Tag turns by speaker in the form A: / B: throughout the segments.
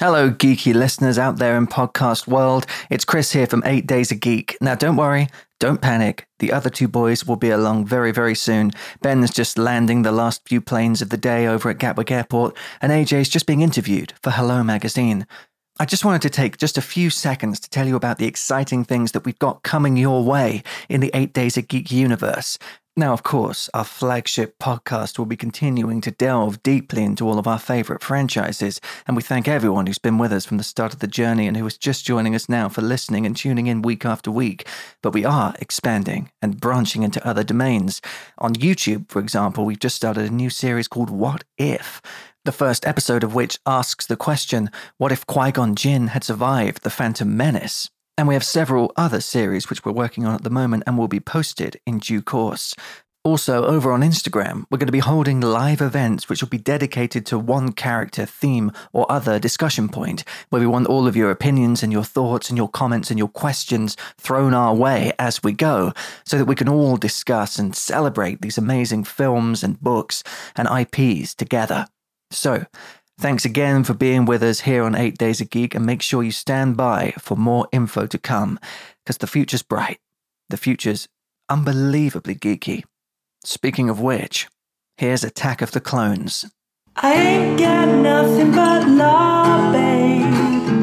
A: Hello, geeky listeners out there in podcast world. It's Chris here from Eight Days a Geek. Now, don't worry, don't panic. The other two boys will be along very, very soon. Ben's just landing the last few planes of the day over at Gatwick Airport, and AJ's just being interviewed for Hello Magazine. I just wanted to take just a few seconds to tell you about the exciting things that we've got coming your way in the Eight Days a Geek universe. Now, of course, our flagship podcast will be continuing to delve deeply into all of our favorite franchises, and we thank everyone who's been with us from the start of the journey and who is just joining us now for listening and tuning in week after week. But we are expanding and branching into other domains. On YouTube, for example, we've just started a new series called What If? The first episode of which asks the question what if Qui Gon Jinn had survived the Phantom Menace? And we have several other series which we're working on at the moment and will be posted in due course. Also, over on Instagram, we're going to be holding live events which will be dedicated to one character, theme, or other discussion point, where we want all of your opinions and your thoughts and your comments and your questions thrown our way as we go, so that we can all discuss and celebrate these amazing films and books and IPs together. So, Thanks again for being with us here on 8 Days a Geek, and make sure you stand by for more info to come, because the future's bright. The future's unbelievably geeky. Speaking of which, here's Attack of the Clones.
B: I ain't got nothing but love, babe.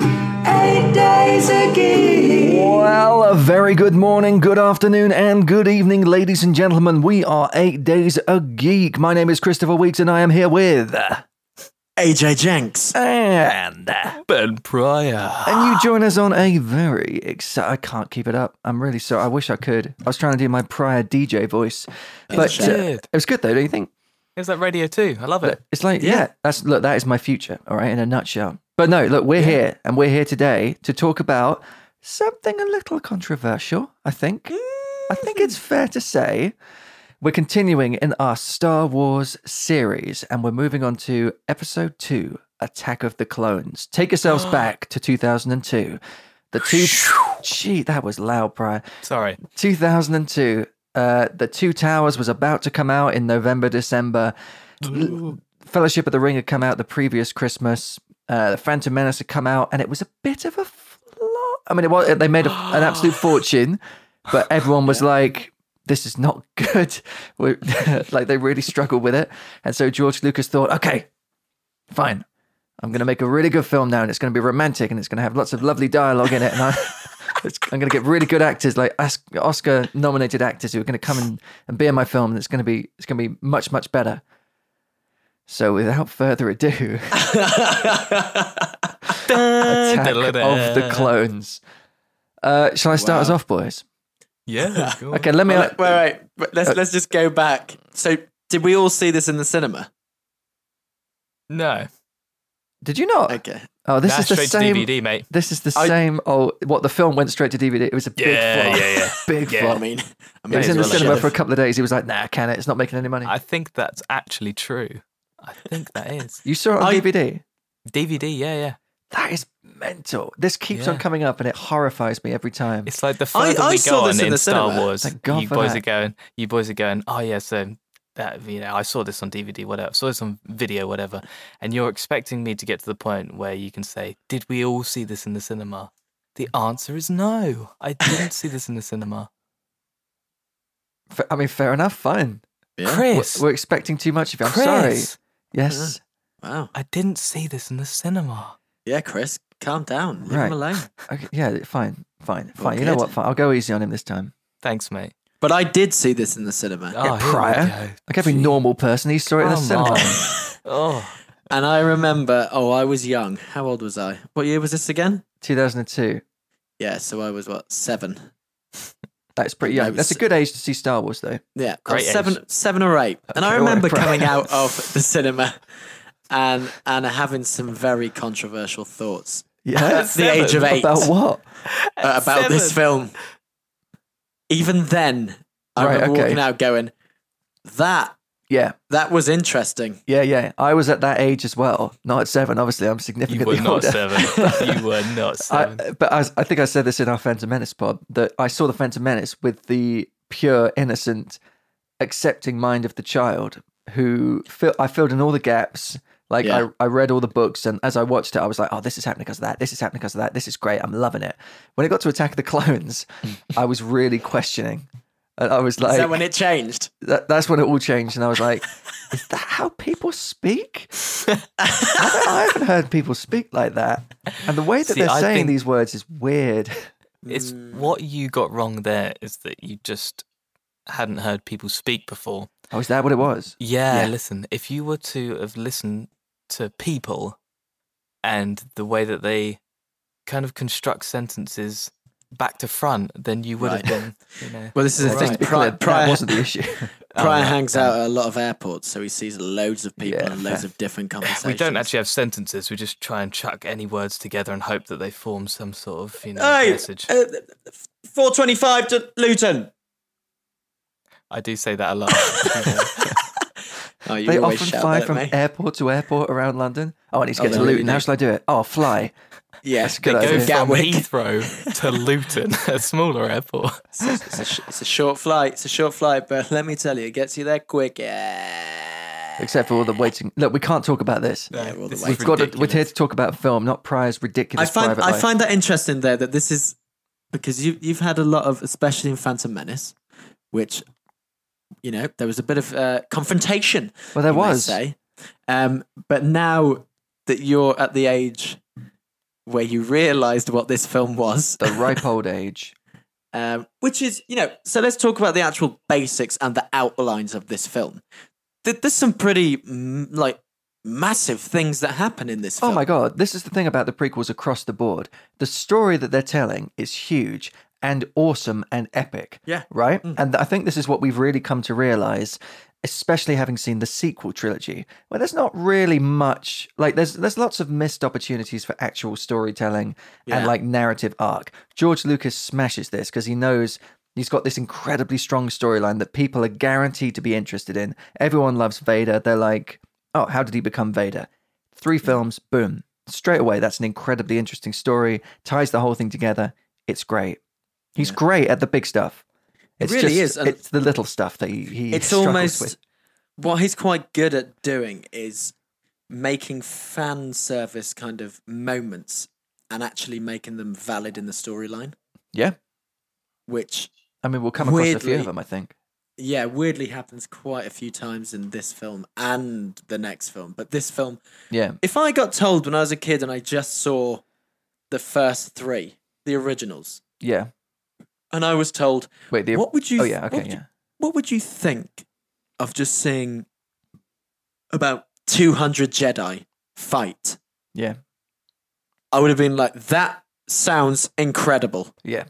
B: Eight days a geek.
A: Well, a very good morning, good afternoon, and good evening, ladies and gentlemen. We are 8 Days a Geek. My name is Christopher Weeks, and I am here with.
C: AJ Jenks.
A: And. uh,
C: Ben Pryor.
A: And you join us on a very exciting. I can't keep it up. I'm really sorry. I wish I could. I was trying to do my prior DJ voice, but uh,
C: did.
A: it was good though. Don't you think?
D: It was like Radio 2. I love it.
A: It's like yeah. that's look. That is my future. All right, in a nutshell. But no, look, we're here and we're here today to talk about something a little controversial. I think. I think it's
D: Mm.
A: fair to say. We're continuing in our Star Wars series and we're moving on to episode two Attack of the Clones. Take yourselves back to 2002. The two. Gee, that was loud, Brian.
D: Sorry.
A: 2002. Uh, the Two Towers was about to come out in November, December. L- Fellowship of the Ring had come out the previous Christmas. Uh, the Phantom Menace had come out, and it was a bit of a flop. I mean, it was, they made a, an absolute fortune, but everyone was like, "This is not good." We're- like they really struggled with it, and so George Lucas thought, "Okay, fine, I'm going to make a really good film now, and it's going to be romantic, and it's going to have lots of lovely dialogue in it, and I, it's, I'm going to get really good actors, like Os- Oscar-nominated actors, who are going to come and, and be in my film, and it's going to be it's going to be much much better." So, without further ado,
D: Uh,
A: Attack of the Clones. Uh, shall I start us off, boys?
D: Yeah. cool.
A: Okay, let me. uh,
C: Wait, wait. but Let's let's just go back. So, did we all see this in the cinema?
D: No.
A: Did you not?
C: Okay.
A: Oh, this
D: That's
A: is the
D: straight
A: same.
D: to DVD, mate.
A: This is the
C: I-
A: same. Oh, what the film went straight to DVD. It was a big
D: Yeah,
A: flop.
D: yeah, yeah.
A: big
C: I
A: flop.
C: mean, I
A: It
C: mean
A: was in the
D: well, I
A: cinema
D: should've.
A: for a couple of days. He was like, "Nah, can it? It's not making any money."
D: I think that's actually true. I think that is.
A: you saw it on
C: I-
A: DVD.
D: DVD, yeah, yeah.
A: That is mental. This keeps
D: Yeah.
A: on coming up, and it horrifies me every time.
D: It's like the
C: I-
D: further
C: I
D: we
C: saw
D: go
C: this
D: on
C: in
D: in,
C: the
D: Star
C: cinema.
D: Wars,
A: Thank God
D: you
A: for
D: boys
A: that.
D: are going, you boys are going, oh yeah, so that you know, I saw this on DVD, whatever, saw this on video, whatever, and you're expecting me to get to the point where you can say, did we all see this in the cinema? The answer is no. I didn't see this in the cinema.
A: F- I mean, fair enough. Fine. We're-
D: Chris,
A: We're, expecting too much of you. I'm
D: Chris,
A: sorry. Yes.
C: Wow.
D: I didn't see this in the cinema.
C: Yeah, Chris, calm down. Leave
A: Right.
C: him alone.
D: Uh-huh.
A: Okay, yeah. Fine. Fine. Fine. You know
C: good.
A: what? Fine. I'll go easy on him this time.
D: Thanks, mate.
C: But I did see this in the cinema,
D: Oh, here we
A: prior.
D: go.
A: Like every
D: Gee,
A: normal person, he saw it in the
D: come
A: cinema.
D: on. oh,
C: and I remember. Oh, I was young. How old was I? What year was this again?
A: 2002.
C: Yeah, so I was what seven.
A: That's pretty
C: I
A: young.
C: was-
A: That's a good age to see Star Wars, though.
C: Yeah, I
D: Great
C: was seven, seven or eight, and I
A: Okay,
C: remember
A: alright, great.
C: coming out of the cinema and and having some very controversial thoughts
A: Yeah.
C: at the age of
D: Seven?
C: eight
A: About
C: uh,
A: what?
C: about this film. Even then, I
A: Right,
C: remember
A: okay.
C: walking out going, "That
A: Yeah.
C: that was interesting."
A: Yeah. Yeah. I was at that age as well. Not at seven. Obviously, I'm
D: you
A: significantly
D: were not
A: older.
D: seven. You were not
A: I,
D: seven.
A: but as, I think I said this in our Phantom Menace pod that I saw the Phantom Menace with the pure, innocent, accepting mind of the child who fill, I filled in all the gaps. Like
C: Yeah.
A: I, I read all the books and as I watched it, I was like, oh, this is happening because of that. This is happening because of that. This is great. I'm loving it. When it got to Attack of the Clones, I was really questioning. And I was like,
C: Is that when it changed?
A: that, that's when it all changed. And I was like, is that how people speak? I, don't- I haven't heard people speak like that. And the way that
D: See,
A: they're
D: I
A: saying
D: think-
A: these words is weird.
D: It's
C: Mm.
D: what you got wrong there is that you just hadn't heard people speak before.
A: Oh, is that what it was?
D: Yeah,
A: Yeah.
D: listen, if you were to have listened to people and the way that they kind of construct sentences back to front, then you would
C: Right.
D: have been, you know.
C: Well, this is the
A: Let's
C: thing.
A: be
C: Pri-
A: clear,
C: prior
A: that wasn't the issue.
C: Pryor hangs out at a lot of airports, so he sees loads of people
A: Yeah.
C: and loads of different conversations.
D: We don't actually have sentences. We just try and chuck any words together and hope that they form some sort of, you know,
C: Hey,
D: message.
C: uh, 425 to Luton.
D: I do say that a lot.
C: Oh, you
A: they
C: always
A: often
C: shout
A: fly
C: that at
A: from
C: me.
A: airport to airport around London. Oh, I need to
C: Oh,
A: get
C: they
A: to
C: really
A: Luton. How
C: do.
A: shall I do it? Oh, fly.
C: Yeah,
A: That's a good
C: they
D: Go
A: idea.
C: go
D: from
C: Gatwick.
D: Heathrow to Luton, a smaller airport.
C: It's a, it's, a, sh- it's a short flight. It's a short flight, but let me tell you, it gets you there quick. Yeah.
A: Except for all the waiting. Look, we can't talk about this.
C: Yeah, well, the
D: This is
C: way-
A: We've got to, we're
D: ridiculous.
A: here to talk about film, not Pryor's
C: I
A: ridiculous
C: find
A: private
C: I
A: life.
C: find that interesting there that this is because you you've had a lot of especially in Phantom Menace, which you know there was a bit of uh, confrontation.
A: well, there
C: you may
A: was.
C: say. Um, but now that you're at the age where you realised what this film was,
A: The ripe old age.
C: um, which is you know, so let's talk about the actual basics and the outlines of this film. Th- There's some pretty mm, like massive things that happen in this film.
A: Oh my god, this is the thing about the prequels across the board. The story that they're telling is huge and awesome and epic.
C: Yeah.
A: Right? And I think this is what we've really come to realize, especially having seen the sequel trilogy, where there's not really much like there's there's lots of missed opportunities for actual storytelling and
C: Yeah.
A: like narrative arc. George Lucas smashes this because he knows He's got this incredibly strong storyline that people are guaranteed to be interested in. Everyone loves Vader. They're like, oh, how did he become Vader? Three films, boom. Straight away, that's an incredibly interesting story. Ties the whole thing together. It's great. He's great at the big stuff. It's
C: really
A: just-
C: is, and-
A: It's the little stuff that he, he
C: it's
A: struggles
C: almost
A: with.
C: what he's quite good at doing is making fan service kind of moments and actually making them valid in the storyline,
A: Yeah.
C: which
A: I mean, we'll come across a few
C: weirdly-
A: of them, I think.
C: yeah, weirdly happens quite a few times in this film and the next film. But this film,
A: Yeah.
C: if I got told when I was a kid and I just saw the first three, the originals,
A: Yeah.
C: and I was told,
A: Wait, the.
C: what would you?
A: oh,
C: th-
A: yeah.
C: what
A: Okay.
C: would you-
A: Yeah.
C: what would you think of just seeing about 200 Jedi fight?
A: Yeah.
C: I would have been like, that sounds incredible.
A: Yeah.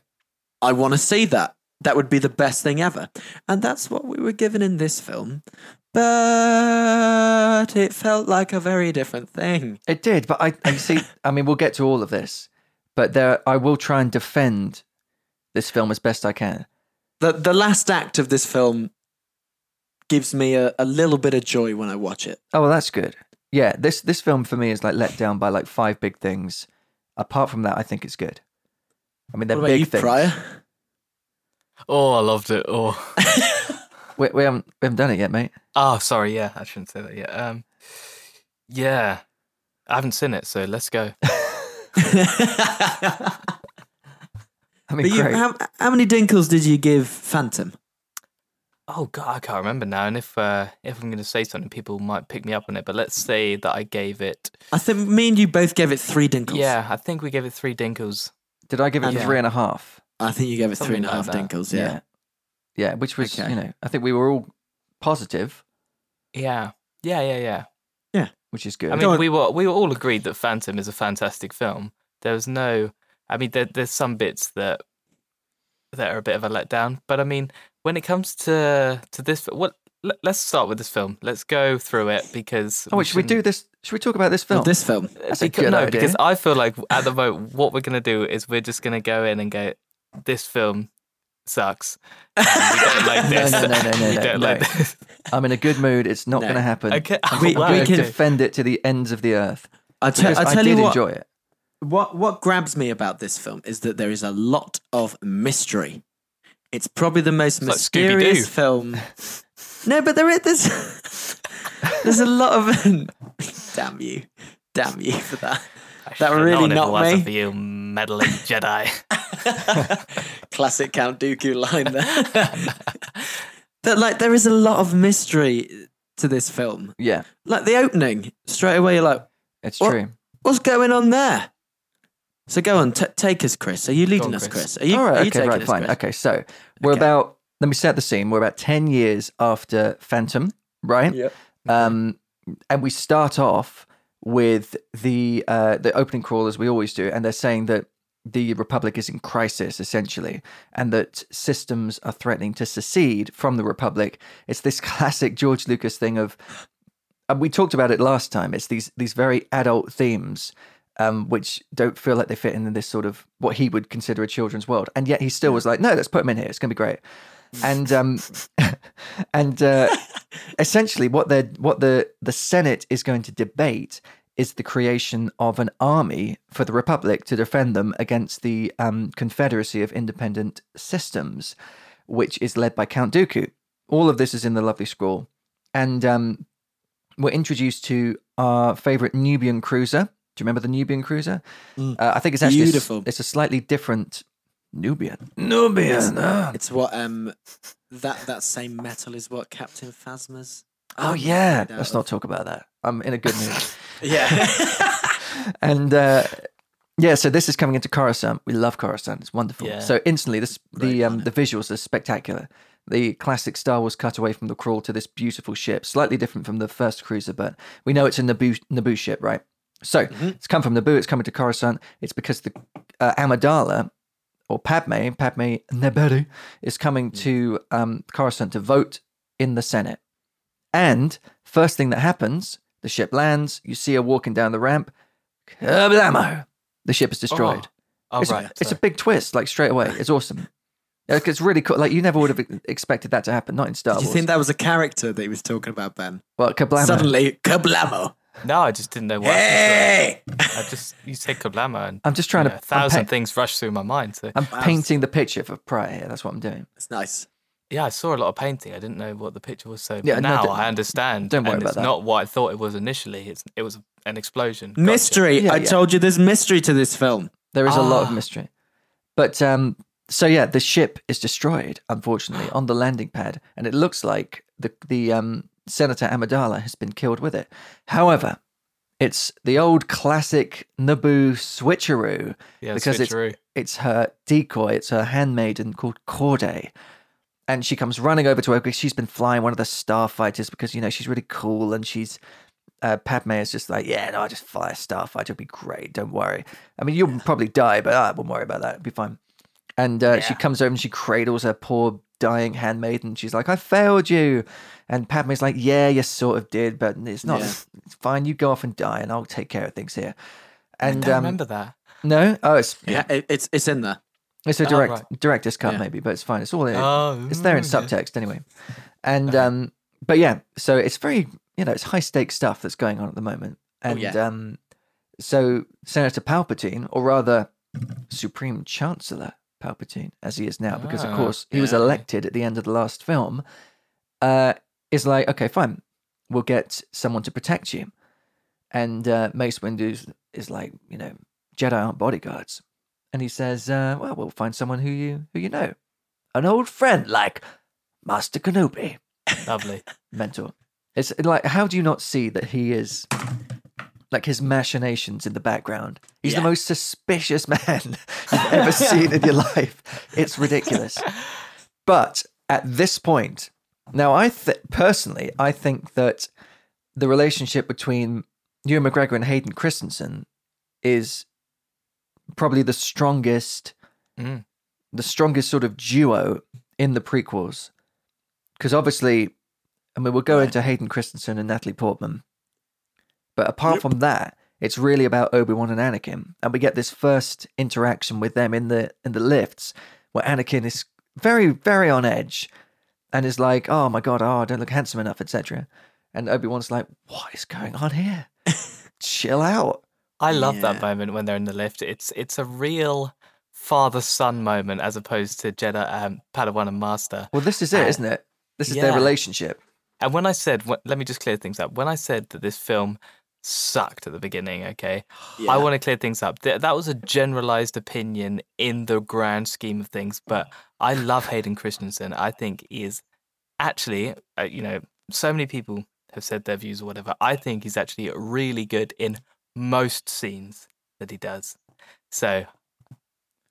C: I want to see that. That would be the best thing ever. And that's what we were given in this film. But it felt like a very different thing.
A: It did, but I, I see. I mean, we'll get to all of this, but there, I will try and defend this film as best I can.
C: The, the last act of this film gives me a, a little bit of joy when I watch it.
A: Oh, well, that's good. Yeah, this this film for me is like let down by like five big things. Apart from that, I think it's good. I mean, they're
C: What about
A: big
C: you,
A: things.
C: Pryor?
D: Oh, I loved it. Oh.
A: We, we haven't we haven't done it yet, mate.
D: Oh, sorry. Yeah, I shouldn't say that yet. Um, yeah, I haven't seen it, so let's go.
A: I mean,
C: But you,
A: great.
C: how, how many dinkles did you give Phantom?
D: Oh God, I can't remember now. And if uh, if I'm going to say something, people might pick me up on it. But let's say that I gave it.
C: I think me and you both gave it three dinkles.
D: Yeah, I think we gave it three dinkles.
A: Did I give it
C: and-
A: three and a half?
C: I think you gave it three and a half
D: Something like
C: dinkles. Yeah.
A: yeah, Yeah, which was
C: uh, Okay.
A: you know I think we were all positive,
D: Yeah, yeah, yeah, yeah.
A: which is good.
D: I
C: Go
D: mean,
C: on.
D: we were we were all agreed that Phantom is a fantastic film. There was no, I mean, there, there's some bits that that are a bit of a letdown. But I mean, when it comes to to this, what let- let's start with this film. Let's go through it because
A: oh, wait, should we do
D: shouldn't-
A: this? Should we talk about this film?
C: Well, this film.
A: That's a
D: Because-
A: good
D: no,
A: idea.
D: because I feel like at the moment, what we're gonna do is we're just gonna go in and go, this film sucks. And we don't like
A: no,
D: this.
A: no, no, no,
D: we
A: no,
D: don't
A: no.
D: like this.
A: I'm in a good mood. It's not
C: No.
A: going to happen.
D: Okay, Oh,
A: We,
C: We-
D: wow,
A: we
C: okay.
A: can defend it to the ends of the earth.
C: I, te-
A: Because
C: I
A: I
C: tell
A: did
C: you what,
A: enjoy it.
C: what. What grabs me about this film is that there is a lot of mystery. It's probably the most
D: like Scooby-Doo.
C: mysterious film No, but there is there's there's a lot of damn you, damn you for that. That
D: Should've
C: really
D: known if it
C: knocked
D: wasn't
C: me.
D: for you, meddling Jedi.
C: Classic Count Dooku line there. but like, there is a lot of mystery to this film.
A: Yeah,
C: Like the opening, straight away you're like,
A: it's
C: What?
A: true.
C: "What's going on there?" So go on, t- take us, Chris. Are you leading
D: on,
C: us,
D: Chris.
C: Chris? Are you,
A: All right,
C: are you
A: okay,
C: taking
A: right,
C: us,
A: fine.
C: Chris?
A: Okay, so we're
C: Okay.
A: about, let me set the scene. We're about 10 years after Phantom, right?
C: Yep.
A: Um, and we start off with the uh, the opening crawl, as we always do, and they're saying that the Republic is in crisis, essentially, and that systems are threatening to secede from the Republic. It's this classic George Lucas thing of, and we talked about it last time. It's these these very adult themes, um, which don't feel like they fit in this sort of what he would consider a children's world, and yet he still was like, no, let's put them in here. It's gonna be great, and um, and uh, essentially what they what the the Senate is going to debate is the creation of an army for the Republic to defend them against the um, Confederacy of Independent Systems, which is led by Count Dooku. All of this is in the lovely scroll, and um, we're introduced to our favorite Nubian cruiser. Do you remember the Nubian cruiser? Uh, I think it's actually
C: Beautiful.
A: It's a slightly different Nubian. Nubian. ah.
C: It's what um that that same metal is what Captain Phasma's.
A: Oh
C: armor is
A: yeah,
C: made out
A: let's
C: of.
A: not talk about that. I'm in a good mood.
C: Yeah.
A: and uh, yeah, so this is coming into Coruscant. We love Coruscant; it's wonderful.
D: Yeah.
A: So instantly, this the
C: Great
A: um, the visuals are spectacular. The classic Star Wars cutaway from the crawl to this beautiful ship, slightly different from the first cruiser, but we know it's a Naboo Naboo ship, right? So it's come from Naboo. It's coming to Coruscant. It's because the uh, Amidala or Padme, Padme Neberi, is coming to um, Coruscant to vote in the Senate. And first thing that happens, the ship lands. You see her walking down the ramp. Kerblamo! The ship is destroyed.
D: Oh,
A: it's,
D: right.
A: it's a
D: sorry.
A: big twist, like straight away. It's awesome. Like, it's really cool. Like you never would have e-, expected that to happen, not in Star
C: Do you
A: Wars.
C: think that was a character that he was talking about, Ben?
A: well, Kerblamo.
C: Suddenly, kablamo!
D: No, I just didn't know what. happened
C: Hey!
D: to it. I just you said Kablama and
A: I'm just trying
D: you
A: to
D: know, a thousand
A: I'm, pa-
D: things rushed through my mind. So
A: I'm painting the picture for Pryor here. That's what I'm doing.
C: It's nice.
D: yeah, I saw a lot of painting. I didn't know what the picture was. So but
A: Yeah, no,
D: now
A: don't-
D: I understand.
A: don't worry
D: and
A: about
D: it's
A: that.
D: not what I thought it was initially. It's it was an explosion. Gotcha.
C: Mystery.
A: Yeah,
C: I
A: yeah.
C: told you there's mystery to this film.
A: There is a lot of
D: Ah.
A: mystery. But um, so yeah, the ship is destroyed, unfortunately, on the landing pad, and it looks like the the um, Senator Amidala has been killed with it. However, it's the old classic Naboo switcheroo
D: Yeah,
A: because it's
D: switcheroo.
A: it's her decoy, it's her handmaiden called Corday. And she comes running over to her because she's been flying one of the starfighters because, you know, she's really cool and she's. Uh, Padme is just like, yeah, no, I just fly a starfighter. It'll be great. Don't worry. I mean, you'll probably die, but I won't worry about that. It'll be fine. And uh, she comes over and she cradles her poor dying handmaiden. She's like, I failed you. And Padme's like, yeah, you sort of did, but it's not.
C: Yeah.
A: It's fine. You go off and die, and I'll take care of things here.
D: I
A: And
D: don't
A: um,
D: remember that.
A: no, oh, it's
C: Yeah, it, it's it's in there.
A: it's a
D: Oh,
A: direct
D: right.
A: director's cut,
C: Yeah.
A: maybe, but it's fine. uh, It's all in.
D: Oh,
A: it's there in
D: mm, yeah.
A: subtext anyway. And um, but yeah, so it's very you know it's high stakes stuff that's going on at the moment.
D: Oh,
A: And
C: yeah.
A: um, so Senator Palpatine, or rather Supreme Chancellor Palpatine, as he is now, because of
D: Ah,
A: course he was
D: yeah.
A: elected at the end of the last film, uh, is like okay, fine, we'll get someone to protect you. And uh, Mace Windu's is like you know Jedi aren't bodyguards and he says, uh, "Well, we'll find someone who you who you know, an old friend like Master Kenobi,
D: Lovely.
A: mentor." It's like, how do you not see that he is like his machinations in the background? He's the
C: Yeah.
A: most suspicious man you've ever seen in your life. It's ridiculous. But at this point, now I th- personally I think that the relationship between Ewan McGregor and Hayden Christensen is probably the strongest,
D: Mm.
A: the strongest sort of duo in the prequels, because obviously, I mean, we'll go into Hayden Christensen and Natalie Portman, but apart from that, it's really about Obi Wan and Anakin, and we get this first interaction with them in the in the lifts, where Anakin is very very on edge, and is like, "Oh my god, oh I don't look handsome enough," etc. And Obi Wan's like, "What is going on here? Chill out."
D: I love
C: Yeah.
D: that moment when they're in the lift. It's it's a real father son moment as opposed to Jedi um, Padawan and Master.
A: Well, this is it,
D: Uh,
A: isn't it? This is their
D: yeah.
A: relationship.
D: And when I said, wh- let me just clear things up. When I said that this film sucked at the beginning, okay, I want to clear things up. Th- that was a generalized opinion in the grand scheme of things, but I love Hayden Christensen. I think he is actually, uh, you know, so many people have said their views or whatever. I think he's actually really good in most scenes that he does. So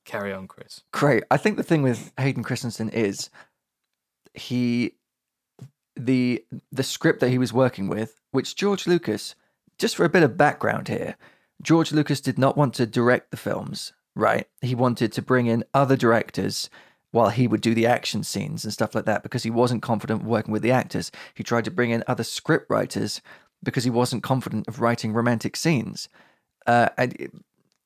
D: carry on, Chris.
A: Great. I think the thing with Hayden Christensen is he the the script that he was working with, which George Lucas, just for a bit of background here, George Lucas did not want to direct the films, right? He wanted to bring in other directors while he would do the action scenes and stuff like that because he wasn't confident working with the actors. He tried to bring in other script writers because he wasn't confident of writing romantic scenes. Uh, and it-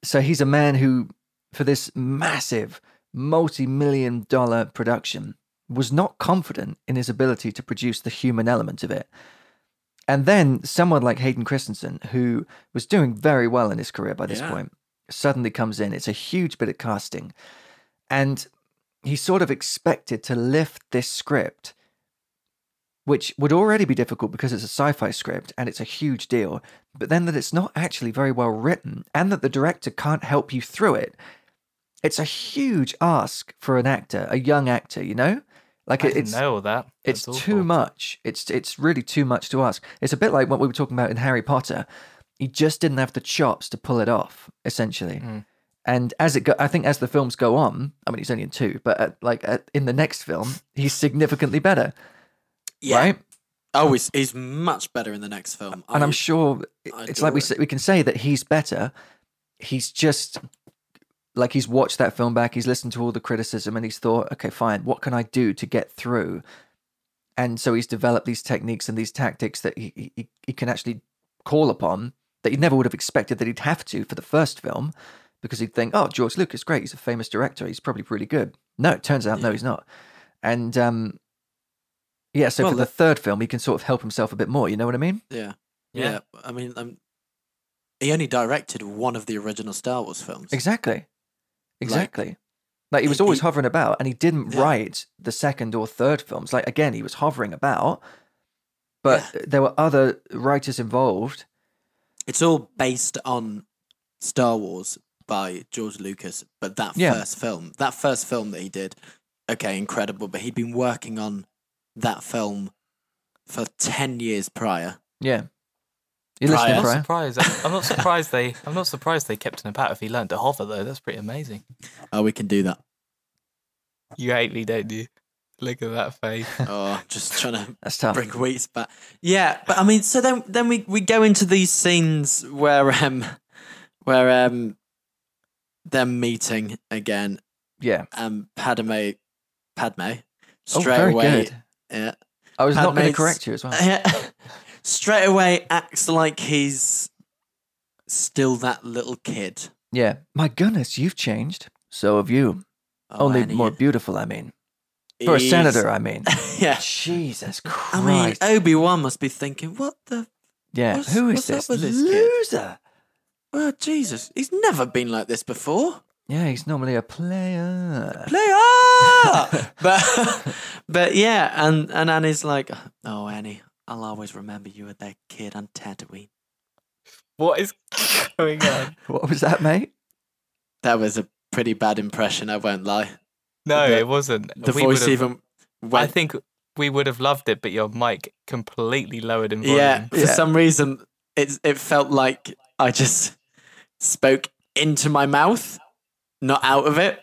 A: so he's a man who for this massive multi-million dollar production was not confident in his ability to produce the human element of it. And then someone like Hayden Christensen, who was doing very well in his career by this
C: Yeah.
A: point, suddenly comes in. It's a huge bit of casting. And he's sort of expected to lift this script, which would already be difficult because it's a sci fi script and it's a huge deal, but then that it's not actually very well written and that the director can't help you through it it's a huge ask for an actor, a young actor, you know? Like
D: I
A: it,
D: didn't
A: it's
D: know all that.
A: it's
D: That's
A: too
D: awful.
A: much. It's it's really too much to ask. It's a bit like what we were talking about in Harry Potter. He just didn't have the chops to pull it off, essentially.
D: Mm.
A: And as it go, I think as the films go on, I mean, he's only in two, but at, like at, in the next film, he's significantly better,
C: yeah.
A: right?
C: Oh, he's, he's much better in the next film.
A: and
C: I-
A: I'm sure
C: I
A: it's like we
C: adore
A: say, we can say that he's better. He's just like he's watched that film back. He's listened to all the criticism, and he's thought, okay, fine, what can I do to get through? And so he's developed these techniques and these tactics that he he- he, he can actually call upon that he never would have expected that he'd have to for the first film because he'd think, oh, George Lucas, great, he's a famous director, he's probably really good. No, it turns out, no, he's not. And um, yeah, so
C: Well,
A: for the
C: the-
A: third film, he can sort of help himself a bit more. You know what I mean?
C: Yeah.
D: Yeah.
C: Yeah. I mean, um, he only directed one of the original Star Wars films.
A: Exactly. Exactly. Like, he was
C: he-
A: always
C: he-
A: hovering about and he didn't
C: Yeah.
A: write the second or third films. Like again, he was hovering about, but there were other writers involved.
C: It's all based on Star Wars by George Lucas, but that
A: Yeah.
C: first film, that first film that he did, okay, incredible, but he'd been working on that film for 10 years prior.
A: Yeah. You listening,
C: Prior.
D: I'm not
A: Brian?
D: surprised. I'm I'm not surprised they. I'm not surprised they kept him about if he learned to hover though. That's pretty amazing.
C: Oh, we can do that.
D: You hate me, don't you? Look at that face.
C: Oh, I'm just trying to
A: That's tough.
C: bring wheats back. Yeah, but I mean, so then then we we go into these scenes where um where um they're meeting again.
A: Yeah.
C: Um, Padme, Padme,
A: Oh,
C: straight
A: very
C: away.
A: good.
C: Yeah,
A: I was not going to
C: Padme's- Uh-huh.
A: correct you as well.
C: yeah. straight away acts like he's still that little kid.
A: Yeah. My goodness, you've changed. So have you.
C: Oh,
A: Only
C: and he-
A: more beautiful, I mean. For a senator, I mean.
C: he's- yeah.
A: Jesus
C: I mean,
A: Christ.
C: Obi Wan must be thinking, "What the?
A: yeah.
C: what's-
A: Who is
C: what's up
A: this?
C: with this kid?
A: Loser.
C: Oh, Jesus! He's never been like this before."
A: Yeah, he's normally a player.
C: player. but but yeah, and and Annie's like, oh Annie, I'll always remember you as that kid on Tatooine.
D: What is going on?
A: What was that, mate?
C: That was a pretty bad impression. I won't lie.
D: No,
C: The-
D: it wasn't.
C: The
D: We
C: voice
D: would've-
C: even
D: I
C: went.
D: think we would have loved it, but your mic completely lowered in volume.
C: yeah, for
A: Yeah.
C: some reason, it it felt like I just spoke into my mouth, not out of it.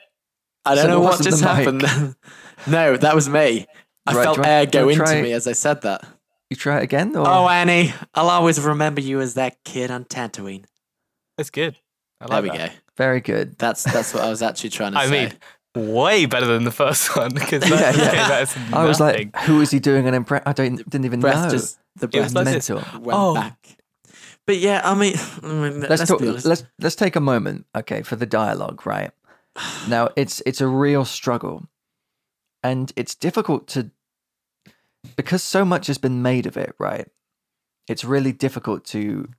C: I
A: So
C: don't know
A: it
C: what
A: wasn't
C: just
A: the mic.
C: happened. no, that was me. I
A: Right,
C: felt
A: do you want- do
C: air
A: you
C: go
A: want
C: into
A: to try-
C: me as I said that.
A: You try it again? Or?
C: Oh, Annie, I'll always remember you as that kid on Tatooine.
D: That's good. I
C: There
D: like
C: we
D: that.
C: go.
A: Very good.
C: That's that's what I was actually trying to
D: I
C: say.
D: mean, way better than the first one because that,
A: Yeah, yeah.
D: okay, that is
A: I was
D: nothing.
A: like, who is he doing an impression? I don't, didn't even
C: breath
A: know.
C: just the
D: It was
C: breath
D: like
C: went
D: this.
A: Mental.
D: Oh.
C: back. But yeah, I mean, I mean,
A: let's,
C: let's,
A: talk,
C: be honest.
A: let's let's take a moment, okay, for the dialogue, right? Now it's it's a real struggle, and it's difficult to because so much has been made of it, right? It's really difficult to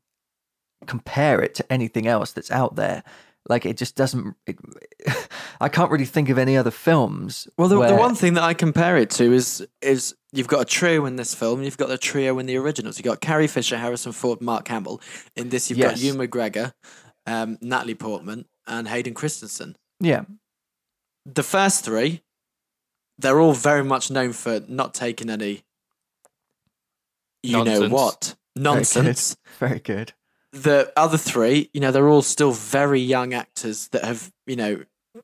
A: compare it to anything else that's out there. Like it just doesn't. It, I can't really think of any other films.
C: well, the,
A: where-
C: the one thing that I compare it to is is You've got a trio in this film. You've got the trio in the originals. You've got Carrie Fisher, Harrison Ford, Mark Hamill. In this, you've got
A: Yes.
C: Hugh McGregor, um, Natalie Portman, and Hayden Christensen.
A: Yeah.
C: The first three, they're all very much known for not taking any, you know
D: Nonsense.
C: what, nonsense.
A: Very good.
C: the other three, you know, they're all still very young actors that have, you know,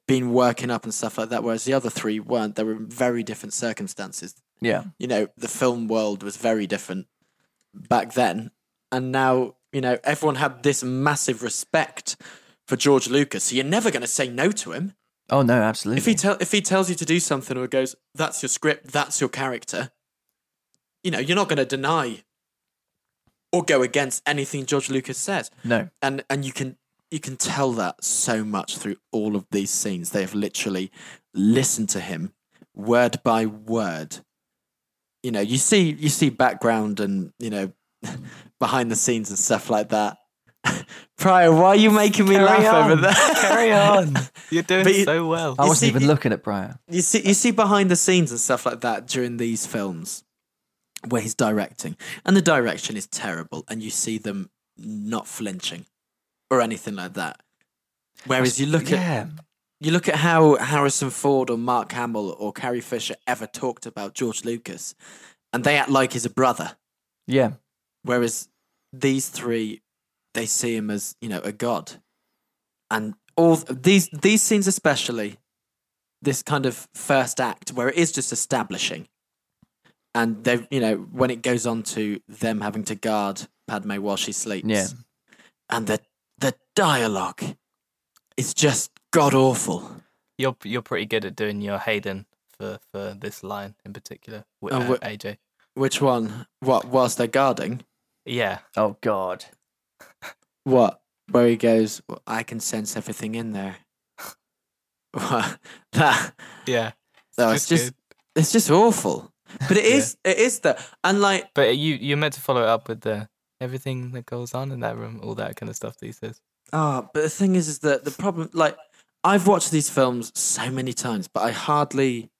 C: been working up and stuff like that. Whereas the other three weren't. They were in very different circumstances.
A: Yeah.
C: You know, the film world was very different back then. And now, you know, everyone had this massive respect for George Lucas. So you're never going to say no to him.
A: Oh no, absolutely.
C: If he, tell if he tells you to do something or goes, that's your script, that's your character, you know, you're not going to deny or go against anything George Lucas says
A: no.
C: and and you can you can tell that so much through all of these scenes they have literally listened to him word by word you know you see you see background and you know behind the scenes and stuff like that prior why are you making me laugh over there
D: Carry on. You're doing
C: But you-
D: so well.
A: I
C: You
A: wasn't
C: see-
A: even looking at Briar.
C: you see you see behind the scenes and stuff like that during these films where he's directing and the direction is terrible and you see them not flinching or anything like that whereas you look at
A: yeah.
C: you look at how Harrison Ford or Mark Hamill or Carrie Fisher ever talked about George Lucas and they act like he's a brother
A: Yeah.
C: whereas these three they see him as you know a god and all these these scenes especially this kind of first act where it is just establishing and they you know when it goes on to them having to guard Padme while she sleeps
A: Yeah.
C: and the the dialogue is just god awful
D: You're you're pretty good at doing your Hayden for for this line in particular with
C: Oh,
D: uh,
C: wh-
D: AJ.
C: which one what whilst they're guarding
D: Yeah,
A: Oh God.
C: What? Where he goes, well, I can sense everything in there. What? that
D: yeah.
C: no,
D: It's
C: it's just it's just awful. But it
D: Yeah.
C: is it is that and like
D: But you you're meant to follow it up with the everything that goes on in that room, all that kind of stuff. These days.
C: ah, but the thing is is that the problem like I've watched these films so many times, but I hardly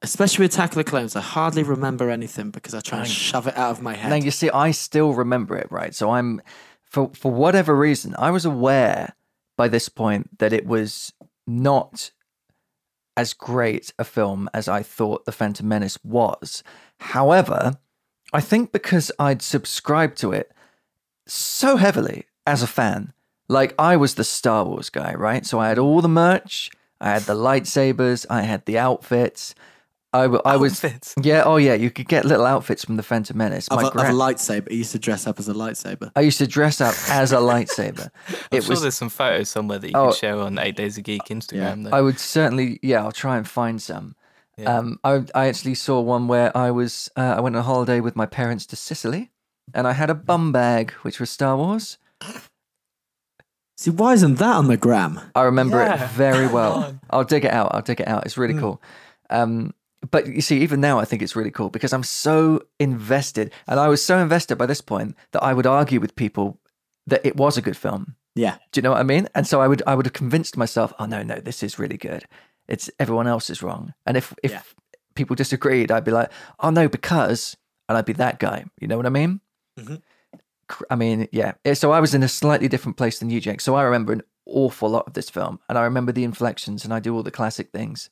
C: especially with Attack of the Clones, I hardly remember anything because I try and shove it out of my head.
A: Now you see, I still remember it, right? So I'm for for whatever reason, I was aware by this point that it was not as great a film as I thought The Phantom Menace was. However, I think because I'd subscribed to it so heavily as a fan, like I was the Star Wars guy, right? So I had all the merch, I had the lightsabers, I had the outfits. I, w- I was
D: Outfits.
A: yeah, oh yeah, you could get little outfits from the Phantom Menace.
C: Of
A: My
C: a, of a
A: gran-
C: lightsaber. He used to dress up as a lightsaber.
A: I used to dress up as a lightsaber.
D: I'm
A: it
D: sure
A: was.
D: there's some photos somewhere that you
A: Oh.
D: can share on Eight Days a Geek Instagram. though.
A: I would certainly, yeah, I'll try and find some.
D: Yeah.
A: Um, I I actually saw one where I was uh, I went on holiday with my parents to Sicily, and I had a bum bag which was Star Wars.
C: See, why isn't that on the gram?
A: I remember
D: Yeah,
A: it very
D: come
A: well.
D: on.
A: I'll dig it out. I'll dig it out. It's really cool. Um, but you see, even now, I think it's really cool because I'm so invested, and I was so invested by this point that I would argue with people that it was a good film.
C: Yeah.
A: Do you know what I mean? And so I would I would have convinced myself, oh no, no, this is really good. It's everyone else is wrong. And if if
C: Yeah.
A: people disagreed, I'd be like, oh no, because, and I'd be that guy. You know what I mean?
C: Mhm.
A: Cr- I mean, yeah. Eh, So I was in a slightly different place than you, Jake. So I remember an awful lot of this film, and I remember the inflections, and I do all the classic things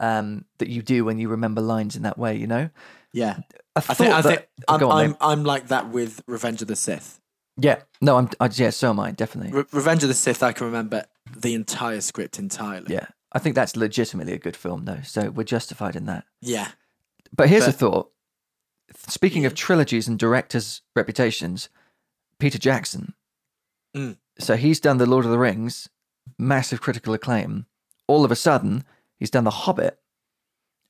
A: um, that you do when you remember lines in that way. You know,
C: Yeah.
A: I
C: I
A: thought
C: think, I
A: that.
C: think
A: Oh,
C: I'm,
A: go on,
C: I'm,
A: mate.
C: I'm like that with Revenge of the Sith.
A: yeah, no, I'm. I, yeah, so am I definitely.
C: Re- Revenge of the Sith, I can remember the entire script entirely.
A: yeah, I think that's legitimately a good film, though. So we're justified in that.
C: Yeah.
A: But here's a
C: But-
A: thought. Speaking of trilogies and directors' reputations, Peter Jackson.
C: Mm.
A: So he's done The Lord of the Rings, massive critical acclaim. All of a sudden, he's done The Hobbit.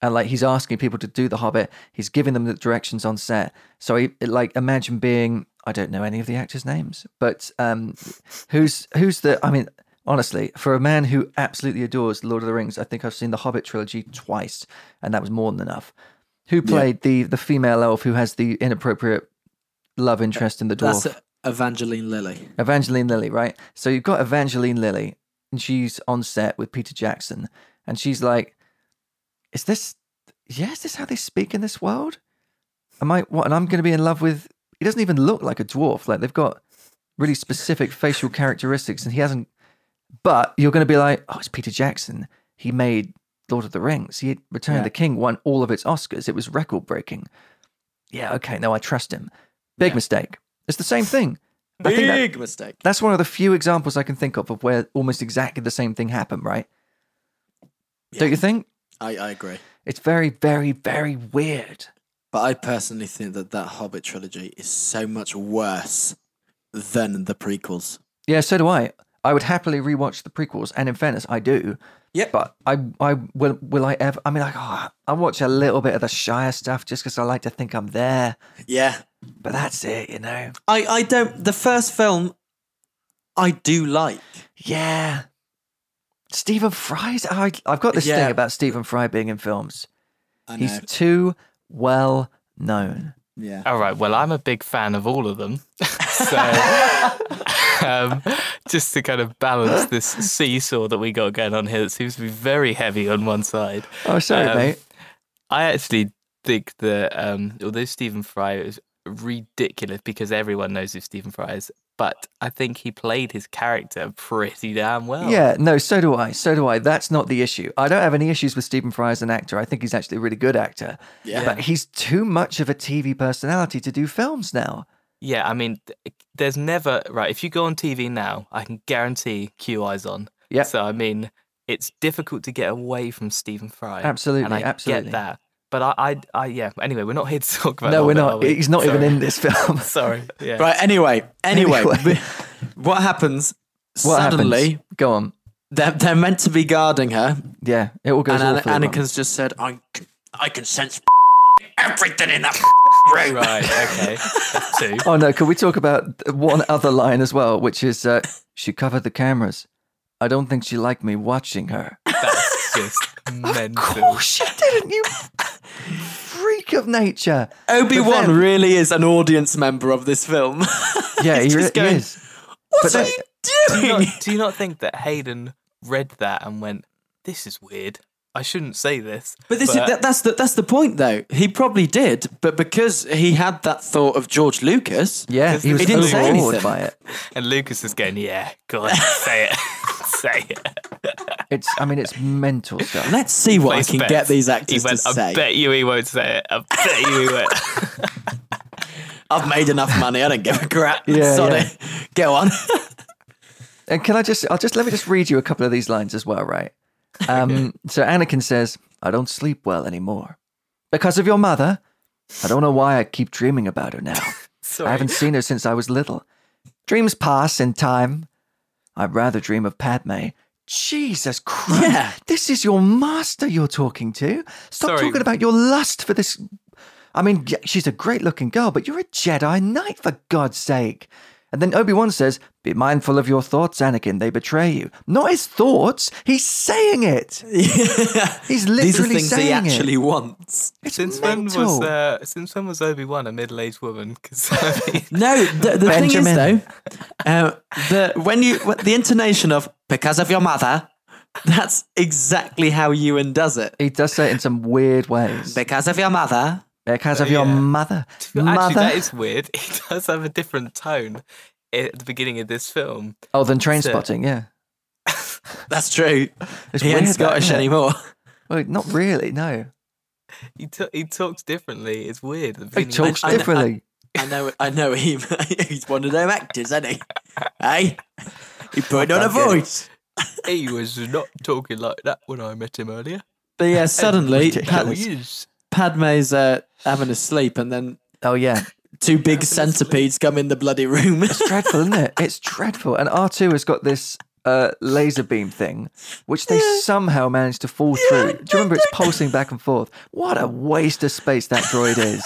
A: And like he's asking people to do The Hobbit, he's giving them the directions on set. So he, like imagine being I don't know any of the actors' names, but um, who's who's the I mean honestly for a man who absolutely adores Lord of the Rings, I think I've seen the Hobbit trilogy twice, and that was more than enough. Who played the the female elf who has the inappropriate love interest in the dwarf?
C: That's Evangeline Lilly.
A: Evangeline Lilly, right? So you've got Evangeline Lilly, and she's on set with Peter Jackson, and she's like, "Is this? Yeah, is this how they speak in this world? Am I what? And I'm going to be in love with. He doesn't even look like a dwarf. Like they've got really specific facial characteristics, and he hasn't. But you're going to be like, oh, it's Peter Jackson. He made Lord of the Rings. He Return of
C: Yeah.
A: the King won all of its Oscars. It was record breaking. Yeah, okay, no, I trust him. Big
C: Yeah.
A: mistake. It's the same thing. I think that-
C: Big mistake.
A: that's one of the few examples I can think of of where almost exactly the same thing happened, right?
C: Yeah.
A: Don't you think?
C: I, I agree.
A: It's very, very, very weird.
C: But I personally think that that Hobbit trilogy is so much worse than the prequels.
A: Yeah, so do I. I would happily rewatch the prequels, and in fairness, I do.
C: Yep.
A: But I, I will, will I ever? I mean, like, oh, I watch a little bit of the Shire stuff just because I like to think I'm there.
C: Yeah.
A: But that's it, you know.
C: I, I don't. The first film, I do like.
A: Yeah. Stephen Fry's. I, I've got this
C: Yeah.
A: thing about Stephen Fry being in films.
C: I know.
A: He's too well known.
C: yeah.
D: All right. Well, I'm a big fan of all of them. so, um, just to kind of balance this seesaw that we got going on here that seems to be very heavy on one side.
A: Oh, sorry,
D: Um,
A: mate.
D: I actually think that um, although Stephen Fry is ridiculous because everyone knows who Stephen Fry is, but I think he played his character pretty damn
C: Oh.
D: well.
A: Yeah, no, so do I. So do I. That's not the issue. I don't have any issues with Stephen Fry as an actor. I think he's actually a really good actor.
C: Yeah.
A: But he's too much of a TV personality to do films now.
D: Yeah, I mean, th- there's never right. If you go on TV now, I can guarantee Q eyes on.
A: Yep.
D: So I mean, it's difficult to get away from Stephen Fry.
A: Absolutely,
D: and I
A: absolutely.
D: get that. But I, I, I, yeah. Anyway, we're not here to talk about.
A: no, we're
D: Hobbit,
A: not.
D: are we?
A: He's not even
D: Sorry.
A: in this film.
D: Sorry. Yeah.
C: Right. Anyway. Anyway.
A: Anyway.
C: what happens?
A: what
C: suddenly,
A: happens? Go on.
C: They're, they're meant to be guarding her,
A: Yeah, it all goes
C: and Ana-
A: awfully wrong.
C: Anakin's just said, "I, c- I can sense everything in that room."
D: Right. Okay. That's two.
A: Oh no! Can we talk about one other line as well, which is uh, she covered the cameras. I don't think she liked me watching her.
D: That's just mental.
A: Oh, she didn't! You freak of nature.
C: Obi
A: But
C: Wan
A: then-
C: really is an audience member of this film.
A: Yeah, he,
C: He's
A: re-
C: just going,
A: he is.
C: what
A: then-
C: are you
D: Do you,
C: doing?
D: not, do you not think that Hayden read that and went, "This is weird. I shouldn't say this."
C: But this
D: But-
C: is that, that's the that's the point though. He probably did, but because he had that thought of George Lucas,
A: Yeah,
D: Because
A: he was
C: he didn't say
A: overawed
C: anything.
A: by it.
D: And Lucas is going, "Yeah, go on, say it, say it."
A: It's. I mean, it's mental stuff.
C: let's see what I
D: Place
C: can
D: bets.
C: get these
D: He
C: actors
D: went,
C: to
D: I
C: say.
D: bet you he won't say it. I bet you he won't.
C: I've made enough money. I don't give a crap.
A: Yeah,
C: Sorry. Go on.
A: And can I just, I'll just, let me just read you a couple of these lines as well, right? Um, so Anakin says, I don't sleep well anymore because of your mother. I don't know why I keep dreaming about her now. I
D: Sorry.
A: haven't seen her since I was little. Dreams pass in time. I'd rather dream of Padme. Jesus Christ.
C: Yeah.
A: This is your master you're talking to. Stop
D: Sorry.
A: talking about your lust for this. I mean, y- she's a great looking girl, but you're a Jedi Knight, for God's sake. And then Obi Wan says, Be mindful of your thoughts, Anakin. They betray you. Not his thoughts. He's saying it. He's literally
C: These are things
A: saying
C: he
A: it.
C: actually wants.
A: It's
D: Since when
A: mental.
D: was uh, since when was Obi Wan a middle aged woman? Because I mean,
C: No, the, the thing is
A: Benjamin.
C: though, uh, the when you when- the intonation of because of your mother, that's exactly how Ewan does it.
A: He does say it in some weird ways.
C: Because of your mother,
A: Because of your
D: Oh, Yeah.
A: mother.
D: actually,
A: mother.
D: that is weird. He does have a different tone at the beginning of this film.
A: Oh, then train
D: So-
A: spotting, yeah.
C: that's true.
A: It's
C: he
A: weird,
C: ain't
A: that,
C: Scottish
A: isn't it?
C: anymore.
A: Well, not really, no.
D: He t- he talks differently. It's weird. at the
A: He
D: beginning.
A: talks
C: I- I-
A: differently.
C: I know, I know him. He's one of them actors, isn't he? hey, he put on a
A: don't get it.
C: voice.
D: He was not talking like that when I met him earlier.
C: But yeah, suddenly
D: Oh,
C: Pad-
A: Ridiculous.
D: yes.
C: Padme's uh, having a sleep, and then
A: Oh, yeah.
C: two big centipedes come in the bloody room.
A: It's dreadful, isn't it? It's dreadful. And R2 has got this uh, laser beam thing, which they somehow managed to fall through. Do you remember it's pulsing back and forth? What a waste of space that droid is.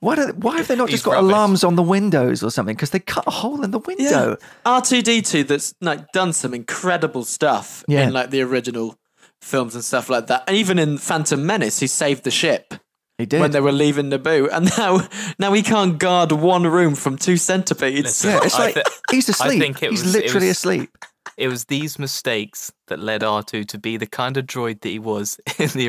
A: Why, do, why have they not
D: He's
A: just got
D: rubbish.
A: alarms on the windows or something? Because they cut a hole in the window.
C: R two D two that's like done some incredible stuff
A: Yeah.
C: in like the original films and stuff like that, and even in Phantom Menace, he saved the ship.
A: He did.
C: When they were leaving Naboo, and now now he can't guard one room from two centipedes.
A: yeah, it's
D: I
A: like
D: thi-
A: he's asleep.
D: think it
A: he's
D: was- it
A: literally
D: was-
A: asleep.
D: It was these mistakes that led R2 to be the kind of droid that he was in the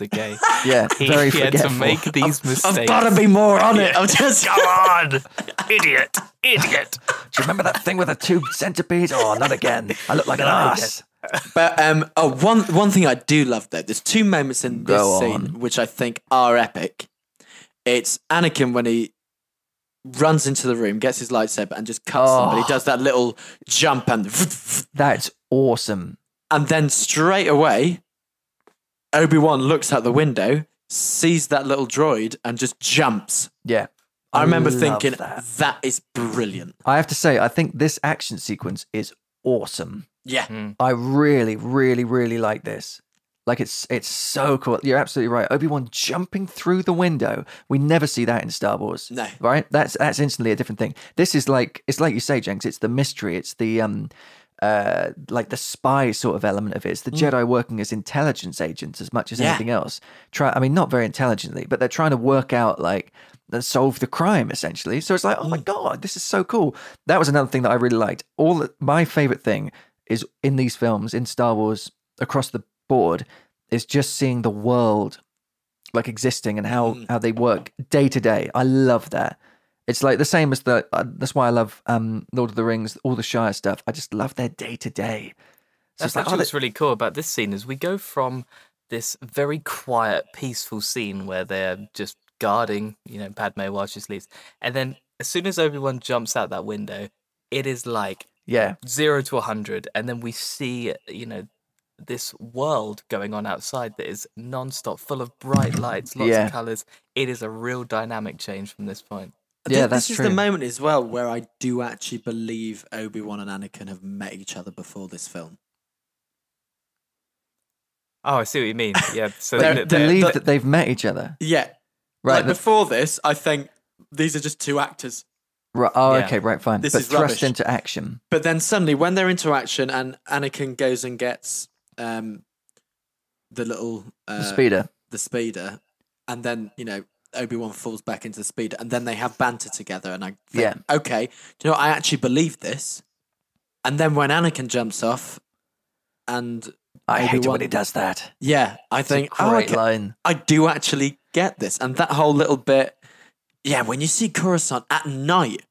D: again.
A: Yeah,
D: He,
A: very
D: he had to
A: forgetful.
D: make these mistakes.
C: I've got to be more on it. I'm just.
E: Come on, idiot, idiot.
A: Do you remember that thing with the two centipedes? Oh, not again. I look like an ass.
C: But um, oh, one one thing I do love though, there's two moments in this
A: Go
C: scene which I think are epic. It's Anakin when he runs into the room, gets his lightsaber, and just cuts somebody.
A: Oh.
C: Does that little jump and
A: That's awesome.
C: and then straight away, Obi Wan looks out the window, sees that little droid, and just jumps.
A: Yeah.
C: I, remember
A: love
C: thinking
A: that.
C: that is brilliant.
A: I have to say, I think this action sequence is awesome.
C: Yeah.
A: I really, really, really like this. Like it's it's so cool. You're absolutely right. Obi Wan jumping through the window. We never see that in Star Wars.
C: No.
A: Right? That's that's instantly a different thing. This is like it's like you say, Jenks. It's the mystery. It's the um uh like the spy sort of element of it. It's the Jedi working as intelligence agents as much as
C: Yeah.
A: anything else. Try I mean not very intelligently, but they're trying to work out like and solve the crime essentially. So it's like, oh my god, this is so cool. That was another thing that I really liked. All that, my favorite thing is in these films in Star Wars across the board is just seeing the world like existing and how
C: Mm.
A: how they work day to day. I love that. It's like the same as the. Uh, that's why I love um, Lord of the Rings, all the Shire stuff. I just love their day to day. So
D: That's
A: it's like,
D: actually
A: oh,
D: what's really cool about this scene is we go from this very quiet, peaceful scene where they're just guarding, you know, Padme while she sleeps, and then as soon as Obi Wan jumps out that window, it is like
A: yeah,
D: zero to a hundred, and then we see, you know, this world going on outside that is non-stop, full of bright lights, lots
A: Yeah.
D: of colors. It is a real dynamic change from this point.
A: Yeah,
C: Th-
A: that's
C: this
A: true.
C: is the moment as well where I do actually believe Obi Wan and Anakin have met each other before this film.
D: Oh, I see what you mean. Yeah, so
C: They're-
D: th-
A: believe
C: they're-
A: that they've met each other.
C: Yeah,
A: Right.
C: Like
A: the-
C: before this, I think these are just two actors.
A: right oh,
D: yeah.
A: okay. Right. Fine.
C: This
A: but
C: is
A: thrust
C: rubbish.
A: into action.
C: But then suddenly, when they're into action, and Anakin goes and gets um, the little uh,
A: The speeder.
C: the speeder, and then you know Obi Wan falls back into the speeder, and then they have banter together, and I think,
A: Yeah.
C: okay, do you know what? I actually believe this. And then when Anakin jumps off, and
A: I hate it
C: Obi-Wan-
A: when he does that.
C: yeah, I think
A: Great
C: oh, okay,
A: line.
C: I do actually get this, and that whole little bit. Yeah, when you see Coruscant at night,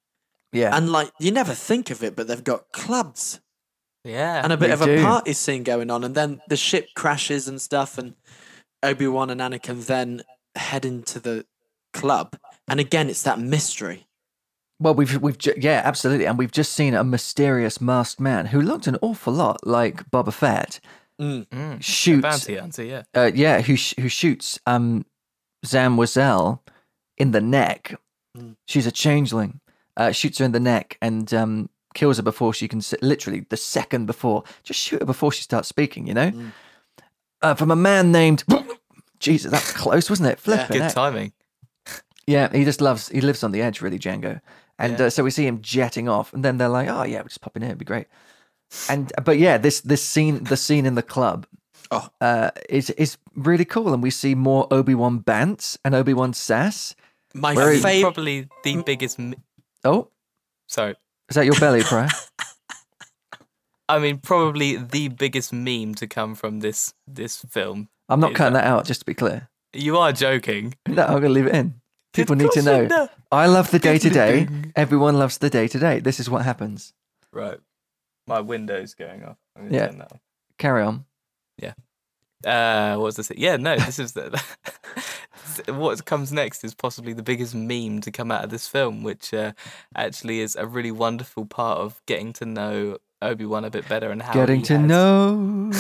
A: Yeah.
C: And like you never think of it, but they've got clubs
D: yeah,
C: and a bit
A: They
C: of
A: do.
C: a party scene going on, and then the ship crashes and stuff, and Obi Wan and Anakin then head into the club, and again it's that mystery.
A: Well, we've we've ju- yeah, absolutely, and we've just seen a mysterious masked man who looked an awful lot like Boba Fett
D: Mm, a
A: shoots,
D: bounty hunter. Yeah,
A: uh, yeah, who sh- who shoots um, Zam Wazel in the neck. She's a changeling. Uh, shoots her in the neck and um, kills her before she can. s- Literally, the second before, just shoot her before she starts speaking. You know, uh, from a man named. Jesus, that was close, wasn't it? Flipping
D: good
A: heck.
D: timing.
A: Yeah, he just loves. He lives on the edge, really, Django. And
D: Yeah.
A: uh, so we see him jetting off, and then they're like, "Oh yeah, we'll just pop in here, it'd be great." And uh, but yeah, this this scene, the scene in the club,
C: Oh.
A: uh, is is really cool, and we see more Obi Wan bants and Obi Wan sass.
C: My
A: Where Mm. is-
C: favorite.
D: Probably the biggest. Mi-
A: Oh,
D: Sorry.
A: is that your belly, Prior?
D: I mean, probably the biggest meme to come from this this film.
A: I'm not
D: Is
A: cutting that out, just to be clear.
D: You are joking.
A: No, I'm gonna leave it in. People need to
D: course I
A: know.
D: know.
A: I love the day to day.
D: Ding.
A: Everyone loves the day to day. This is what happens.
D: Right. My window's going off. I'm gonna
A: Yeah.
D: turn that off.
A: Carry on.
D: Uh, what's this? Yeah, no, this is the. what comes next is possibly the biggest meme to come out of this film, which uh, actually is a really wonderful part of getting to know Obi Wan a bit better and how
A: Getting
D: he
A: to
D: has
A: know.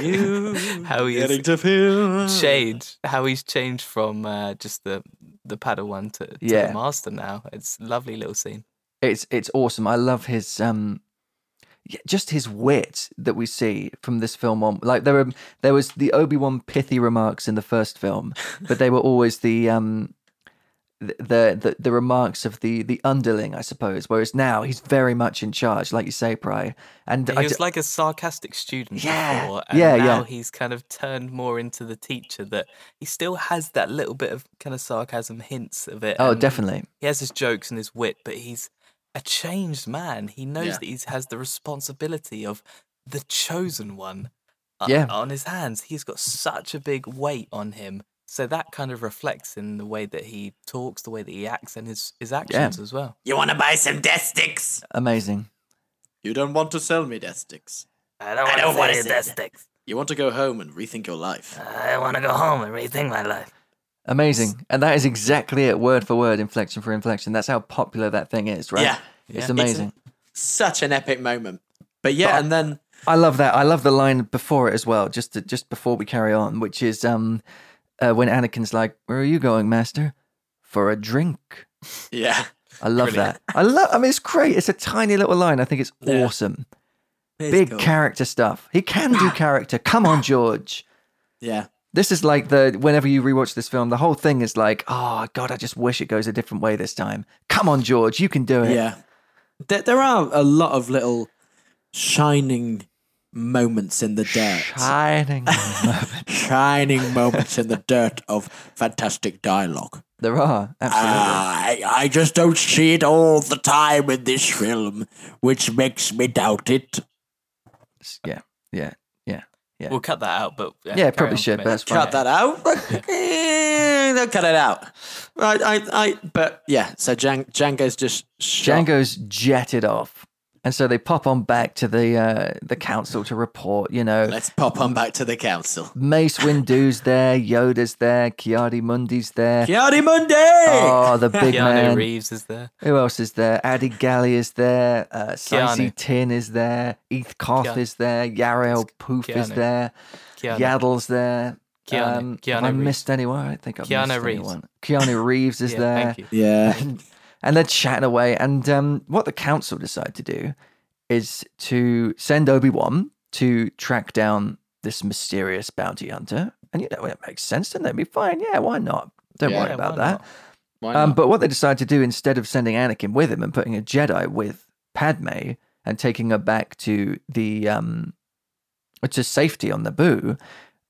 C: You
D: how he
C: getting
D: is
C: to feel
D: changed, how he's changed from uh, just the the Padawan to, to
A: Yeah.
D: the Master now. It's a lovely little scene.
A: it's it's awesome. I love his um yeah, just his wit that we see from this film on. Like there were there was the Obi-Wan pithy remarks in the first film, but they were always the um the, the the remarks of the the underling, I suppose. Whereas now he's very much in charge, like you say, Pry. And
D: He
A: I
D: was
A: ju-
D: like a sarcastic student
A: Yeah,
D: before, and
A: yeah, yeah.
D: now he's kind of turned more into the teacher that he still has that little bit of kind of sarcasm hints of it.
A: oh,
D: and
A: definitely.
D: He has his jokes and his wit, but he's a changed man. He knows
C: Yeah.
D: that he has the responsibility of the chosen one uh,
A: Yeah.
D: on his hands. He's got such a big weight on him. So that kind of reflects in the way that he talks, the way that he acts, and his, his actions as well.
C: You want to buy some death sticks?
A: Amazing.
C: You don't want to sell me death sticks.
E: I don't
C: I don't
E: want
C: wanna
E: to see
C: see
E: death
C: that.
E: sticks.
C: You want to go home and rethink your life.
E: I want to go home and rethink my life.
A: Amazing. And that is exactly it, word for word, inflection for inflection. That's how popular that thing is, right?
C: Yeah.
A: It's
D: Yeah.
A: amazing.
C: Such an epic moment. But yeah, and then
A: I love that. I love the line before it as well, just to, just before we carry on, which is um, uh, when Anakin's like, "Where are you going, Master? For a drink."
C: yeah,
A: I love that. I love. I mean, it's great. It's a tiny little line. I think it's
C: Yeah.
A: awesome.
C: It's
A: Big
C: cool.
A: character stuff. He can do character. Come on, George.
C: yeah,
A: This is like the whenever you rewatch this film, the whole thing is like, oh god, I just wish it goes a different way this time. Come on, George, you can do it.
C: yeah. There, there are a lot of little shining moments in the dirt.
A: Shining.
C: shining moments in the dirt of fantastic dialogue.
A: there are absolutely.
C: I, I just don't see it all the time in this film, which makes me doubt it.
A: yeah, yeah, yeah, yeah.
D: We'll cut that out, but
A: yeah,
D: carry
A: probably
D: on,
A: should,
D: mate.
A: but that's fine.
C: Cut that out. Eh, Don't cut it out. Right, I, I, but yeah. So Jang, Django's just shot.
A: Django's jetted off, and so they pop on back to the uh, the council to report. You know,
C: Let's pop on back to the council.
A: Mace Windu's there, Yoda's there, Kiadi Mundi's there.
C: Kiari Monday.
A: Oh, the big
D: Keanu
A: man.
D: Reeves is there.
A: Who else is there? Adi Galli is there. Uh, Sicey
D: Keanu.
A: Tin is there. Eth Koth
D: Keanu.
A: is there. Yarel
D: It's
A: Poof is
D: Keanu.
A: there.
D: Keanu.
A: Yaddle's there. Um,
D: Keanu.
A: have
D: Keanu
A: I
D: Reeves.
A: missed anyone? I don't think I've
D: Keanu
A: missed
D: Reeves.
A: anyone. Keanu Reeves is
D: yeah,
A: there.
D: Thank you.
A: Um,
C: Yeah.
A: and they're chatting away. And um, what the council decide to do is to send Obi Wan to track down this mysterious bounty hunter. And you know, it makes sense, doesn't it? It'd be fine. Yeah, why not? Don't
C: Yeah,
A: worry
D: why
A: about
D: not?
A: that. Um, but what they decide to do instead of sending Anakin with him and putting a Jedi with Padme and taking her back to the um, to safety on Naboo,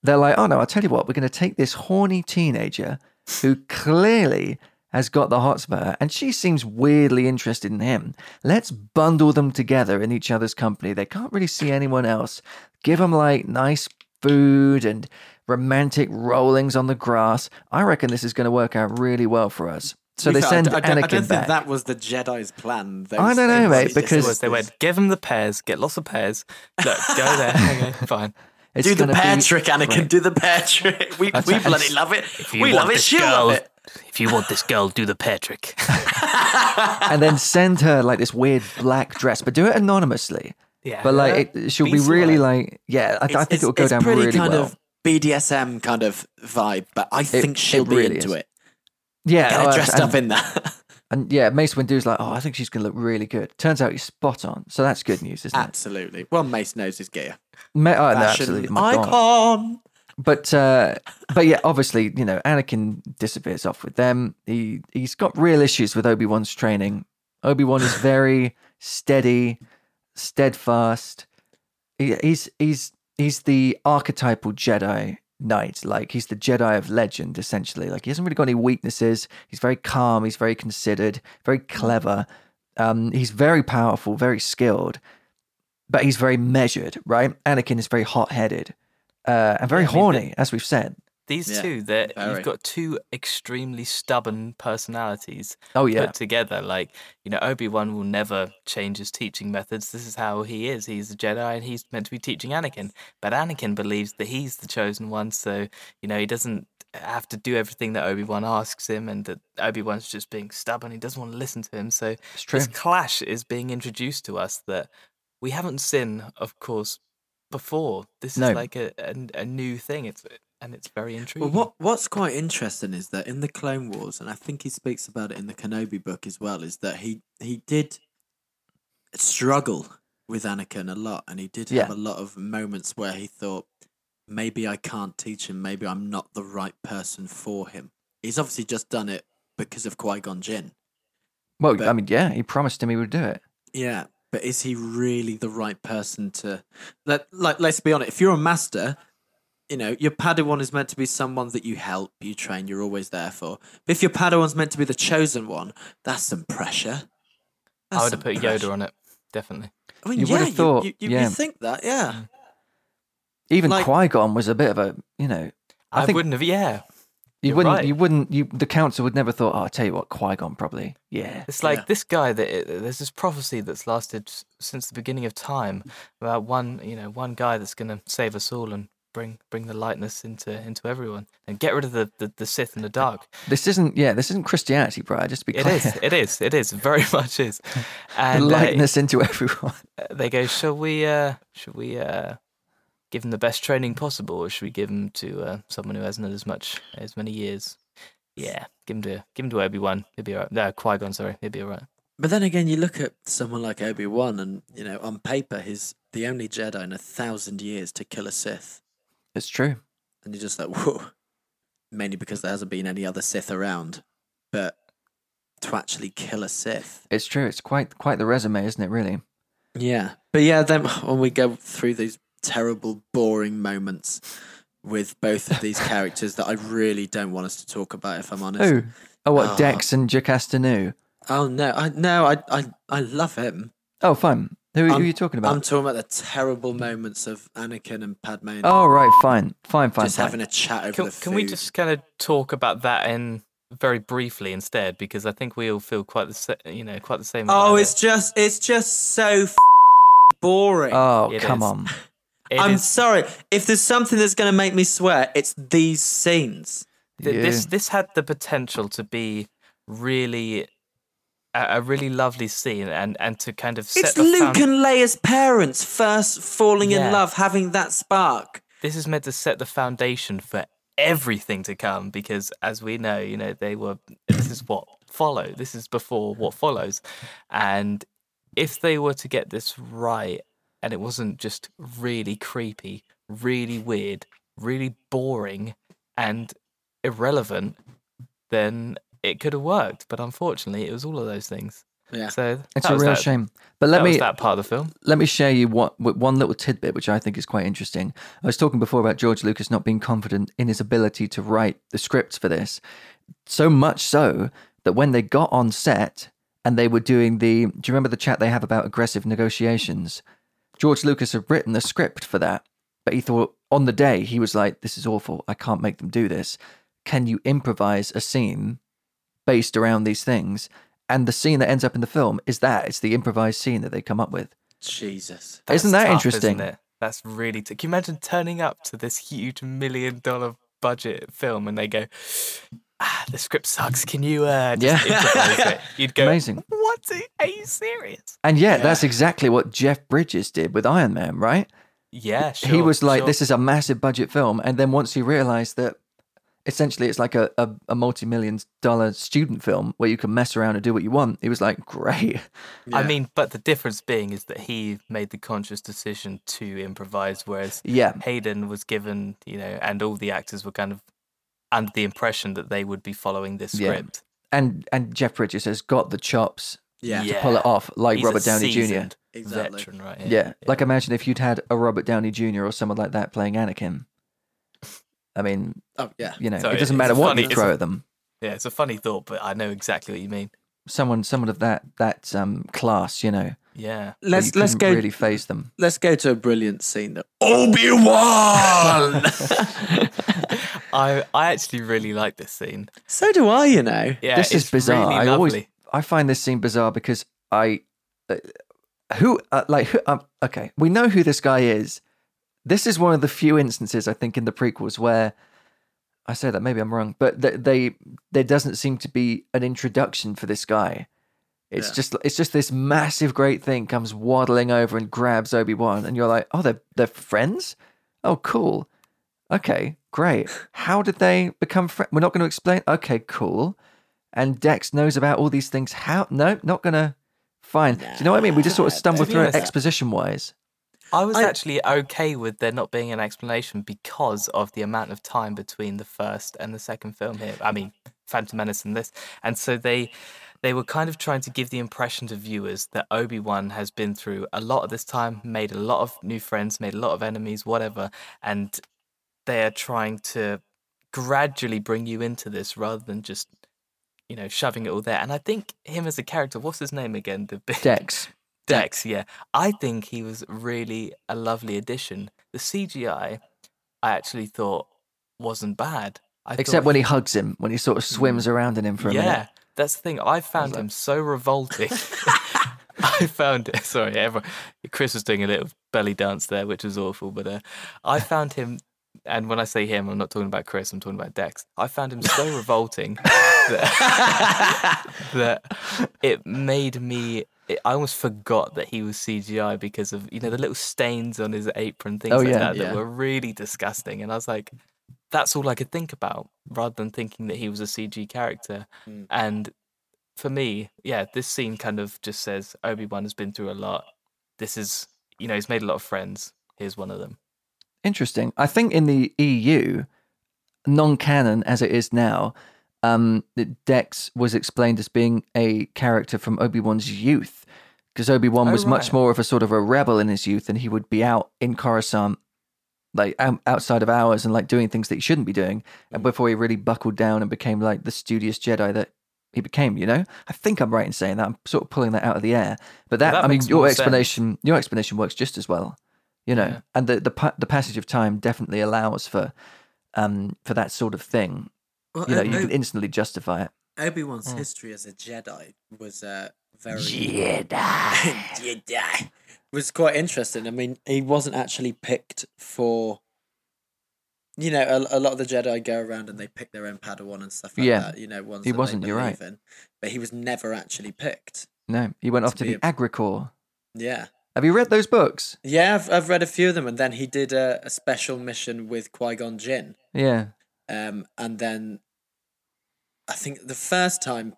A: they're like, "Oh no, I'll tell you what, we're going to take this horny teenager who clearly has got the hots for her, and she seems weirdly interested in him. Let's bundle them together in each other's company. They can't really see anyone else. Give them like nice food and." romantic rollings on the grass. I reckon this is going to work out really well for us. So
C: To
A: they
C: be fair,
A: send
C: I, d- I
A: Anakin
C: d- I don't
A: back.
C: think that was the Jedi's plan. Those
A: I don't know,
C: things.
A: mate,
C: It's just-
D: It
A: because-
D: was, they went, give him the pears, get lots of pears. Look, go there. okay, fine.
A: It's
C: do the
A: gonna be
C: pear trick, Anakin.
A: great.
C: Do the pear trick. We, we
A: right.
C: bloody love it.
E: you
C: We
E: want
C: love it.
E: this
C: She love
E: girl-
C: it.
E: If you want this girl, do the Patrick.
A: and then send her like this weird black dress, but do it anonymously.
D: Yeah.
A: But like, it, she'll be
D: Be
A: really
D: sly.
A: like, yeah, I, I think it will go
C: it's
A: down
C: pretty
A: really
C: kind
A: well.
C: of BDSM kind of vibe, but I think
A: it
C: she'll be
A: really
C: into
A: is.
C: it.
A: yeah,
C: Get
A: oh,
C: her dressed
A: and,
C: up in that.
A: and yeah, Mace Windu's like, oh, I think she's gonna look really good. Turns out he's spot on, so that's good news, isn't it?
C: absolutely. Well, Mace knows his gear.
A: Ma- oh, no,
C: Fashion
A: absolutely, my God.
C: icon.
A: but uh, but yeah, obviously, you know, Anakin disappears off with them. He he's got real issues with Obi Wan's training. Obi Wan is very steady, steadfast. He, he's he's he's the archetypal Jedi knight. Like he's the Jedi of legend, essentially. Like he hasn't really got any weaknesses. He's very calm. He's very considered. Very clever. Um, he's very powerful. Very skilled. But he's very measured, right? Anakin is very hot-headed uh, and very
D: Yeah, I mean,
A: horny, as we've said.
D: These
C: Yeah,
D: two, that
C: very.
D: you've got two extremely stubborn personalities
A: Oh yeah,
D: put together. Like, you know, Obi Wan will never change his teaching methods. This is how he is. He's a Jedi and he's meant to be teaching Anakin. But Anakin believes that he's the chosen one, so you know, he doesn't have to do everything that Obi Wan asks him and that Obi Wan's just being stubborn, he doesn't want to listen to him. So
A: it's true.
D: this clash is being introduced to us that we haven't seen, of course, before. This
A: No.
D: is like a, a a new thing. It's and it's very
C: Well,
D: intriguing.
C: what what's quite interesting is that in the Clone Wars, and I think he speaks about it in the Kenobi book as well, is that he he did struggle with Anakin a lot, and he did have
A: Yeah.
C: a lot of moments where he thought maybe I can't teach him, maybe I'm not the right person for him. He's obviously just done it because of Qui Gon Jinn.
A: Well,
C: but-
A: I mean, yeah, he promised him he would do it.
C: Yeah, but is he really the right person to? Let like let's be honest. If you're a master, you know your Padawan is meant to be someone that you help, you train, you're always there for. But if your Padawan's meant to be the chosen one, that's some
D: I
C: pressure.
D: would
C: That's
D: have put
C: impressive.
D: Yoda on it, definitely.
C: I mean,
A: You
C: yeah,
A: would've thought,
C: you, you,
A: yeah.
C: you think that, yeah.
D: Mm.
A: Even
C: Like-
A: Qui Gon was a bit of a you know I
D: I,
A: think-
D: wouldn't have. Yeah,
A: you
D: You're
A: wouldn't
D: right.
A: you wouldn't you the council would never thought oh I tell you what Qui Gon probably yeah
D: it's like
C: Yeah.
D: this guy that it, there's this prophecy that's lasted s- since the beginning of time about one, you know, one guy that's gonna save us all and bring bring the lightness into into everyone and get rid of the the, the Sith and the dark.
A: this isn't yeah this isn't Christianity Brian just to be
D: It
A: clear
D: is, it is, it is, very much is. And uh,
A: lightness into everyone
D: they go, shall we, uh, shall we, uh, give him the best training possible, or should we give him to uh, someone who hasn't had as much as many years? Yeah, give him to give him to Obi Wan. He'll be alright. No, Qui Gon, sorry, he'll be alright.
C: But then again, you look at someone like Obi Wan, and you know, on paper, he's the only Jedi in a thousand years to kill a Sith,
A: it's true
C: and you're just like, whoa. Mainly because there hasn't been any other Sith around, but to actually kill a Sith,
A: it's true it's quite quite the resume isn't it really
C: yeah. But yeah, then when we go through these terrible, boring moments with both of these characters that I really don't want us to talk about, if I'm honest.
A: oh oh what
C: Ah.
A: Dex and Jacastanu
C: Oh no, I no, I I, I love him.
A: oh fine who, who
C: I'm-
A: are you talking about
C: I'm talking about the terrible moments of Anakin and Padme. and
A: oh right fine fine fine,
C: just
A: fine.
C: having a chat over
D: Can,
C: the food.
D: can we just kind of talk about that in very briefly instead, because I think we all feel quite the sa- you know quite the same.
C: Oh,
D: about
C: it's
D: it.
C: just it's just so f- boring.
A: oh
D: It
A: come
D: is.
A: on
D: It
C: I'm
D: is-
C: sorry. If there's something that's going to make me swear, it's these scenes.
D: th-
A: Yeah.
D: this this had the potential to be really a, a really lovely scene and and to kind of set
C: it's
D: the
C: Luke
D: found-
C: and Leia's parents first falling
D: Yeah.
C: in love, having that spark.
D: this is meant to set the foundation for everything to come because as we know you know they were this is what follow this is before what follows and if they were to get this right and it wasn't just really creepy really weird really boring and irrelevant then it could have worked but unfortunately it was all of those things
C: Yeah.
D: so
A: it's
D: that
A: a
D: was
A: real
D: that-
A: shame but
D: that
A: let
D: was
A: me
D: that part of the film
A: let me share you what with one little tidbit which I think is quite interesting. I was talking before about George Lucas not being confident in his ability to write the scripts for this, so much so that when they got on set and they were doing the, do you remember the chat they have about aggressive negotiations? George Lucas had written the script for that, but he thought on the day he was like, "This is awful. I can't make them do this. Can you improvise a scene based around these things?" And the scene that ends up in the film is that it's the improvised scene that they come up with.
C: Jesus.
A: Isn't that
D: That's tough,
A: interesting?
D: Isn't it? That's really. T- Can you imagine turning up to this huge million dollar budget film and they go, ah, "The script sucks. Can you uh, just
A: Yeah.
D: improvise it?" You'd go,
A: Amazing.
D: "What? Are you serious?"
A: And yeah, that's exactly what Jeff Bridges did with Iron Man, right?
D: Yeah, sure.
A: he was like,
D: sure.
A: this is a massive budget film. And then once he realized that essentially it's like a, a, a multi million dollar student film where you can mess around and do what you want, he was like, great.
D: I
C: Yeah.
D: mean, but the difference being is that he made the conscious decision to improvise, whereas
A: Yeah.
D: Hayden was given, you know, and all the actors were kind of under the impression that they would be following this
A: Yeah.
D: script.
A: And and Jeff Bridges has got the chops
C: Yeah.
A: to pull it off, like
D: He's a
A: Robert Downey Jr.
D: seasoned
C: Exactly.
D: veteran, right?
A: Yeah. Like imagine if you'd had a Robert Downey Jr. or someone like that playing Anakin. I mean,
C: Oh yeah.
A: you know,
D: So
A: it doesn't
D: it's
A: matter
D: a
A: what
D: funny-
A: you
D: it's
A: throw
D: a-
A: at them.
D: Yeah, it's a funny thought, but I know exactly what you mean.
A: Someone, someone of that that um, class, you know, where
D: Yeah.
C: Let's
A: you
C: let's
A: couldn't
C: go.
A: really phase them.
C: Let's go to a brilliant scene. That Obi Wan.
D: I I actually really like this scene.
C: so do I. You know.
D: Yeah,
A: this is
D: it's
A: bizarre.
D: Really
A: I always
D: lovely.
A: I find this scene bizarre because I uh, who uh, like who um, okay we know who this guy is. This is one of the few instances I think in the prequels where I say that maybe I'm wrong, but th- they there doesn't seem to be an introduction for this guy. It's
C: Yeah.
A: just it's just this massive great thing comes waddling over and grabs Obi Wan, and you're like, oh, they're they're friends. Oh, cool. Okay, great. How did they become friends? We're not going to explain. Okay, cool. And Dex knows about all these things. How? No, not going to. Fine. Do you know what I mean? We just sort of
C: Nah,
A: stumble
D: to be
A: through it
D: honest-
A: exposition wise.
D: I was
C: I-
D: actually okay with there not being an explanation because of the amount of time between the first and the second film here. I mean, Phantom Menace and this. And so they they were kind of trying to give the impression to viewers that Obi-Wan has been through a lot of this time, made a lot of new friends, made a lot of enemies, whatever, and they are trying to gradually bring you into this rather than just you know, shoving it all there. And I think him as a character, what's his name again? The big
A: Dex.
D: Dex, yeah. I think he was really a lovely addition. The CGI, I actually thought wasn't bad. I thought Mm.
A: Except when he hugs him, when he sort of swims around in him for a
D: yeah,
A: minute.
D: that's the thing. I found him so revolting. I found it. Sorry, everyone. Chris was doing a little belly dance there, which was awful. But uh, I found him, and when I say him, I'm not talking about Chris. I'm talking about Dex. I found him so revolting that, that it made me. It, I almost forgot that he was CGI because of you know the little stains on his apron, things
A: Oh,
D: like
A: yeah.
D: that,
C: Yeah.
D: that were really disgusting. And I was like, that's all I could think about rather than thinking that he was a CG character.
C: Mm.
D: And for me, yeah, this scene kind of just says Obi Wan has been through a lot. This is, you know, he's made a lot of friends. Here's one of them.
A: Interesting. I think in the EU, non canon as it is now, um, that Dex was explained as being a character from Obi Wan's youth. Because Obi Wan
D: Oh,
A: was much
D: right.
A: more of a sort of a rebel in his youth, and he would be out in Coruscant, like out, outside of hours, and like doing things that he shouldn't be doing. And before he really buckled down and became like the studious Jedi that he became, you know, I think I'm right in saying that. I'm sort of pulling that out of the air, but that,
D: that
A: I mean,
D: makes
A: your
D: more sense.
A: explanation, your explanation works just as well you know
D: Yeah.
A: and the, the pa- the passage of time definitely allows for um for that sort of thing
C: Well,
A: you know you can instantly justify it
C: Obi Wan's
D: Mm.
C: history as a Jedi was uh, very Jedi. Jedi was quite interesting. I mean, he wasn't actually picked for. You know, a, a lot of the Jedi go around and they pick their own Padawan and stuff like
A: Yeah.
C: that. You know, ones
A: He
C: that they
A: wasn't, you're right.
C: believe In, but he was never actually picked.
A: no he went
C: To
A: off to
C: be
A: the
C: a-
A: agricor
C: Yeah,
A: have you read those books
C: yeah. I've I've read a few of them, and then he did a, a special mission with Qui Gon Jinn.
A: yeah
C: Um, and then I think the first time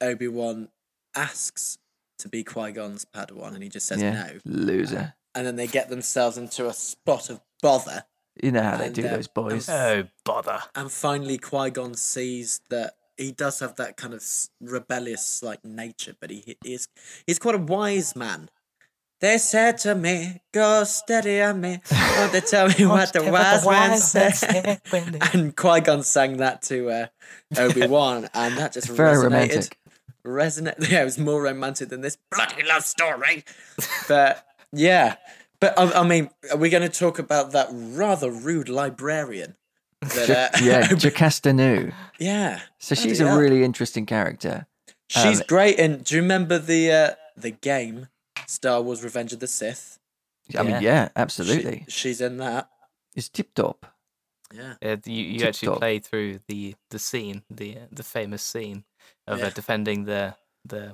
C: Obi Wan asks to be Qui Gon's Padawan, and he just says
A: yeah
C: no.
A: loser
C: And then they get themselves into a spot of bother.
A: you know how they
C: And,
A: do
C: uh,
A: those boys
E: Oh, bother.
C: And finally, Qui Gon sees that he does have that kind of s- rebellious like nature, but he he is he's quite a wise man. They said to me, "Go steady on me," won't they tell me what the wise man said? and Qui Gon sang that to uh, Obi Wan, and that just
A: very
C: resonated.
A: romantic
C: resonate. Yeah, it was more romantic than this bloody love story. but yeah, but I, I mean, are we going to talk about that rather rude librarian? That, uh,
A: yeah jocasta nu
C: yeah.
A: so
C: Bloody
A: she's a
C: hell.
A: really interesting character
C: She's
A: um,
C: great. And do you remember the uh, the game Star Wars: Revenge of the Sith?
A: i mean
D: Yeah.
A: yeah
C: She-
A: absolutely
C: she's in that.
A: it's tip top
C: Yeah.
D: Uh, you you actually
A: TikTok.
D: play through the the scene, the uh, the famous scene of
C: Yeah.
D: uh, defending the the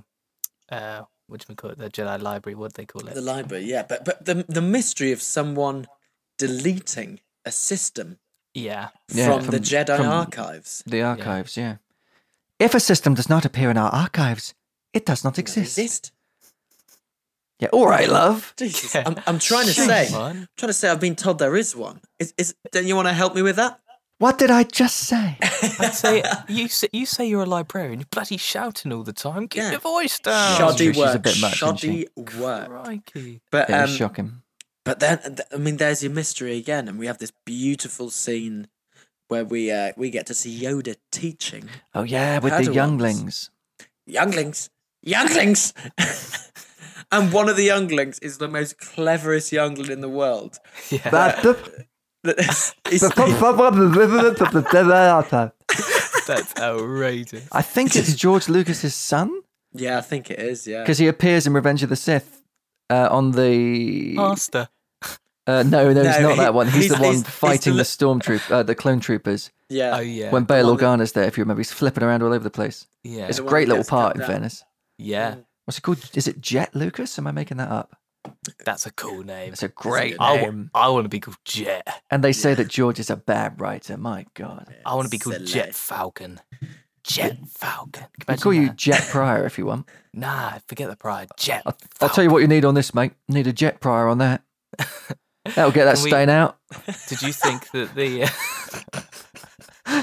D: uh, what do you call it, the Jedi Library? What they call it?
C: The library, yeah, but but the the mystery of someone deleting a system
D: yeah,
A: Yeah,
C: from, the
A: from-
C: Jedi
A: from-
C: archives
A: the archives yeah. if a system does not appear in our archives it does not
C: Doesn't
A: exist
C: exist.
A: yeah all right love
C: Jesus, I'm, I'm trying to say,
D: Come
C: I'm
D: on.
C: trying to say, I've been told there is one. Is, is don't you want to help me with that?
A: what did i just say
D: I say you say you say you're a librarian. You're bloody shouting all the time. Keep
C: Yeah.
D: your voice down.
A: Shut
C: shoddy
A: true, she's a
C: work,
A: bit much, isn't
C: shoddy
A: she?
C: work.
D: Crikey.
C: But
A: Yeah,
C: um,
A: shock him.
C: but then th- I mean, there's your mystery again, and we have this beautiful scene where we uh, we get to see Yoda teaching
A: Oh yeah, with the
C: Padawans.
A: younglings.
C: younglings, younglings. And one of the younglings is the most cleverest youngling in the world.
D: Yeah.
C: He's-
D: That's outrageous.
A: I think it's George Lucas's son
C: yeah, I think it is. Yeah,
A: because he appears in Revenge of the Sith uh, on the.
D: Master.
A: Uh, no, no, he's
C: No,
A: not that
C: he-
A: one. He's,
C: he's-
A: the one
C: he's- he's
A: fighting
C: the-
A: the stormtroop, uh, the clone troopers.
D: Oh
C: yeah.
D: yeah.
A: when Bail
C: one that-
A: Organa's there, if you remember, he's flipping around all over the place.
D: yeah.
A: It's a
C: The one
A: great
C: that
A: little
C: gets cut
A: part in
C: down.
A: Venice.
D: yeah.
A: What's it called? Is it Jet Lucas? Am I making that up?
D: That's a cool name.
A: It's a great
C: good
D: I,
A: name.
D: w- I want to be called Jet.
A: and they say that George is a bad writer. My God.
D: I want to be called Jet
C: Select.
D: Falcon. Jet Falcon. Can
A: I'll
D: imagine
A: call you
D: that?
A: Jet Pryor if you want.
D: Nah, forget the pride. Jet.
A: I'll, I'll tell you what you need on this, mate. Need a jet prior on that. That'll get that
D: Can we-
A: stain out.
D: Did you think that the uh,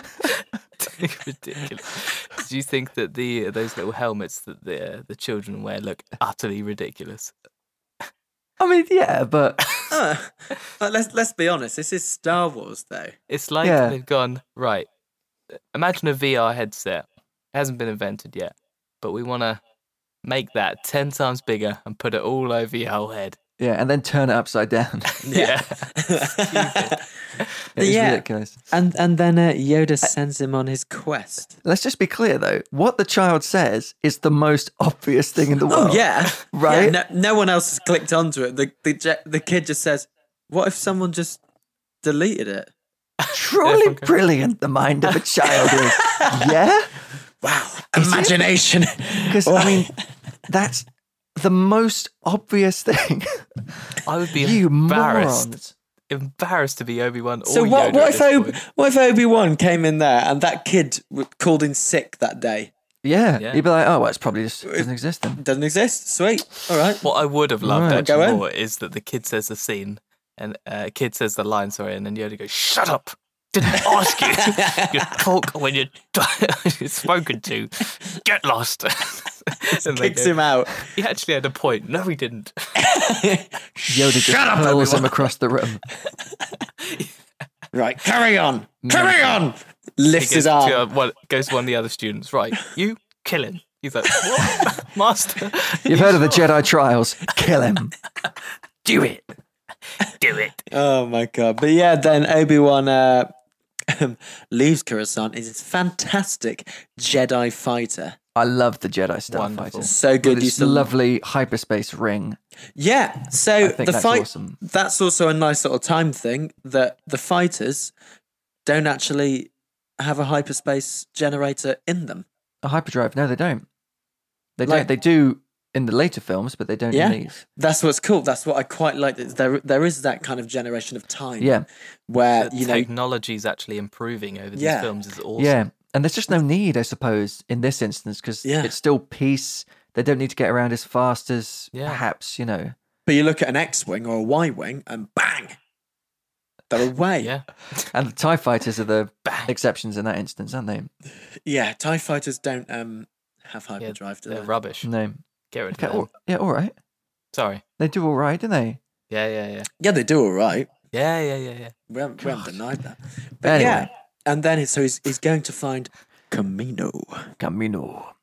D: ridiculous? Did you think that the uh, those little helmets that the uh, the children wear look utterly ridiculous?
A: I mean, yeah, but
C: Ah, but let's let's be honest. This is Star Wars, though.
D: It's like
A: Yeah.
D: they've gone right. Imagine a VR headset. hasn't been invented yet, but we want to make that 10 times bigger and put it all over your whole head.
A: Yeah, and then turn it upside down.
D: Yeah.
A: It is
C: Yeah.
A: ridiculous.
C: and and then uh, Yoda sends him on his quest.
A: Let's just be clear though. What the child says is the most obvious thing in the world.
C: Oh yeah,
A: Right?
C: Yeah, no, no one else has clicked onto it. The the je- the kid just says, "What if someone just deleted it?"
A: Truly
D: okay.
A: brilliant the mind of a child is. yeah?
C: Wow, imagination. Oh,
A: Because, I mean, that's the most obvious thing.
D: I would be
A: you
D: embarrassed.
A: morons.
D: Embarrassed to be Obi Wan.
C: so what? What if Ob- what if Obi Wan came in there and that kid w- called in sick that day?
A: Yeah.
D: Yeah.
A: You'd be like, oh, well, it's probably just doesn't exist then.
C: Doesn't exist. Sweet. All right.
D: What I would have loved
A: Right.
D: actually
C: Go on.
D: more is that the kid says the scene and uh, kid says the line, sorry, and then Yoda goes, "Shut up! Didn't ask you. you talk when you're, when you're spoken to. Get lost." and they
C: Kicks
D: go,
C: him out.
D: He actually had a point. No, he didn't.
A: Yoda just Shut pulls him across the room.
C: Right. Carry on. Carry on. Mm. Lifts
D: He
C: his
D: goes,
C: arm.
D: to, uh, one, goes to one of the other students. Right, you kill him. He's like, "What, master?"
A: You've heard of the Jedi trials. Kill him.
E: Do it. Do it.
C: Oh my god! But yeah, then Obi Wan uh, leaves Coruscant. He's this fantastic Jedi fighter.
A: I love the Jedi
D: Wonderful.
A: Starfighter.
C: So good.
A: With
C: Used
A: its
C: to
A: lovely hyperspace ring.
C: Yeah. So
A: think
C: the
A: that's
C: fight.
A: awesome.
C: That's also a nice little time thing that the fighters don't actually have a hyperspace generator in them.
A: A hyperdrive. No, they don't. They
C: Like-
A: don't. They do in the later films, but they don't
C: Yeah.
A: in these.
C: That's what's cool. That's what I quite like. that There, there is that kind of generation of time.
A: Yeah.
C: Where
D: The
C: Uh, you know.
D: technology's actually improving over these
C: Yeah.
D: films. Is awesome.
A: Yeah. And there's just no need, I suppose, in this instance, because
C: Yeah.
A: it's still peace. They don't need to get around as fast as
D: Yeah.
A: perhaps, you know.
C: But you look at an X-wing or a Y-wing, and bang, they're away.
D: Yeah.
A: And the TIE fighters are the exceptions in that instance, aren't they?
C: Yeah, TIE fighters don't um have
D: yeah
C: hyperdrive, do
D: they're
C: they?
D: rubbish.
A: No.
D: Get rid of
A: Okay,
D: them.
A: all, yeah, all right.
D: Sorry.
A: They do all right, don't they?
D: Yeah, yeah, yeah.
C: yeah, they do all right.
D: Yeah, yeah, yeah, yeah.
C: We haven't, we haven't denied that. But
A: Anyway.
C: yeah, and then he's- so he's, he's going to find Camino.
A: Camino.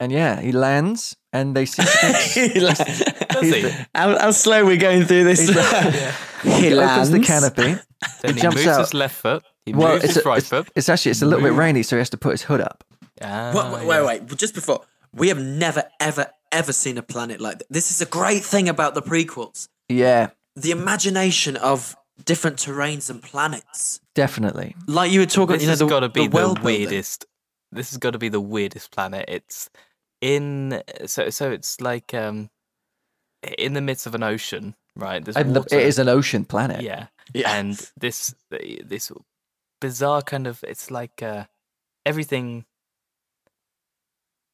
A: And yeah, he lands and they see.
D: Does he?
C: how, how slow we're going through this. He
A: he opens the
C: lands.
A: canopy.
D: Then he,
A: jumps
D: moves
A: out.
D: his left foot. He
A: Well,
D: moves
A: it's,
D: his
A: a-
D: right
A: it's,
D: foot.
A: it's actually it's a little bit rainy, so he has to put his hood up.
D: Ah,
C: Wait, wait,
D: yeah.
C: wait, wait. Just before, we have never, ever, ever seen a planet like this. This is a great thing about the prequels.
A: Yeah,
C: The imagination of different terrains and planets.
A: definitely.
C: Like you were talking,
D: This
C: you know,
D: has
C: the,
D: got to be the,
C: world building.
D: weirdest. This has got to be the weirdest planet. It's in so so. It's like um, in the midst of an ocean, right? There's
A: And the-
D: water.
A: it is an ocean planet.
D: yeah.
C: Yeah.
D: and this this bizarre kind of it's like uh, everything.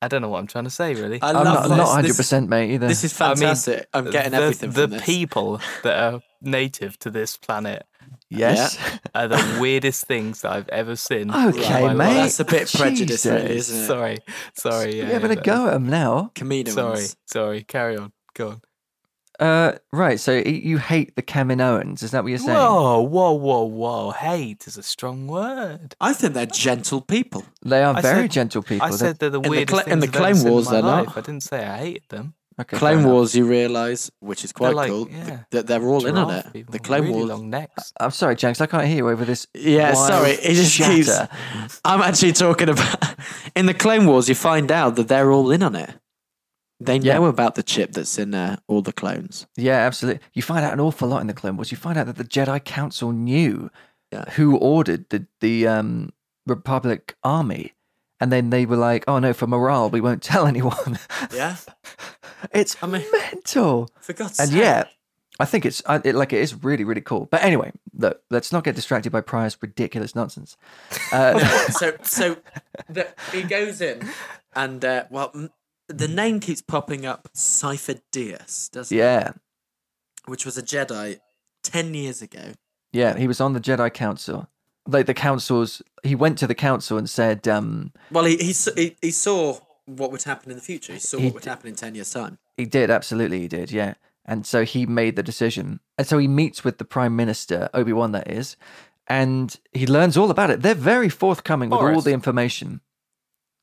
D: I don't know what I'm trying to say, really.
C: I
A: I'm
C: love
A: not,
C: this.
A: not 100
C: This is-
A: percent mate either.
C: This is
D: I mean,
C: fantastic. I am getting
D: the,
C: everything
D: the
C: from this.
D: people that are native to this planet
A: yes.
D: are the weirdest things that I've ever seen. in
A: Okay,
D: my
A: mate.
D: life.
C: that's a bit prejudiced, really,
A: Jesus.
C: isn't it?
D: Sorry, sorry. Yeah,
A: You're having
D: yeah,
A: a go at him now.
C: Camino.
D: Sorry, sorry. Carry on. Go on.
A: Uh, right. So y- you hate the Kaminoans? Is that what you're saying?
D: Whoa, whoa, whoa, whoa! Hate is a strong word.
C: I think they're gentle people.
A: they are
D: I
A: very
D: said-
A: gentle people.
D: I
A: They're-
D: said they're the
C: the
D: weirdest
C: Cla- in
D: things
C: the
D: I've
C: Clone
D: ever seen
C: Wars,
D: in my
C: they're not.
D: life. I didn't say I hated them.
A: okay, fair
C: Clone
A: enough.
C: Wars, you realise, which is quite
D: like-
C: cool,
D: yeah,
C: th- that they're all in on
D: Giraffe
C: it.
D: people,
C: The Clone
D: really
C: Wars.
D: long necks.
A: I'm sorry, Jenks. I can't hear you over this.
C: Yeah,
A: wild
C: sorry. It just
A: shatter.
C: keeps. I'm actually talking about. In the Clone Wars, you find out that they're all in on it. They
A: Yeah.
C: know about the chip that's in uh, all the clones.
A: Yeah, absolutely. You find out an awful lot in the Clone Wars. You find out that the Jedi Council knew
C: Yeah.
A: who ordered the the um, Republic Army, and then they were like, "Oh no, for morale, we won't tell anyone."
C: Yeah,
A: it's
C: I mean-
A: mental.
C: for God's
A: And yeah, I think it's I, it, like it is really really cool. But anyway, look, let's not get distracted by Pryor's ridiculous nonsense. Uh,
C: so so the, he goes in, and uh, well, m- the name keeps popping up. Cipher Dias, doesn't it?
A: yeah,
C: Which was a Jedi ten years ago.
A: yeah, he was on the Jedi Council. Like the council's, he went to the council and said, um,
C: Well, he he, s- he he saw what would happen in the future. He saw
A: He
C: what would
A: d-
C: happen in ten years' time.
A: He did, absolutely, he did, yeah. And so he made the decision. And so he meets with the Prime Minister, Obi Wan, that is, and he learns all about it. They're very forthcoming with all
D: Forrest.
A: the information.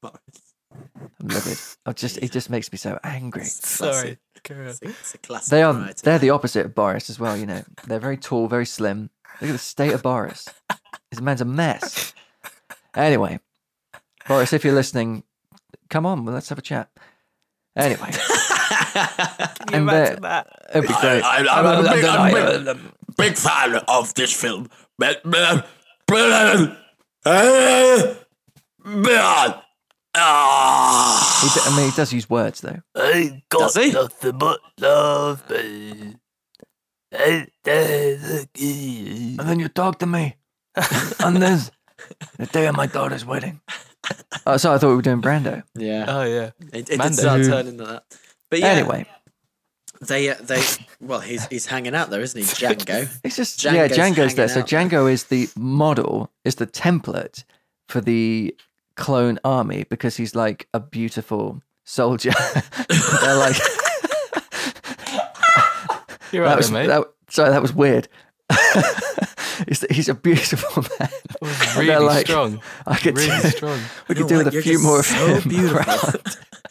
C: Boris.
A: I love it. I just it just makes me so angry.
D: Sorry. Carry on.
C: It's a, it's a classic
A: They are
C: variety.
A: they're the opposite of Boris as well. You know, they're very tall, very slim. Look at the state of Boris. This man's a mess. Anyway, Boris, if you're listening, come on, let's have a chat. Anyway,
D: Can you
A: And, uh,
D: imagine that?
A: it'd be great.
C: I- I'm a big- I'm a big- Big fan of this film. uh, Ah.
A: He d- I mean, he does use words though.
E: I got
C: Does he?
E: nothing but love. babe. Eight days a geek.
A: And then you talk to me. and there's the day of my daughter's wedding. Oh, sorry, I thought we were doing Brando.
C: Yeah,
D: Oh yeah.
C: it, it did
D: Mando.
C: start turning to that. But yeah,
A: Anyway,
C: they uh, they well, he's he's hanging out there, isn't he, Django?
A: it's just yeah,
C: Django's
A: Django's there.
C: hanging
A: So
C: out.
A: Django is the model, is the template for the clone army because he's like a beautiful soldier. They're like
D: You're
A: that
D: right,
A: was
D: there, mate.
A: that, sorry, that was weird. he's, he's a beautiful man.
D: That was
A: they're
D: really
A: like-
D: strong.
A: I could
D: Really
A: do-
D: strong.
A: we could
C: You're
A: do with
C: like,
A: a
C: you're
A: few
C: just
A: more of
C: so
A: him.
C: beautiful.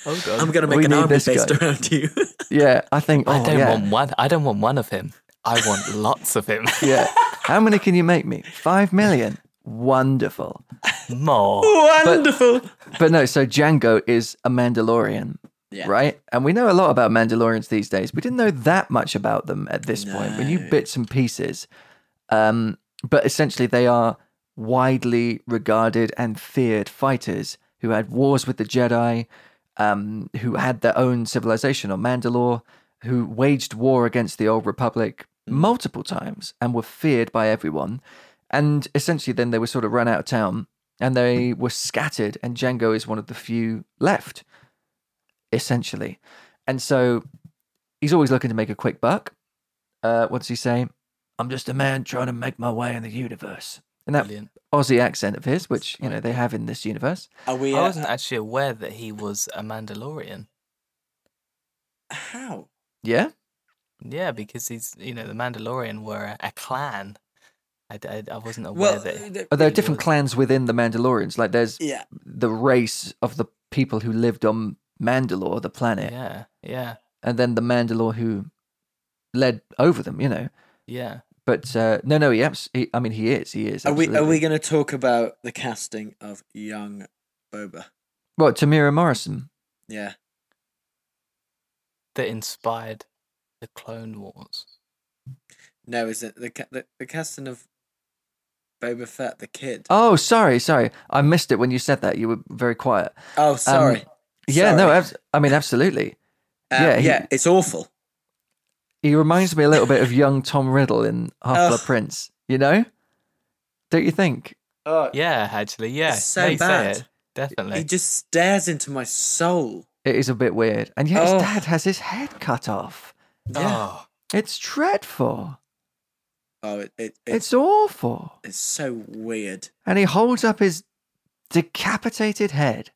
D: Oh god.
C: I'm gonna make
A: We
C: an
A: need
C: army
A: this
C: based
A: guy.
C: around you.
A: Yeah, I think. Oh,
D: I don't
A: yeah.
D: want one. I don't want one of him. I want lots of him.
A: Yeah. How many can you make me? Five million. Wonderful.
D: More.
C: Wonderful.
A: But no, so Django is a Mandalorian,
C: Yeah.
A: right? And we know a lot about Mandalorians these days. We didn't know that much about them at this point. We knew
C: No.
A: bits and pieces. Um, but essentially, they are widely regarded and feared fighters who had wars with the Jedi, um, who had their own civilization on Mandalore, who waged war against the Old Republic
C: Mm.
A: multiple times and were feared by everyone. And essentially, then they were sort of run out of town and they were scattered, and Django is one of the few left, essentially. And so he's always looking to make a quick buck. Uh, what does he say? I'm just a man trying to make my way in the universe. And that
D: Brilliant.
A: Aussie accent of his, which, you know, they have in this universe.
C: Are we?
D: I
C: uh,
D: wasn't actually aware that he was a Mandalorian.
C: how?
A: Yeah?
D: Yeah, because he's you know the Mandalorian were a, a clan. I, d- I- I wasn't aware
C: Well, uh,
D: that.
C: th-
A: But there are
D: he
A: different
D: was.
A: clans within the Mandalorians. Like there's
C: yeah.
A: the race of the people who lived on Mandalore, the planet,
D: Yeah, yeah,
A: and then the Mandalore who led over them. You know,
D: yeah.
A: but uh, no, no, he, abs- he. I mean, he is. He is.
C: Are we are
A: absolutely.
C: we going to talk about the casting of young Boba?
A: What Tamira Morrison?
C: Yeah.
D: That inspired the Clone Wars.
C: No, is it the ca- the, the casting of Boba Fett, the kid? Oh,
A: Oh, sorry, sorry, I missed it when you said that. You were very quiet.
C: Oh, sorry.
A: um, Yeah, no,
C: Sorry.
A: abs- I mean, absolutely.
C: Um,
A: yeah, he-
C: yeah, it's awful.
A: He reminds me a little bit of young Tom Riddle in Half Blood
C: Ugh.
A: Prince. You know, don't you think?
C: Oh,
D: Yeah, actually, yeah.
C: It's so
D: now you say
C: bad.
D: it, Definitely.
C: he just stares into my soul.
A: It is a bit weird, and yet
C: Oh.
A: his dad has his head cut off.
C: Yeah.
D: Oh,
A: It's dreadful.
C: Oh, it, it
A: It's,
C: it's
A: awful.
C: it's so weird.
A: And he holds up his decapitated head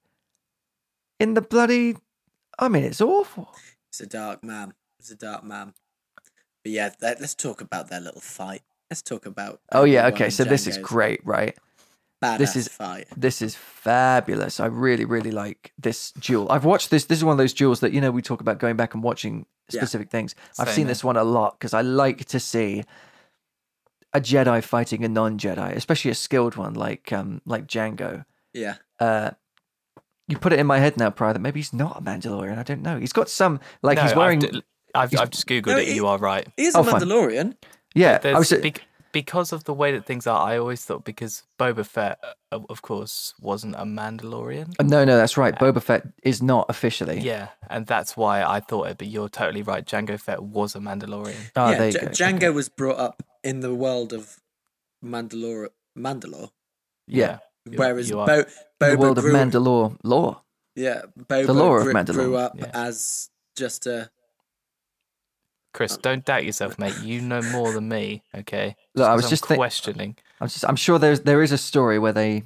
A: in the bloody. I mean, it's awful.
C: It's a dark man. It's a dark man. But yeah, let, let's talk about their little fight. Let's talk about.
A: Oh, yeah.
C: Obi-Wan
A: Okay.
C: and
A: So this is
C: Jango's
A: great, right? This
C: badass
A: is-
C: fight.
A: This is fabulous. I really, really like this duel. I've watched this. This is one of those duels that, you know, we talk about going back and watching
C: Yeah.
A: specific things. I've
D: Same
A: seen
D: here.
A: this one a lot because I like to see a Jedi fighting a non Jedi, especially a skilled one like um like Django.
C: Yeah.
A: uh, you put it in my head now, Pryor, that maybe he's not a Mandalorian. I don't know. He's got some like
D: no,
A: he's wearing.
D: I've, d- I've, I've just googled
C: No,
D: it.
C: he-
D: You are right.
C: He is
A: Oh,
C: a
A: fine.
C: Mandalorian.
A: yeah, I
D: There's-
A: was, uh
D: bec- because of the way that things are, I always thought because Boba Fett, uh, of of course, wasn't a Mandalorian.
A: no, no, that's right. Boba Fett is not officially.
D: Yeah, and that's why I thought it. But you're totally right. Django Fett was a Mandalorian.
A: Oh,
C: yeah,
A: there you
C: J-
A: go.
C: Django was brought up in the world of Mandalore, Mandalore,
A: Yeah.
D: you-
C: whereas
D: you are-
C: Bo-
A: In
C: Boba
A: the world of
C: grew,
A: Mandalore lore.
C: yeah, Boba
A: lore of
C: grew,
A: Mandalore,
C: grew up
D: yeah.
C: as just a
D: Chris, don't doubt yourself, mate. You know more than me. Okay.
A: Look, I was
D: I'm
A: just thi-
D: questioning.
A: I'm just, I'm sure there's there is a story where they.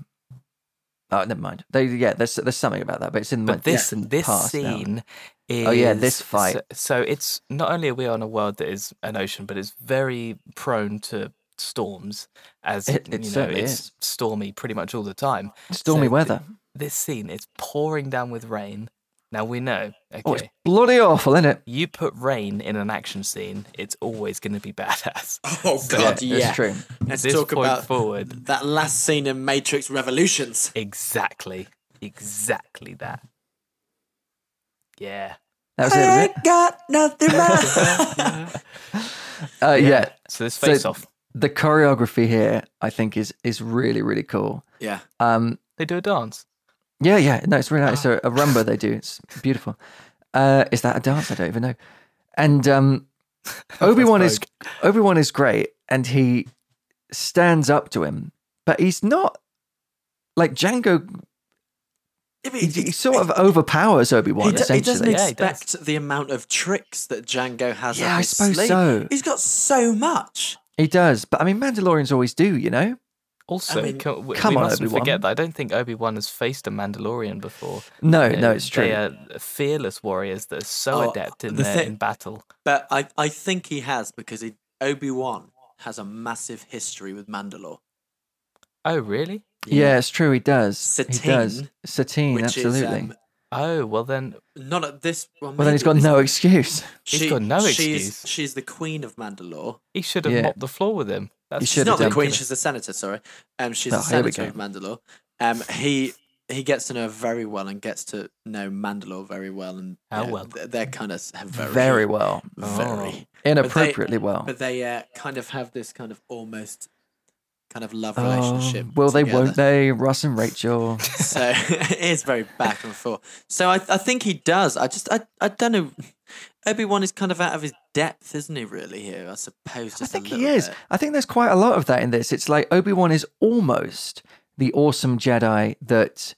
A: Oh, never mind. They yeah, there's there's something about that, but it's in the
D: But this
A: it's in the
D: this
A: past now.
D: scene is
A: Oh, yeah, this fight.
D: So, so it's not only are we on a world that is an ocean, but it's very prone to storms, as
A: It- it
D: you know,
A: certainly
D: it's
A: is.
D: stormy pretty much all the time.
A: Stormy
D: So-
A: weather.
D: This scene, it's pouring down with rain. Now we know, okay,
A: Oh, it's bloody awful, isn't it?
D: you put rain in an action scene, it's always going to be badass.
C: Oh god, yeah.
A: It's true.
C: Let's
D: This
C: talk
D: point
C: about
D: forward,
C: that last scene in Matrix Revolutions.
D: Exactly. Exactly that. Yeah.
A: That was it, was it?
C: got nothing left.
A: Uh, yeah.
D: So this
A: So-
D: face off,
A: The choreography here, I think, is is really, really cool.
C: yeah.
A: Um,
D: they do a dance.
A: Yeah, yeah. No, it's really nice. So
C: Ah.
A: a rumba they do. It's beautiful. Uh, is that a dance? I don't even know. And um, Obi Wan is Obi Wan is great, and he stands up to him, but he's not like Django.
C: Yeah, but
A: He,
C: he-
A: he sort of overpowers Obi
C: he
A: Wan
C: do- he doesn't
A: essentially.
D: Yeah, he does.
C: expect the amount of tricks that Django has.
A: Yeah,
C: up
A: I
C: his
A: suppose
C: sleeve.
A: so.
C: He's got so much.
A: He does, but I mean, Mandalorians always do, you know.
D: Also,
C: I mean,
D: can, we,
A: come
D: we
A: on,
D: mustn't
A: Obi-Wan.
D: forget that I don't think Obi Wan has faced a Mandalorian before.
A: No,
D: You know,
A: Oh, no, it's true.
C: uh,
D: They are fearless warriors that are so
C: Oh,
D: adept in
C: the
D: their
C: thing-
D: in battle.
C: But I, I think he has because he, Obi-Wan has a massive history with Mandalore.
D: Oh, really?
A: yeah. it's true. He does. He does.
C: Satine,
A: Satine,
C: which
A: absolutely.
C: is um,
D: Oh, well then,
C: not at this. Well,
A: well, then he's got
C: maybe-
A: no excuse.
D: He's got no excuse.
C: She's, she's the queen of Mandalore.
D: he should have
A: Yeah.
D: mopped the floor with him. That's
A: should
C: She's
A: Should've
C: not the
A: done.
C: queen. She's the senator. Sorry, um, she's
A: Oh,
C: the
A: here we
C: senator of Mandalore. Um, he he gets to know her very well and gets to know Mandalore very well. And
D: How
C: yeah,
D: well?
C: th- they're kind of very,
A: Very well, Oh.
C: very.
A: inappropriately well.
C: But they uh, kind of have this kind of almost kind of love
A: Oh,
C: relationship.
A: well, they
C: together.
A: won't they? Russ and Rachel.
C: so it is very back and forth. So I, I think he does. I just I, I don't know. Obi Wan is kind of out of his depth, isn't he? Really here, I suppose. Just
A: I
C: a
A: think he
C: little
A: is.
C: bit.
A: I think there's quite a lot of that in this. It's like Obi Wan is almost the awesome Jedi that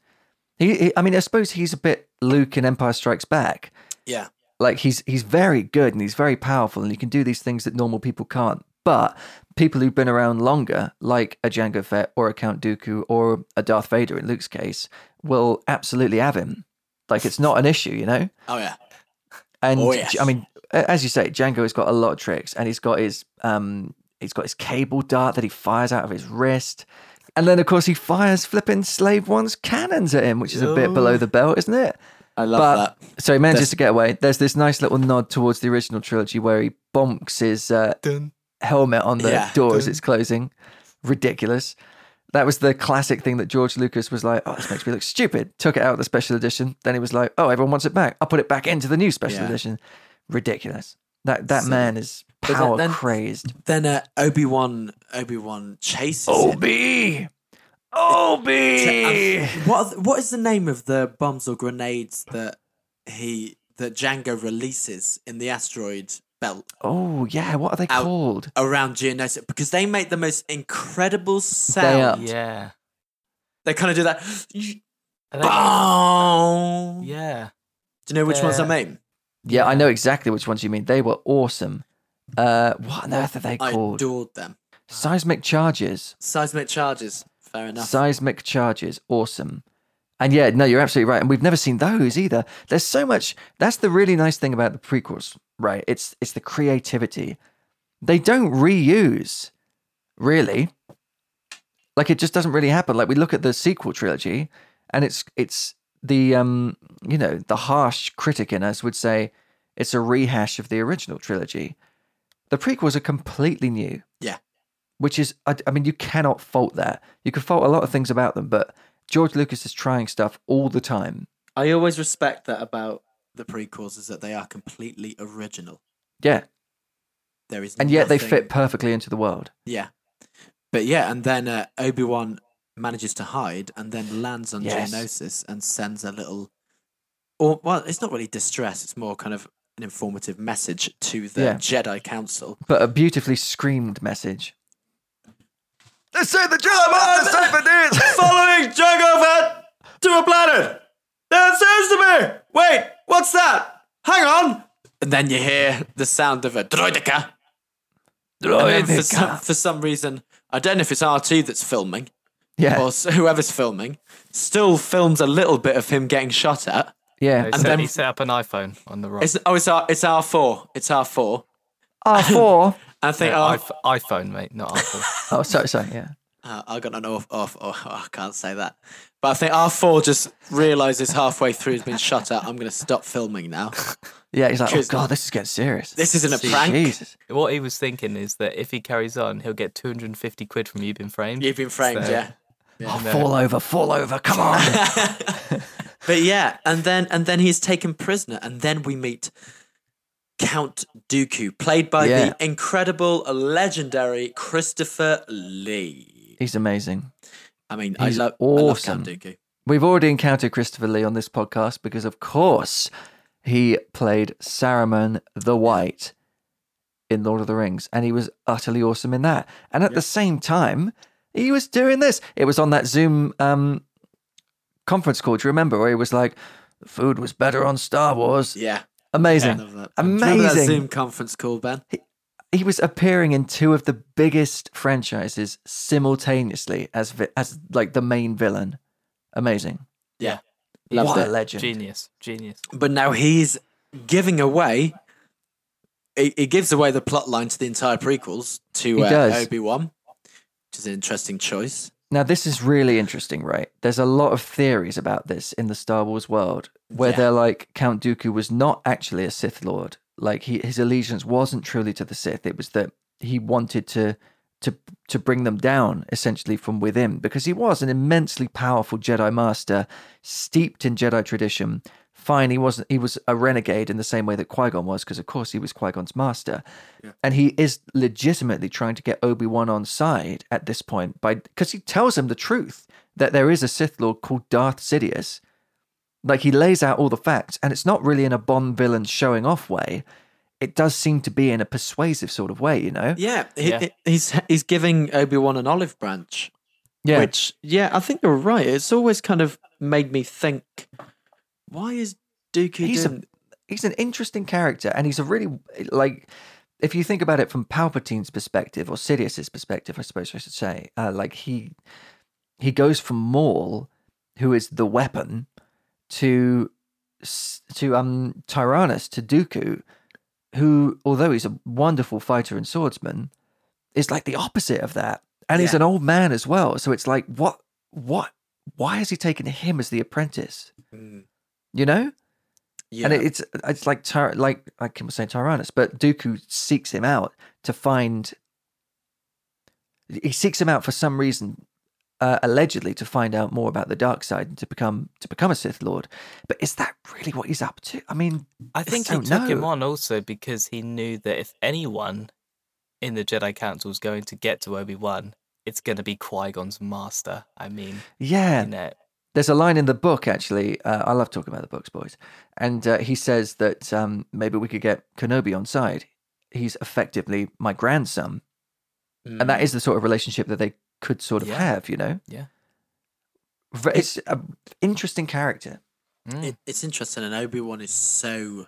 A: he, he- I mean, I suppose he's a bit Luke in Empire Strikes Back.
C: Yeah.
A: Like he's he's very good and he's very powerful and he can do these things that normal people can't. But people who've been around longer, like a Jango Fett or a Count Dooku or a Darth Vader in Luke's case, will absolutely have him. Like it's not an issue, you know.
C: Oh yeah.
A: And
C: Oh,
A: J-
C: yes.
A: I mean, a- as you say, Django's got a lot of tricks, and he's got his um, he's got his cable dart that he fires out of his wrist, and then of course he fires flipping Slave One's cannons at him, which is a bit below the belt, isn't it?
C: I love that.
A: but so he manages to get away. There's this nice little nod towards the original trilogy where he bonks his uh,
D: Dun.
A: helmet on the
C: Yeah.
A: door as it's closing. Ridiculous. That was the classic thing that George Lucas was like, oh, this makes me look stupid. Took it out of the special edition. Then he was like, oh, everyone wants it back. I'll put it back into the new special
C: Yeah.
A: edition. Ridiculous. That that
C: So-
A: man is
C: then-
A: power
C: then-
A: crazed.
C: Then uh, Obi Wan Obi Wan chases
A: Oh,
C: him.
A: Obi! Obi!
C: To- um, what are th- what is the name of the bombs or grenades that he that Django releases in the asteroid belt
A: Oh, yeah. What are they
C: Ow.
A: called?
C: around Geonosis? Because they make the most incredible
A: are.
C: sound. They,
D: Yeah.
C: kind of do that.
D: And then-
C: Boom.
D: yeah.
C: Do you know which ones I
D: Uh,
C: mean?
A: Yeah, I know exactly which ones you mean. They were awesome. Uh, what on earth are they
C: I
A: called?
C: adored them.
A: Seismic charges.
C: Seismic charges. Fair enough.
A: Seismic charges, awesome. And yeah, no, you're absolutely right. And we've never seen those either. There's so much. That's the really nice thing about the prequels, right? It's it's the creativity. They don't reuse, really. Like it just doesn't really happen. Like we look at the sequel trilogy, and it's it's the um you know the harsh critic in us would say it's a rehash of the original trilogy. The prequels are completely new which is I, I mean you cannot fault that you can fault a lot of things about them but george lucas is trying stuff all the time
C: I always respect that about the prequels is that they are completely original.
A: yeah
C: There is
A: and yet they
C: nothing-
A: fit perfectly into the world
C: Yeah, but yeah, and then uh, Obi Wan manages to hide and then lands on
A: Yes.
C: Geonosis and sends a little, or well, it's not really distress. It's more kind of an informative message to the
A: Yeah.
C: Jedi Council.
A: but a beautifully screamed message let's say the job on the safe
C: Following Jango Fett to a planet. That says to me. Wait, what's that? Hang on. And then you hear the sound of a droideka. And then for some, for some reason, I don't know if it's RT that's filming or
A: yeah
C: s- whoever's filming, still films a little bit of him getting shot at.
D: They
A: yeah
D: set,
C: then-
D: he set up an iPhone on the rock.
A: Ah,
C: It's oh, it's R, it's R four, it's R four,
A: r4
C: I think
D: No,
C: oh,
D: iPh- iPhone, mate, not Apple.
A: Oh, sorry, sorry. Yeah.
C: Uh, I got an off, off, off, I can't say that. But I think R4 just realizes halfway through he's been shut out. I'm going to stop filming now.
A: Yeah, he's like, oh,
C: Cheers,
A: God,
C: man.
A: this is getting serious.
C: This isn't a prank.
A: Jesus.
D: what he was thinking is that if he carries on, he'll get 250 quid from you being framed.
C: You've been framed,
D: So-
C: yeah.
A: Oh, fall over, fall over. Come on.
C: But yeah, and then and then he's taken prisoner, and then we meet Count Dooku, played by
A: Yeah.
C: the incredible, legendary Christopher Lee.
A: he's amazing.
C: I mean,
A: He's
C: I love I love
A: awesome.
C: Count Dooku.
A: We've already encountered Christopher Lee on this podcast because, of course, he played Saruman the White in Lord of the Rings, and he was utterly awesome in that. And at the same time, he was doing this. It was on that Zoom um, conference call. Do you remember where he was like, "The food was better on Star Wars"?
C: Yeah,
A: Amazing,
C: love that. Remember that
A: amazing.
C: Zoom conference call, Ben?
A: he was appearing in two of the biggest franchises simultaneously as vi- as like the main villain. Amazing.
C: Yeah,
A: what
C: loved
A: a
C: it.
A: legend.
D: Genius, genius.
C: But now he's giving away. He, he gives away the plot line to the entire prequels to
A: He
C: uh,
A: does.
C: Obi Wan, which is an interesting choice.
A: Now this is really interesting, right? There's a lot of theories about this in the Star Wars world where
C: Yeah.
A: they're like Count Dooku was not actually a Sith Lord. Like he, his allegiance wasn't truly to the Sith. It was that he wanted to to to bring them down essentially from within because he was an immensely powerful Jedi master steeped in Jedi tradition. Fine, he wasn't he was a renegade in the same way that Qui-Gon was because of course he was Qui-Gon's master. And he is legitimately trying to get Obi-Wan on side at this point by because he tells him the truth that there is a Sith Lord called Darth Sidious. Like he lays out all the facts, and it's not really in a Bond villain showing off way. It does seem to be in a persuasive sort of way, you know?
C: Yeah, he,
D: Yeah.
C: he's he's giving Obi Wan an olive branch.
A: Yeah.
C: Which, yeah, I think you're right. It's always kind of made me think, why is Dooku
A: He's a-
C: doing?
A: he's an interesting character, and he's a really like if you think about it from Palpatine's perspective or Sidious's perspective, I suppose I should say, uh, like he he goes from Maul, who is the weapon, to s- to um Tyrannus to Dooku, who although he's a wonderful fighter and swordsman, is like the opposite of that, and he's
C: Yeah.
A: an old man as well. So it's like what what why has he taken him as the apprentice? You know,
C: yeah,
A: and it, it's it's like Ty- like like Kim was saying Tyrannus, but Dooku seeks him out to find. He seeks him out for some reason, uh, allegedly to find out more about the dark side and to become to become a Sith Lord. But is that really what he's up to? I mean,
D: I
A: Just
D: think he
A: don't
D: took him
A: know.
D: on also because he knew that if anyone in the Jedi Council was going to get to Obi Wan, it's going to be Qui Gon's master. I mean,
A: yeah,
D: you know,
A: there's a line in the book actually. Uh, I love talking about the books, boys. And uh, he says that um, maybe we could get Kenobi on side. He's effectively my grandson. and that is the sort of relationship that they could sort of
D: Mm. Yeah.
A: have, you know.
D: Yeah.
A: Ve- It's an interesting character.
D: mm,
C: It, it's interesting, and Obi Wan is so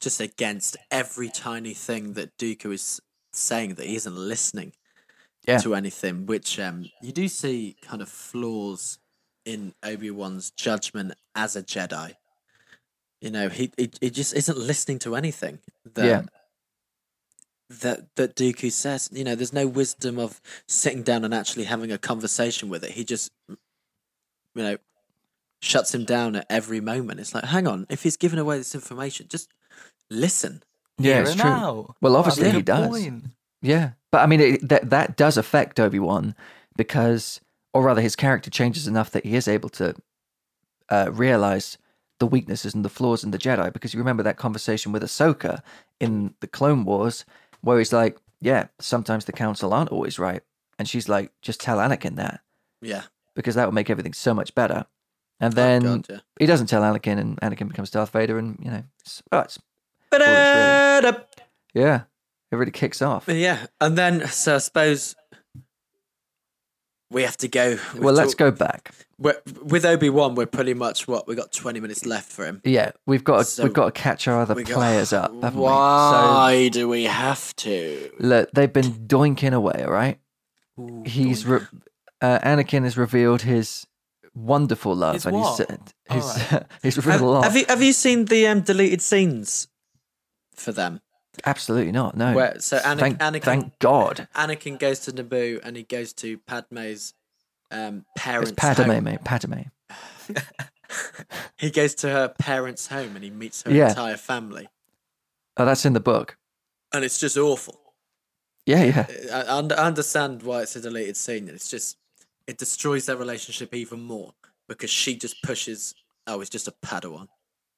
C: just against every tiny thing that Dooku is saying that he isn't listening
A: Yeah.
C: to anything. Which um, you do see kind of flaws in Obi Wan's judgment as a Jedi. You know, he, he he just isn't listening to anything that
A: Yeah.
C: that that Dooku says. You know, there's no wisdom of sitting down and actually having a conversation with it. He just, you know, shuts him down at every moment. It's like, hang on, if he's giving away this information, just listen.
D: hear him out.
A: Well,
D: What a
A: obviously he
D: little
A: does.
D: boy.
A: Yeah, but I mean it, that that does affect Obi Wan because, or rather, his character changes enough that he is able to uh, realize the weaknesses and the flaws in the Jedi. Because you remember that conversation with Ahsoka in the Clone Wars, where he's like, "Yeah, sometimes the Council aren't always right," and she's like, "Just tell Anakin that
C: Yeah.
A: because that will make everything so much better." And
C: Oh,
A: then
C: God, yeah.
A: he doesn't tell Anakin, and Anakin becomes Darth Vader, and you know, it's, oh, it's
C: Ba-da-da.
A: yeah, it really kicks off.
C: But yeah, and then so I suppose we have to go. We've
A: Well, let's
C: talked-
A: go back.
C: We're, with Obi Wan, we're pretty much what we got. Twenty minutes left for him.
A: Yeah, we've got to,
C: So
A: we've got to catch our other
C: we go-
A: players up, haven't
C: Why do we have
A: we?
C: to?
A: So look, they've been doinking away, all right?
C: Ooh,
A: He's
C: doink.
A: re- uh, Anakin has revealed his wonderful love,
D: His
A: and
D: what?
A: he's uh, said he's
D: All
A: he's revealed
C: have,
A: a lot.
C: have you have you seen the um, deleted scenes for them?
A: Absolutely not. No.
C: Where so Ana-
A: thank,
C: Anakin
A: thank God.
C: Anakin goes to Naboo and he goes to Padme's um parents.
A: It's Padme,
C: home.
A: mate. Padme.
C: He goes to her parents' home and he meets her
A: Yeah.
C: entire family,
A: Oh, that's in the book.
C: and it's just awful.
A: Yeah, yeah.
C: I, I under- I understand why it's a deleted scene. It's just it destroys their relationship even more because she just pushes. Oh, it's just a Padawan.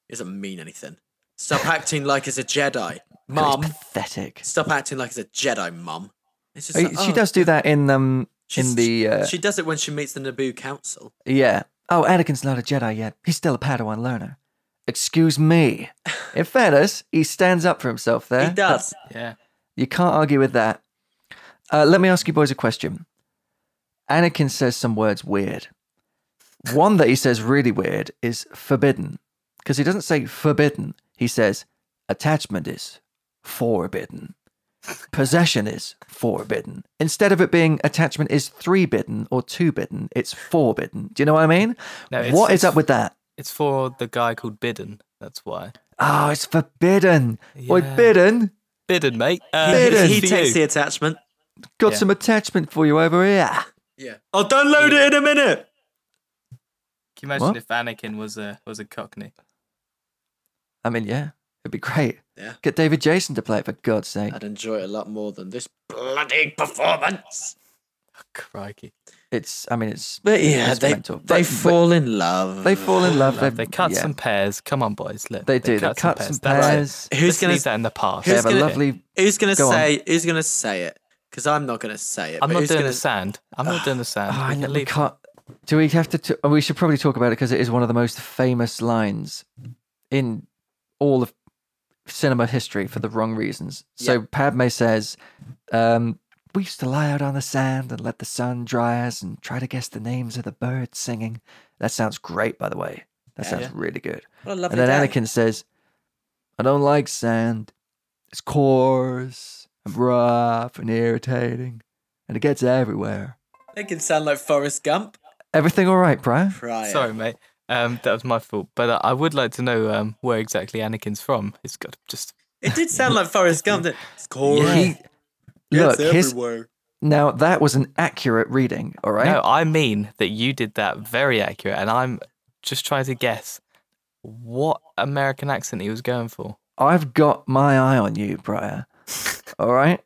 C: It doesn't mean anything. Stop acting like it's a Jedi,
A: God,
C: Mum.
A: it's pathetic.
C: Stop acting like it's a Jedi, Mum. It's just
A: Oh,
C: like,
A: She
C: oh,
A: does do that in um
C: she's-
A: in the uh,
C: She does it when she meets the Naboo Council.
A: yeah. Oh, Anakin's not a Jedi yet. He's still a Padawan learner. Excuse me. In fairness, he stands up for himself there.
C: He does.
D: Yeah.
A: You can't argue with that. Uh, let me ask you boys a question. Anakin says some words weird. One that he says really weird is forbidden, because he doesn't say forbidden. He says attachment is forbidden, possession is forbidden. Instead of it being attachment is three bidden or two bidden, it's forbidden. Do you know what I mean?
D: No, it's-
A: what is
D: it's-
A: up with that?
D: It's for the guy called Bidden. That's why.
A: Oh, it's forbidden. Boy,
D: Yeah.
A: bidden.
D: Bidden, mate.
C: He-
D: Uh,
A: Bidden.
D: this is
C: He,
D: for
C: takes
D: you.
C: the attachment.
A: Got
D: Yeah.
A: some attachment for you over here.
C: Yeah. I'll download it in a minute.
D: Can you imagine
A: What?
D: if Anakin was a was a Cockney?
A: I mean, yeah, it'd be great.
C: Yeah.
A: Get David Jason to play it for God's sake.
C: I'd enjoy it a lot more than this bloody performance.
D: Crikey.
A: It's, I mean, it's.
C: But yeah,
A: it's
C: they
A: mental. But-
C: they
A: but
C: fall in love.
A: They fall in love.
D: They cut some pears. Come on, boys. Look,
A: They do. They cut, some pears.
C: Who's
D: Who's going to
C: gonna
D: leave that in the past?
A: They
C: Who's
A: have a
C: gonna-
A: lovely.
C: Who's gonna
A: Go on.
C: say? Who's gonna say it? Because I'm not gonna say it.
D: I'm
C: but
D: not
C: who's
D: doing
C: gonna
D: the sand. I'm not doing the
A: Oh,
D: sand.
A: I
D: we
A: know,
D: can
A: we
D: leave.
A: can't. Do we have to? T- oh, we should probably talk about it because it is one of the most famous lines in all of cinema history for the wrong reasons. So Padme says, um, "We used to lie out on the sand and let the sun dry us and try to guess the names of the birds singing." That sounds great, by the way. That sounds really good.
C: What a lovely
A: And then
C: day.
A: Anakin says, I don't like sand. It's coarse and rough and irritating. And it gets everywhere.
C: They can sound like Forrest Gump.
A: Everything all right, Brian?
C: Prior.
D: Sorry, mate. Um, that was my fault. But uh, I would like to know um, where exactly Anakin's from. It's got just
C: It did sound like Forrest Gump. didn't it? It's cool.
A: He- look, his,
C: everywhere.
A: now that was an accurate reading, all right?
D: No, I mean that you did that very accurate, and I'm just trying to guess what American accent he was going for.
A: I've got my eye on you, Brian. all right?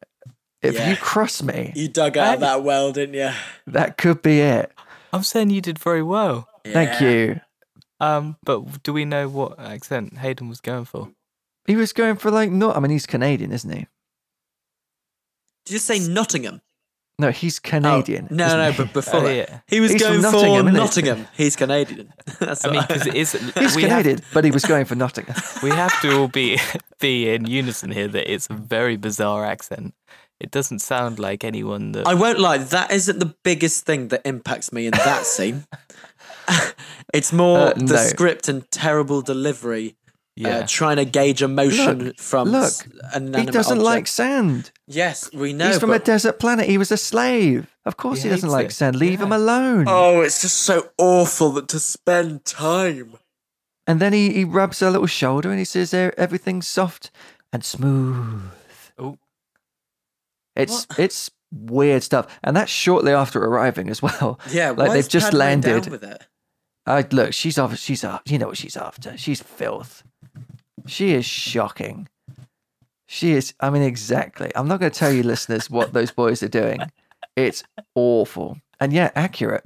A: If
C: Yeah.
A: you cross me,
C: You dug out of that well, didn't you?
A: that could be it.
D: I'm saying you did very well.
A: Thank
C: Yeah.
A: you.
D: Um, but do we know what accent Hayden was going for?
A: He was going for like, no, I mean, he's Canadian, isn't he?
C: Did you say Nottingham?
A: No, he's
C: Oh,
A: Canadian.
C: no,
A: isn't
C: no,
A: he?
C: but before
D: Oh,
C: that,
D: yeah.
C: he was
A: He's
C: going
A: from
C: for
A: Nottingham,
C: Nottingham.
A: isn't he?
C: He's Canadian. That's
D: I mean,
C: what
D: because it is.
A: He's
D: we have-
A: Canadian, but he was going for Nottingham.
D: we have to all be be in unison here that it's a very bizarre accent. It doesn't sound like anyone that.
C: I won't lie, that isn't the biggest thing that impacts me in that scene. it's more
A: Uh,
C: the
A: no.
C: script and terrible delivery,
D: yeah,
C: uh, trying to gauge emotion
A: Look,
C: from
A: look,
C: s- an
A: He
C: inanimate
A: doesn't
C: object.
A: like sand.
C: Yes, we know.
A: He's from a
C: but-
A: desert planet. He was a slave. Of course,
D: He
A: he, doesn't
D: hates
A: like
D: it.
A: sand. Leave him alone.
C: oh, it's just so awful that to spend time.
A: And then he, he rubs her little shoulder and he says, "Eh, "Everything's soft and smooth."
D: Oh.
A: It's it's weird stuff. And that's shortly after arriving as well.
C: Yeah,
A: like
C: why
A: they've
C: is
A: just
C: Padme down
A: landed.
C: with it?
A: I look, she's off. She's off. You know what she's after. She's filth. She is shocking. She is. I mean, exactly. I'm not going to tell you, listeners, what those boys are doing. It's awful, and yet accurate.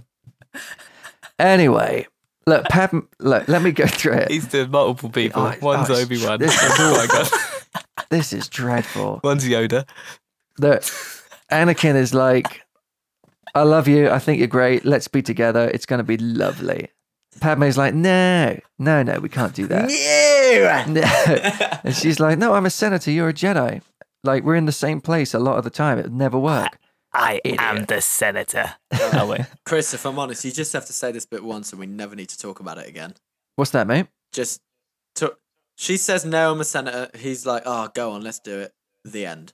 A: Anyway, look, Pat. Look, let me go through it.
D: he's doing multiple people.
A: Oh,
D: One's
A: oh, it's-
D: Obi Wan.
A: this is
D: oh my god.
A: This is dreadful.
D: One's Yoda.
A: Look, Anakin is like, "I love you. I think you're great. Let's be together. It's going to be lovely." Padme's like, "No, no, no. We can't do that."
C: Yeah.
A: No. and she's like, "No, I'm a senator. You're a Jedi. Like we're in the same place a lot of the time. It would never work."
E: I am
A: Idiot.
E: the senator.
D: Oh wait.
C: Chris, if I'm honest, you just have to say this bit once and we never need to talk about it again.
A: What's that, mate?
C: just to, she says no i'm a senator he's like oh go on let's do it the end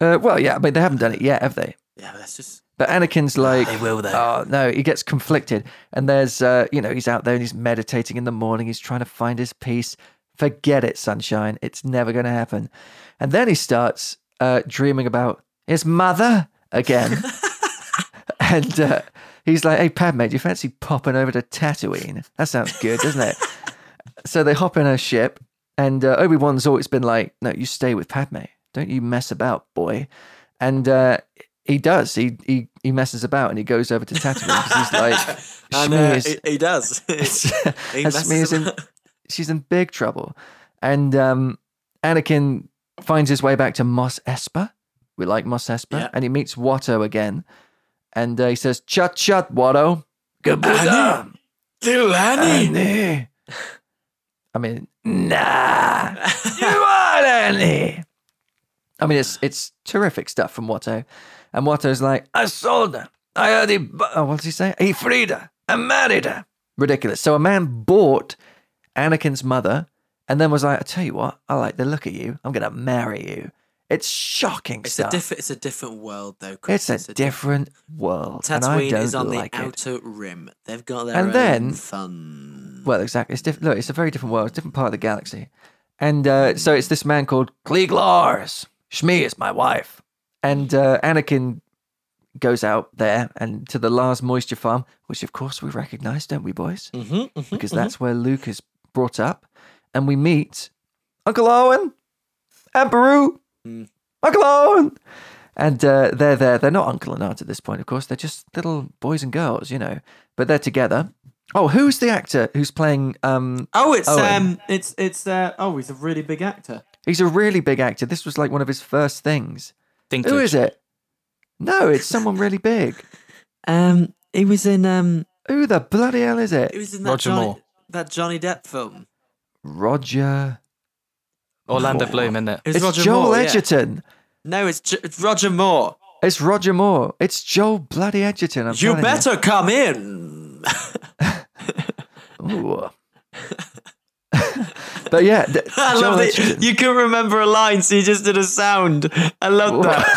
A: Uh, well, yeah, I mean they haven't done it yet, have they?
C: yeah but that's just
A: But Anakin's like,
E: They Ah, will though.
A: "Oh no," he gets conflicted, and there's, uh, you know, he's out there and he's meditating in the morning. He's trying to find his peace. Forget it, sunshine. It's never going to happen. And then he starts uh, dreaming about his mother again. and uh, he's like, hey, Padme, do you fancy popping over to Tatooine? That sounds good, doesn't it? so they hop in her ship, and uh, Obi Wan's always been like, no, you stay with Padme. Don't you mess about, boy. And uh, he does. He, he he messes about and he goes over to Tatooine because he's like,
C: And uh,
A: Shmi
C: he, he does.
A: is-
C: he
A: and
C: messes
A: Shmi's
C: him
A: in-
C: up.
A: she's in big trouble. And um, Anakin finds his way back to Mos Espa. We like Mos Espa.
C: Yeah.
A: And he meets Watto again. And uh, he says, Chut, chut, Watto. Gabuda.
C: Little Annie.
A: Annie. I mean, nah. You are Annie. I mean, it's it's terrific stuff from Watto. And Watto's like, I sold her. I heard he, bu- oh, what does he say? He freed her. I married her. Ridiculous. So a man bought Anakin's mother and then was like, I tell you what, I like the look of you. I'm going to marry you. It's shocking
C: It's a
A: stuff.
C: different. It's a different world, though. Chris.
A: it's a, different world. and I
C: Tatooine
A: don't
C: is on
A: like
C: the
A: it.
C: outer rim. They've got their
A: And
C: own
A: then-
C: fun.
A: Well, exactly. It's diff- look, it's a very different world, it's a different part of the galaxy. And uh, so it's this man called Klieg Lars. Shmi is my wife. And uh, Anakin goes out there and to the Lars Moisture Farm, which of course we recognize, don't we, boys?
C: Mhm, mhm,
A: Because
C: mhm.
A: that's where Luke is brought up. And we meet Uncle Owen and Peru.
C: Mm.
A: Uncle Owen. And uh, they're there. They're not uncle and aunt at this point, of course. They're just little boys and girls, you know. But they're together. Oh, who's the actor who's playing? Um,
C: Oh, it's
A: Owen.
C: um, it's it's uh, oh, he's a really big actor.
A: he's a really big actor. This was like one of his first things.
D: Think
A: Who is it? No, it's someone really big.
C: Um, he was in um,
A: Who the bloody hell is
C: he
A: it?
C: was in that
D: Roger
C: Johnny,
D: Moore.
C: that Johnny Depp film.
A: Roger.
D: Orlando
A: No.
D: Bloom, isn't it?
C: It was
A: It's
C: Roger
A: Joel
C: Moore, yeah.
A: Edgerton.
C: No, it's, J- it's Roger Moore.
A: It's Roger Moore. It's Joel bloody Edgerton. I'm
C: you
A: telling
C: better come in.
A: Ooh. but yeah, th-
C: I
A: Joel
C: love that
A: Edgerton.
C: you can remember a line, so you just did a sound. I love that.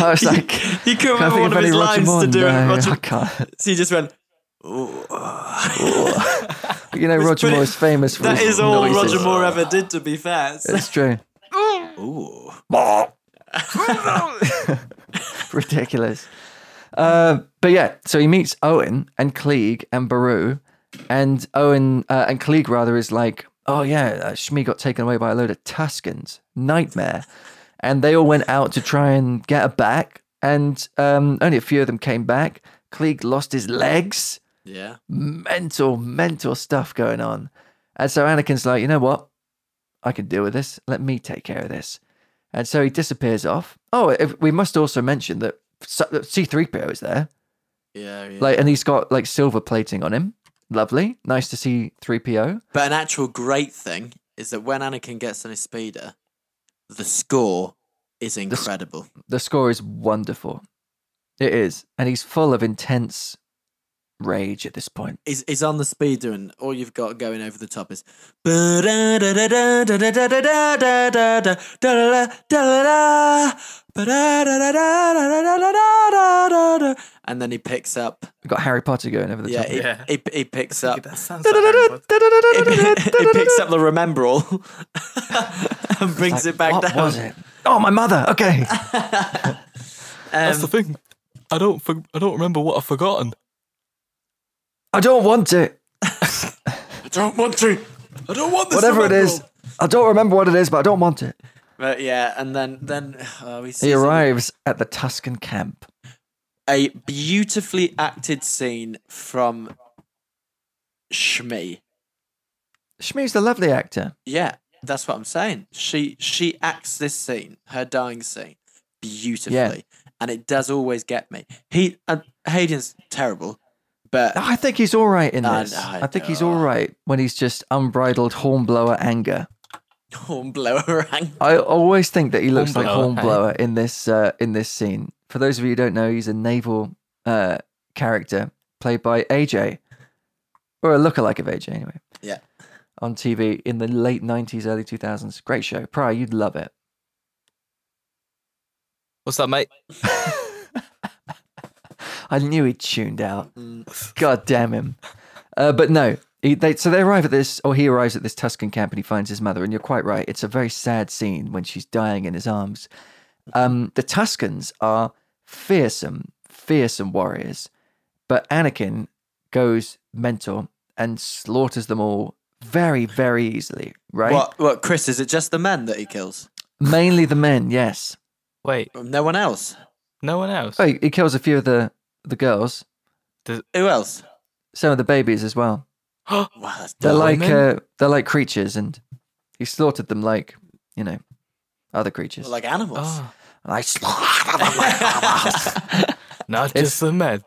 A: I was like,
C: you couldn't
A: can I
C: remember
A: think
C: one
A: of
C: of
A: any
C: his
A: Roger
C: lines
A: Moore?
C: to do it.
A: No, I
C: Roger,
A: can't.
C: so you just went.
A: You know, Roger
C: pretty-
A: Moore is famous for
C: That
A: his
C: is all
A: noises.
C: Roger Moore ever did, to be fair.
A: It's true.
C: Ooh.
A: ridiculous. Uh, but yeah, so he meets Owen and Klieg and Baru, and Owen uh, and Klieg rather is like, oh yeah, uh, Shmi got taken away by a load of Tuscans, nightmare, and they all went out to try and get her back, and um, only a few of them came back. Klieg lost his legs
C: Yeah.
A: mental, mental stuff going on. And so Anakin's like, you know what? I can deal with this. Let me take care of this. And so he disappears off. Oh, if, we must also mention that C3PO is there.
C: Yeah. yeah.
A: Like, and he's got like silver plating on him. Lovely. Nice to see 3PO.
C: But an actual great thing is that when Anakin gets on his speeder, the score is
A: sc-
C: incredible.
A: The score is wonderful. It is. And he's full of intense rage at this point.
C: He's, he's on the speeder, and all you've got going over the top is. And then he picks up.
A: We've got Harry Potter going over the
C: Yeah,
A: top.
C: he,
D: Yeah.
C: He, he picks up.
D: That sounds like Harry Potter.
C: He, he picks up the remember all and brings it back
A: what
C: down.
A: was it? Oh, my mother. Okay.
C: Um,
D: That's the thing. I don't. For, I don't remember what I've forgotten.
A: I don't want it.
C: I don't want to. I don't want this.
A: Whatever it
C: remember
A: is.
C: all.
A: I don't remember what it is, but I don't want it.
C: But yeah, and then then oh, he,
A: He
C: sees
A: arrives at the Tuscan camp.
C: a beautifully acted scene from Shmi.
A: Shmi's the lovely actor.
C: Yeah, that's what I'm saying. She she acts this scene, her dying scene, beautifully, and it does always get me. He and Hayden's terrible, but
A: I think he's all right in
C: I
A: this.
C: know, I
A: I think he's
C: know.
A: all right when he's just unbridled hornblower anger.
C: Hornblower rank.
A: I always think that he looks like
D: Hornblower, eh?
A: hornblower in this uh, in this scene. For those of you who don't know, he's a naval uh, character played by AJ, or a lookalike of AJ anyway.
C: Yeah.
A: On TV in the late '90s, early 2000s. Great show, Pryor. You'd love it.
D: What's that, mate?
A: I knew he tuned out. God damn him. Uh, but no, He, they, so they arrive at this, or he arrives at this Tuscan camp and he finds his mother. And you're quite right. It's a very sad scene when she's dying in his arms. Um, the Tuscans are fearsome, fearsome warriors. But Anakin goes mental and slaughters them all very, very easily, right?
C: What? What? Chris, is it just the men that he kills?
A: Mainly the men, yes.
D: Wait,
C: Um, No one else.
D: no one else.
A: Oh, he he kills a few of the, the girls,
C: Who else?
A: some of the babies as well.
D: Oh,
C: Wow, that's
A: They're
C: dark.
A: like
D: Women?
A: uh, they're like creatures, and he slaughtered them like you know other creatures.
C: like animals.
D: Oh,
A: I slaughtered them like animals.
D: not
A: It's-
D: just the men.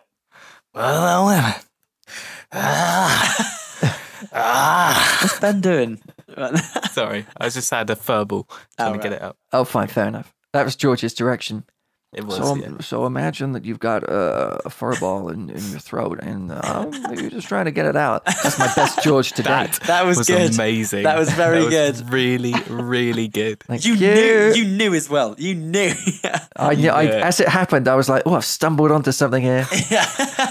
D: Well, the women. Ah. ah.
C: What's Ben doing?
D: Sorry, I just had a furball trying to
C: right.
D: get it up.
A: oh, fine, fair enough. That was George's direction.
D: It was.
A: So, um,
D: yeah.
A: so imagine that you've got uh, a fur ball in, in your throat, and uh, you're just trying to get it out. That's my best George to date.
C: that was,
D: was
C: good.
D: amazing.
C: That was very good.
D: Really, really good.
A: Thank Oh,
C: You knew. You knew as well. You knew.
A: I, knew- I,
D: Yeah.
A: as it happened, I was like, "Oh, I've stumbled onto something here.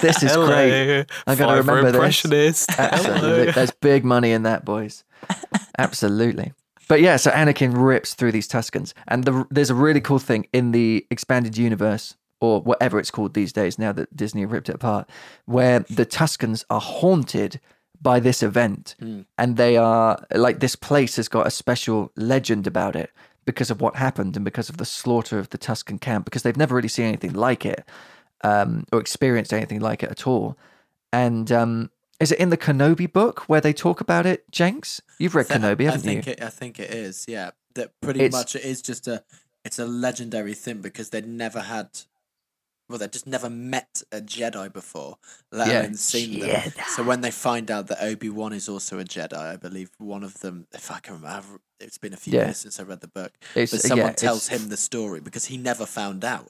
A: This is great." I'm gonna
D: Fiverr
A: remember this. Uh,
D: impressionist.
A: Absolutely.
D: Hello.
A: There's big money in that, boys. Absolutely. But yeah, so Anakin rips through these Tuscans. And the, there's a really cool thing in the expanded universe, or whatever it's called these days, now that Disney have ripped it apart, where the Tuscans are haunted by this event. And they are like, this place has got a special legend about it because of what happened and because of the slaughter of the Tuscan camp, because they've never really seen anything like it um, or experienced anything like it at all. And um, is it in the Kenobi book where they talk about it, Jenks? You've read Kenobi,
C: I
A: haven't you?
C: think uh, it, I think it is. Yeah, that pretty
A: It's-
C: much it is just a it's a legendary thing because they'd never had, well, they just never met a Jedi before, let
A: Yeah.
C: alone seen them. So when they find out that Obi Wan is also a Jedi, I believe one of them, if I can remember, it's been a few
A: Yeah.
C: years since I read the book,
A: It's- uh,
C: but
A: yeah,
C: someone
A: it's-
C: tells him the story because he never found out.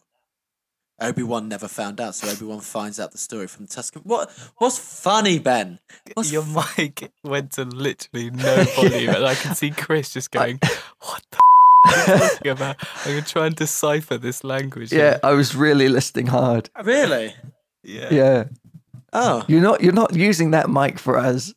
C: Obi Wan never found out, so Obi Wan finds out the story from Tuscan. What? What's funny, Ben? What's
D: Your mic went to literally no volume, and I can see Chris just going, "What the f- are you talking about?" I'm gonna try and decipher this language.
A: Yeah, I was really listening hard.
C: really?
D: yeah.
A: Yeah,
C: Oh,
A: you're not you're not using that mic for us.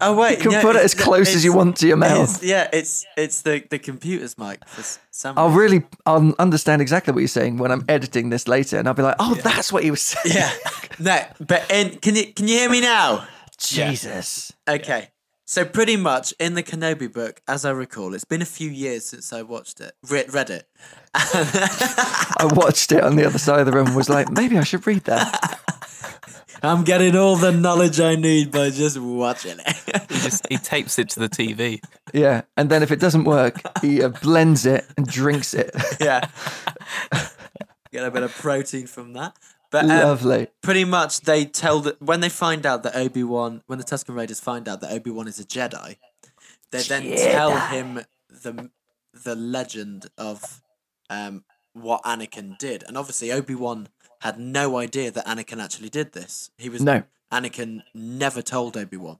C: oh wait.
A: You can
C: no,
A: put it as
C: it's the-
A: close as
C: it's-
A: you want to your mouth.
C: It's, yeah, it's it's the the computer's mic for s- some.
A: I'll
C: reason.
A: really I'll understand exactly what you're saying when I'm editing this later, and I'll be like, "Oh, that's what he was saying."
C: Yeah. No, but in, can you can you hear me now?
A: Jesus.
C: Okay. So pretty much in the Kenobi book, as I recall, it's been a few years since I watched it, read, read it.
A: I watched it on the other side of the room and was like, "Maybe I should read that."
C: I'm getting all the knowledge I need by just watching it.
D: He just he tapes it to the TV.
A: Yeah, and then if it doesn't work, he uh, blends it and drinks it.
C: yeah. Get a bit of protein from that. But um,
A: Lovely.
C: pretty much they tell that when they find out that Obi Wan, when the Tusken Raiders find out that Obi Wan is a Jedi, they then tell him the the legend of um, what Anakin did, and obviously Obi Wan had no idea that Anakin actually did this. He was
A: No.
C: Anakin never told Obi Wan.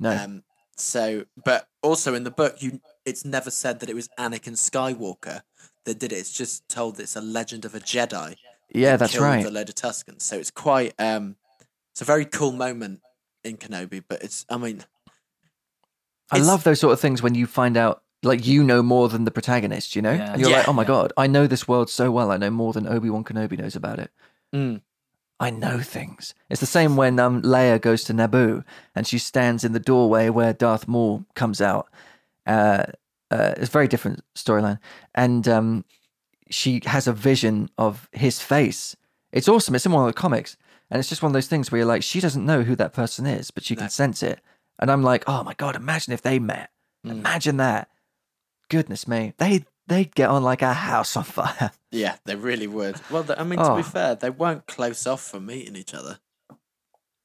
A: No.
C: Um, so, but also in the book, you it's never said that it was Anakin Skywalker that did it. It's just told that it's a legend of a Jedi
A: yeah,
C: that
A: that's
C: killed
A: right.
C: A load of Tuscans. So it's quite um, it's a very cool moment in Kenobi. But it's I mean,
A: I
C: It's-
A: love those sort of things when you find out, like, you know more than the protagonist, you know?
D: Yeah.
A: And you're like,
C: Yeah.
A: oh my God, I know this world so well. I know more than Obi Wan Kenobi knows about it. I know things. It's the same when um, Leia goes to Naboo and she stands in the doorway where Darth Maul comes out. Uh, uh, it's a very different storyline. And um, she has a vision of his face. It's awesome. It's in one of the comics. And it's just one of those things where you're like, she doesn't know who that person is, but she can sense it. And I'm like, oh my God, imagine if they met. Imagine that. Goodness me. They, they'd get on like a house on fire.
C: yeah, they really would. Well, th- I mean, to
A: Oh.
C: be fair, they weren't close off for meeting each other.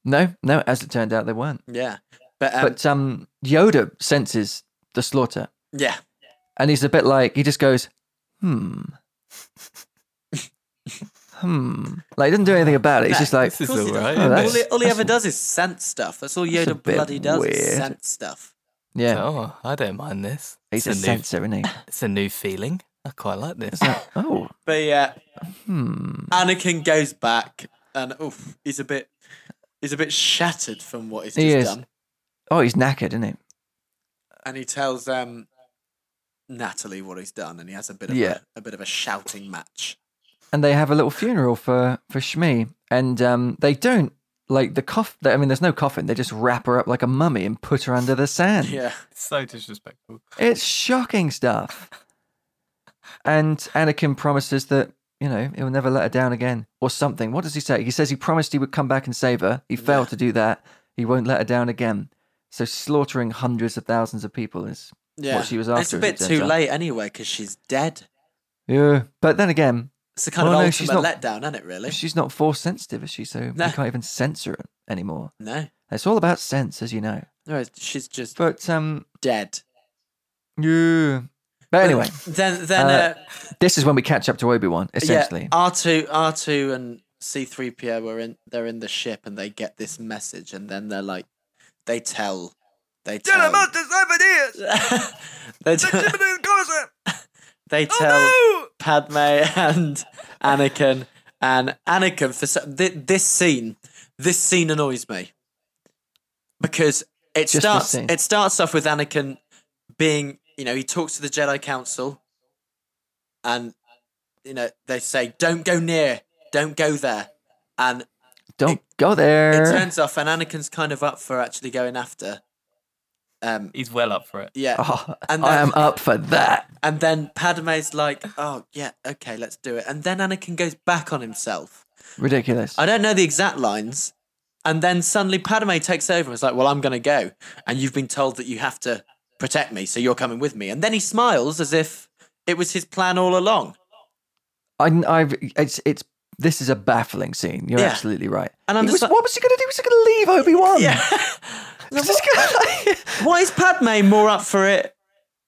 A: No, no, as it turned out, they weren't.
C: Yeah, but, um,
A: but um, Yoda senses the slaughter,
C: yeah,
A: and he's a bit like he just goes, "Hmm, hmm." Like he doesn't do anything about it. He's
C: Nah,
A: just like,
D: This is
C: course he
D: all
C: does.
D: right.
A: Oh,
D: isn't
C: all he,
D: it?
A: that's-
C: all he
A: that's-
C: ever does is sense stuff. That's all
A: that's a
C: Yoda
A: bit
C: bloody does
A: weird.
C: is sense stuff.
A: "Yeah."
D: Oh, I don't mind this.
A: He's a
D: it's a new,
A: sensor, isn't he?
D: it's a new feeling. I quite like this.
A: It's like, oh,
C: But yeah,
A: hmm.
C: Anakin goes back, and oof, he's a bit, he's a bit shattered from what he's
A: He
C: just
A: is.
C: done.
A: Oh, he's knackered, isn't he?
C: and he tells um, Natalie what he's done, and he has a bit of
A: Yeah.
C: a, a bit of a shouting match.
A: and they have a little funeral for for Shmi, and um, they don't like the coffin. I mean, there's no coffin. They just wrap her up like a mummy and put her under the sand.
C: Yeah,
D: so disrespectful.
A: It's shocking stuff. And Anakin promises that you know he'll never let her down again, or something. What does he say? He says he promised he would come back and save her. He failed to do that. He won't let her down again. So slaughtering hundreds of thousands of people is
C: yeah.
A: she was
C: And
A: after, as it
C: It's a
A: turns
C: bit too
A: out.
C: late anyway because she's dead.
A: yeah. But then again,
C: It's a kind
A: Well,
C: of
A: no, she's not-
C: ultimate letdown, isn't it? Really?
A: she's not force sensitive, is she? So
C: No.
A: we can't even censor it anymore.
C: No,
A: It's all about sense, as you know.
C: no, she's just
A: But um,
C: dead.
A: yeah. But anyway,
C: then then
A: uh,
C: uh,
A: this is when we catch up to Obi Wan, essentially.
C: yeah, R two R two and C three PO are in. They're in the ship, and they get this message, and then they're like, they tell, they tell. "Oh, they tell, they
A: Oh,
C: tell Padme and Anakin and Anakin for so- thi- this scene. This scene annoys me because it
A: Just this
C: starts.
A: scene.
C: It starts off with Anakin being, you know, he talks to the Jedi Council, and you know they say, "Don't go near, don't go there," and
A: Don't
C: it-
A: go there.
C: it turns off, and Anakin's kind of up for actually going after. Um,
D: He's well up for it.
C: yeah,
A: Oh,
C: and
A: I
C: then-
A: am up for that.
C: And then Padme's like, oh, yeah, okay, let's do it. And then Anakin goes back on himself.
A: Ridiculous.
C: I don't know the exact lines. And then suddenly Padme takes over and is like, well, I'm going to go. And you've been told that you have to protect me, so you're coming with me. And then he smiles as if it was his plan all along.
A: I, I've, it's, it's. This is a baffling scene. You're
C: Yeah.
A: absolutely right.
C: And I'm
A: He was-
C: just like-
A: what was he going to do? Was he going to leave Obi Wan?
C: Yeah. Why is Padme more up for it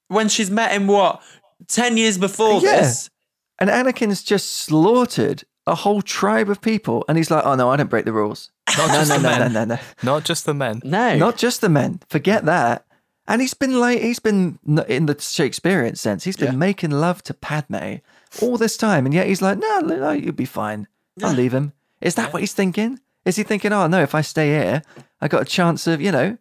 C: when she's met him, what, 10 years before
A: Yeah.
C: this?
A: and Anakin's just slaughtered a whole tribe of people, and he's like, "Oh no, I don't break the rules.
D: Not
A: No,
D: just
A: no,
D: the
A: no, no,
D: men.
A: no, no."
D: Not just the men.
C: No.
A: Not just the men. Forget that. And he's been like, he's been n- in the Shakespearean sense. He's been
C: Yeah.
A: making love to Padme all this time, and yet he's like, no, no, no, you'll be fine. I'll leave him. Is that what he's thinking? Is he thinking, oh no, if I stay here, I got a chance of, you know,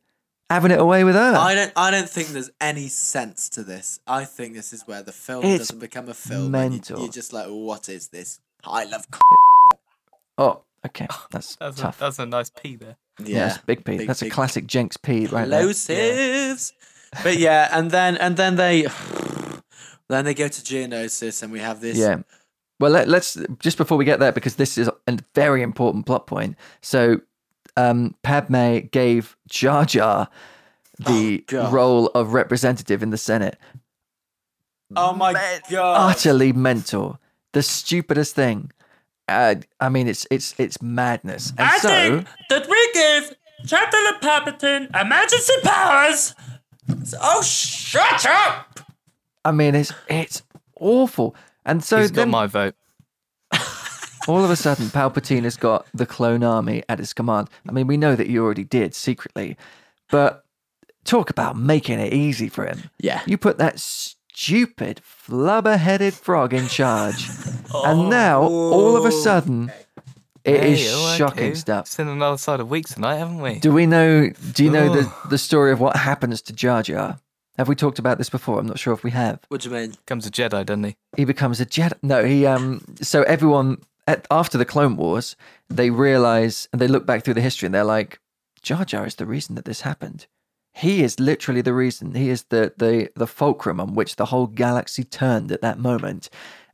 A: having it away with her?
C: I don't. I don't think there's any sense to this. I think this is where the film
A: It's
C: doesn't become a film. and you-
A: mental.
C: You're just like, what is this? I love. C-.
A: oh, okay, that's,
D: That's a,
A: tough.
D: that's a nice P there.
A: yeah, that's a big P.
C: Big,
A: that's a
C: big-
A: classic Jenks P right there.
C: Explosives. But yeah, and then and then they, then they go to Geonosis, and we have this.
A: Yeah. Well, let, let's just before we get there, because this is a very important plot point. So, um, Padme gave Jar Jar the
C: Oh, God.
A: role of representative in the Senate.
C: Oh my god.
A: Utterly mental. The stupidest thing. Uh, I mean, it's it's it's madness. And so,
B: that we give Chaplain Palpatine emergency powers. Oh, shut up!
A: I mean, it's it's awful. And so
D: He's got
A: then,
D: my vote.
A: all of a sudden, Palpatine has got the clone army at his command. I mean, we know that he already did secretly, but talk about making it easy for him.
C: Yeah.
A: You put that stupid flubber headed frog in charge. and now, all of a sudden, it is
D: Oh. Hey, oh,
A: shocking
D: okay.
A: stuff.
D: Seen another side of weeks tonight, haven't we?
A: Do we know? Do you know the,
D: Ugh.
A: the story of what happens to Jar Jar? Have we talked about this before? I'm not sure if we have.
C: What do you mean?
D: Comes a Jedi, doesn't he?
A: He becomes a Jedi. No, he um. So everyone at, after the Clone Wars, they realize and they look back through the history and they're like, Jar Jar is the reason that this happened. He is literally the reason. He is the the the fulcrum on which the whole galaxy turned at that moment.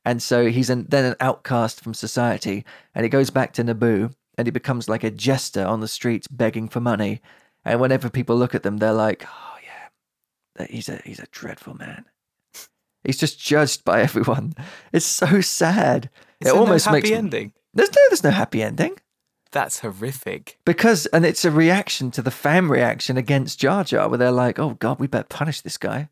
A: And so he's an, then an outcast from society, and he goes back to Naboo, and he becomes like a jester on the streets begging for money. And whenever people look at them, they're like, "Oh yeah, that- he's a he's a dreadful man." He's just judged by everyone. It's so sad.
D: Is
A: it
D: there no
A: almost
D: happy
A: makes
D: ending.
A: there's no there's no happy ending
D: That's horrific.
A: because and it's a reaction to the fan reaction against Jar Jar where they're like, "Oh God, we better punish this guy."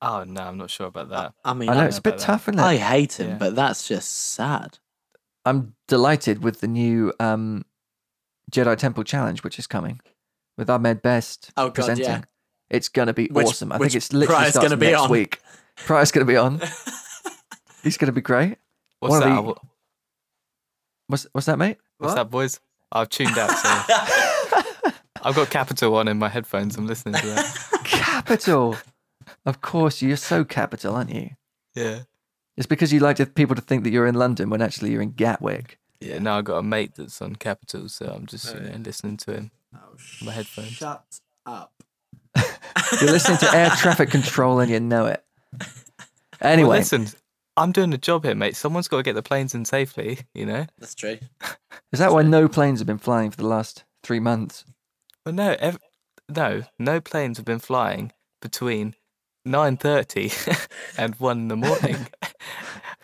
D: Oh no, I'm not sure about that.
C: I mean,
A: Uh, I know
C: I,
A: it's a bit
D: about that.
A: tough, isn't it?
C: I hate him,
D: Yeah.
C: but that's just sad.
A: I'm delighted with the new um, Jedi Temple challenge, which is coming with Ahmed Best
C: Oh, God,
A: presenting.
C: yeah.
A: It's gonna be
C: Which-
A: awesome. I
C: which
A: think it's literally
C: Pryor's
A: starts
C: gonna be
A: next
C: on.
A: week. Pryor's gonna be on. He's gonna be great.
D: What's
A: One of
D: that?
A: the-
D: I wa-
A: What's what's that, mate?
D: What's
C: What?
D: that, boys? I've tuned out. So. I've got Capital on in my headphones. I'm listening to that.
A: Capital. Of course, you're so capital, aren't you?
D: yeah.
A: It's because you like to, people to think that you're in London when actually you're in Gatwick.
D: Yeah. Now I've got a mate that's on Capital, so I'm just
A: Oh,
D: you know, listening to him.
C: Oh,
D: My headphones.
C: Shut up.
A: You're listening to air traffic control and you know it.
D: Well,
A: Anyway,
D: listen, I'm doing a job here, mate. Someone's got to get the planes in safely, you know?
C: That's true.
A: is that why no planes have been flying for the last three months?
D: Well, no, ev- no, no planes have been flying between 9.30 and 1 in the morning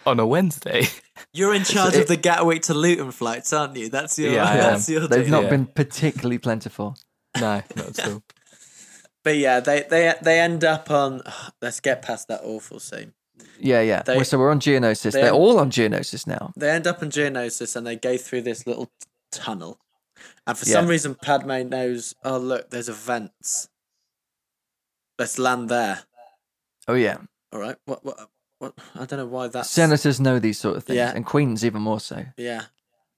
D: on a Wednesday.
C: You're in charge of the Gatwick to Luton flights, aren't you? That's your.
D: Yeah, I
C: that's your.
A: They've
C: deal.
A: not
D: yeah.
A: been particularly plentiful.
D: No, not at all.
C: But yeah, they they they end up on. Let's get past that awful scene.
A: Yeah, yeah.
C: They-
A: Well, so we're on Geonosis.
C: they-
A: They're all on Geonosis now.
C: They end up in Geonosis and they go through this little t- tunnel, and for
A: Yeah.
C: some reason Padme knows. Oh look, there's a vent. Let's land there.
A: Oh yeah,
C: All right. What what what? I don't know why that's.
A: senators know these sort of things,
C: Yeah.
A: and queens even more so.
C: Yeah.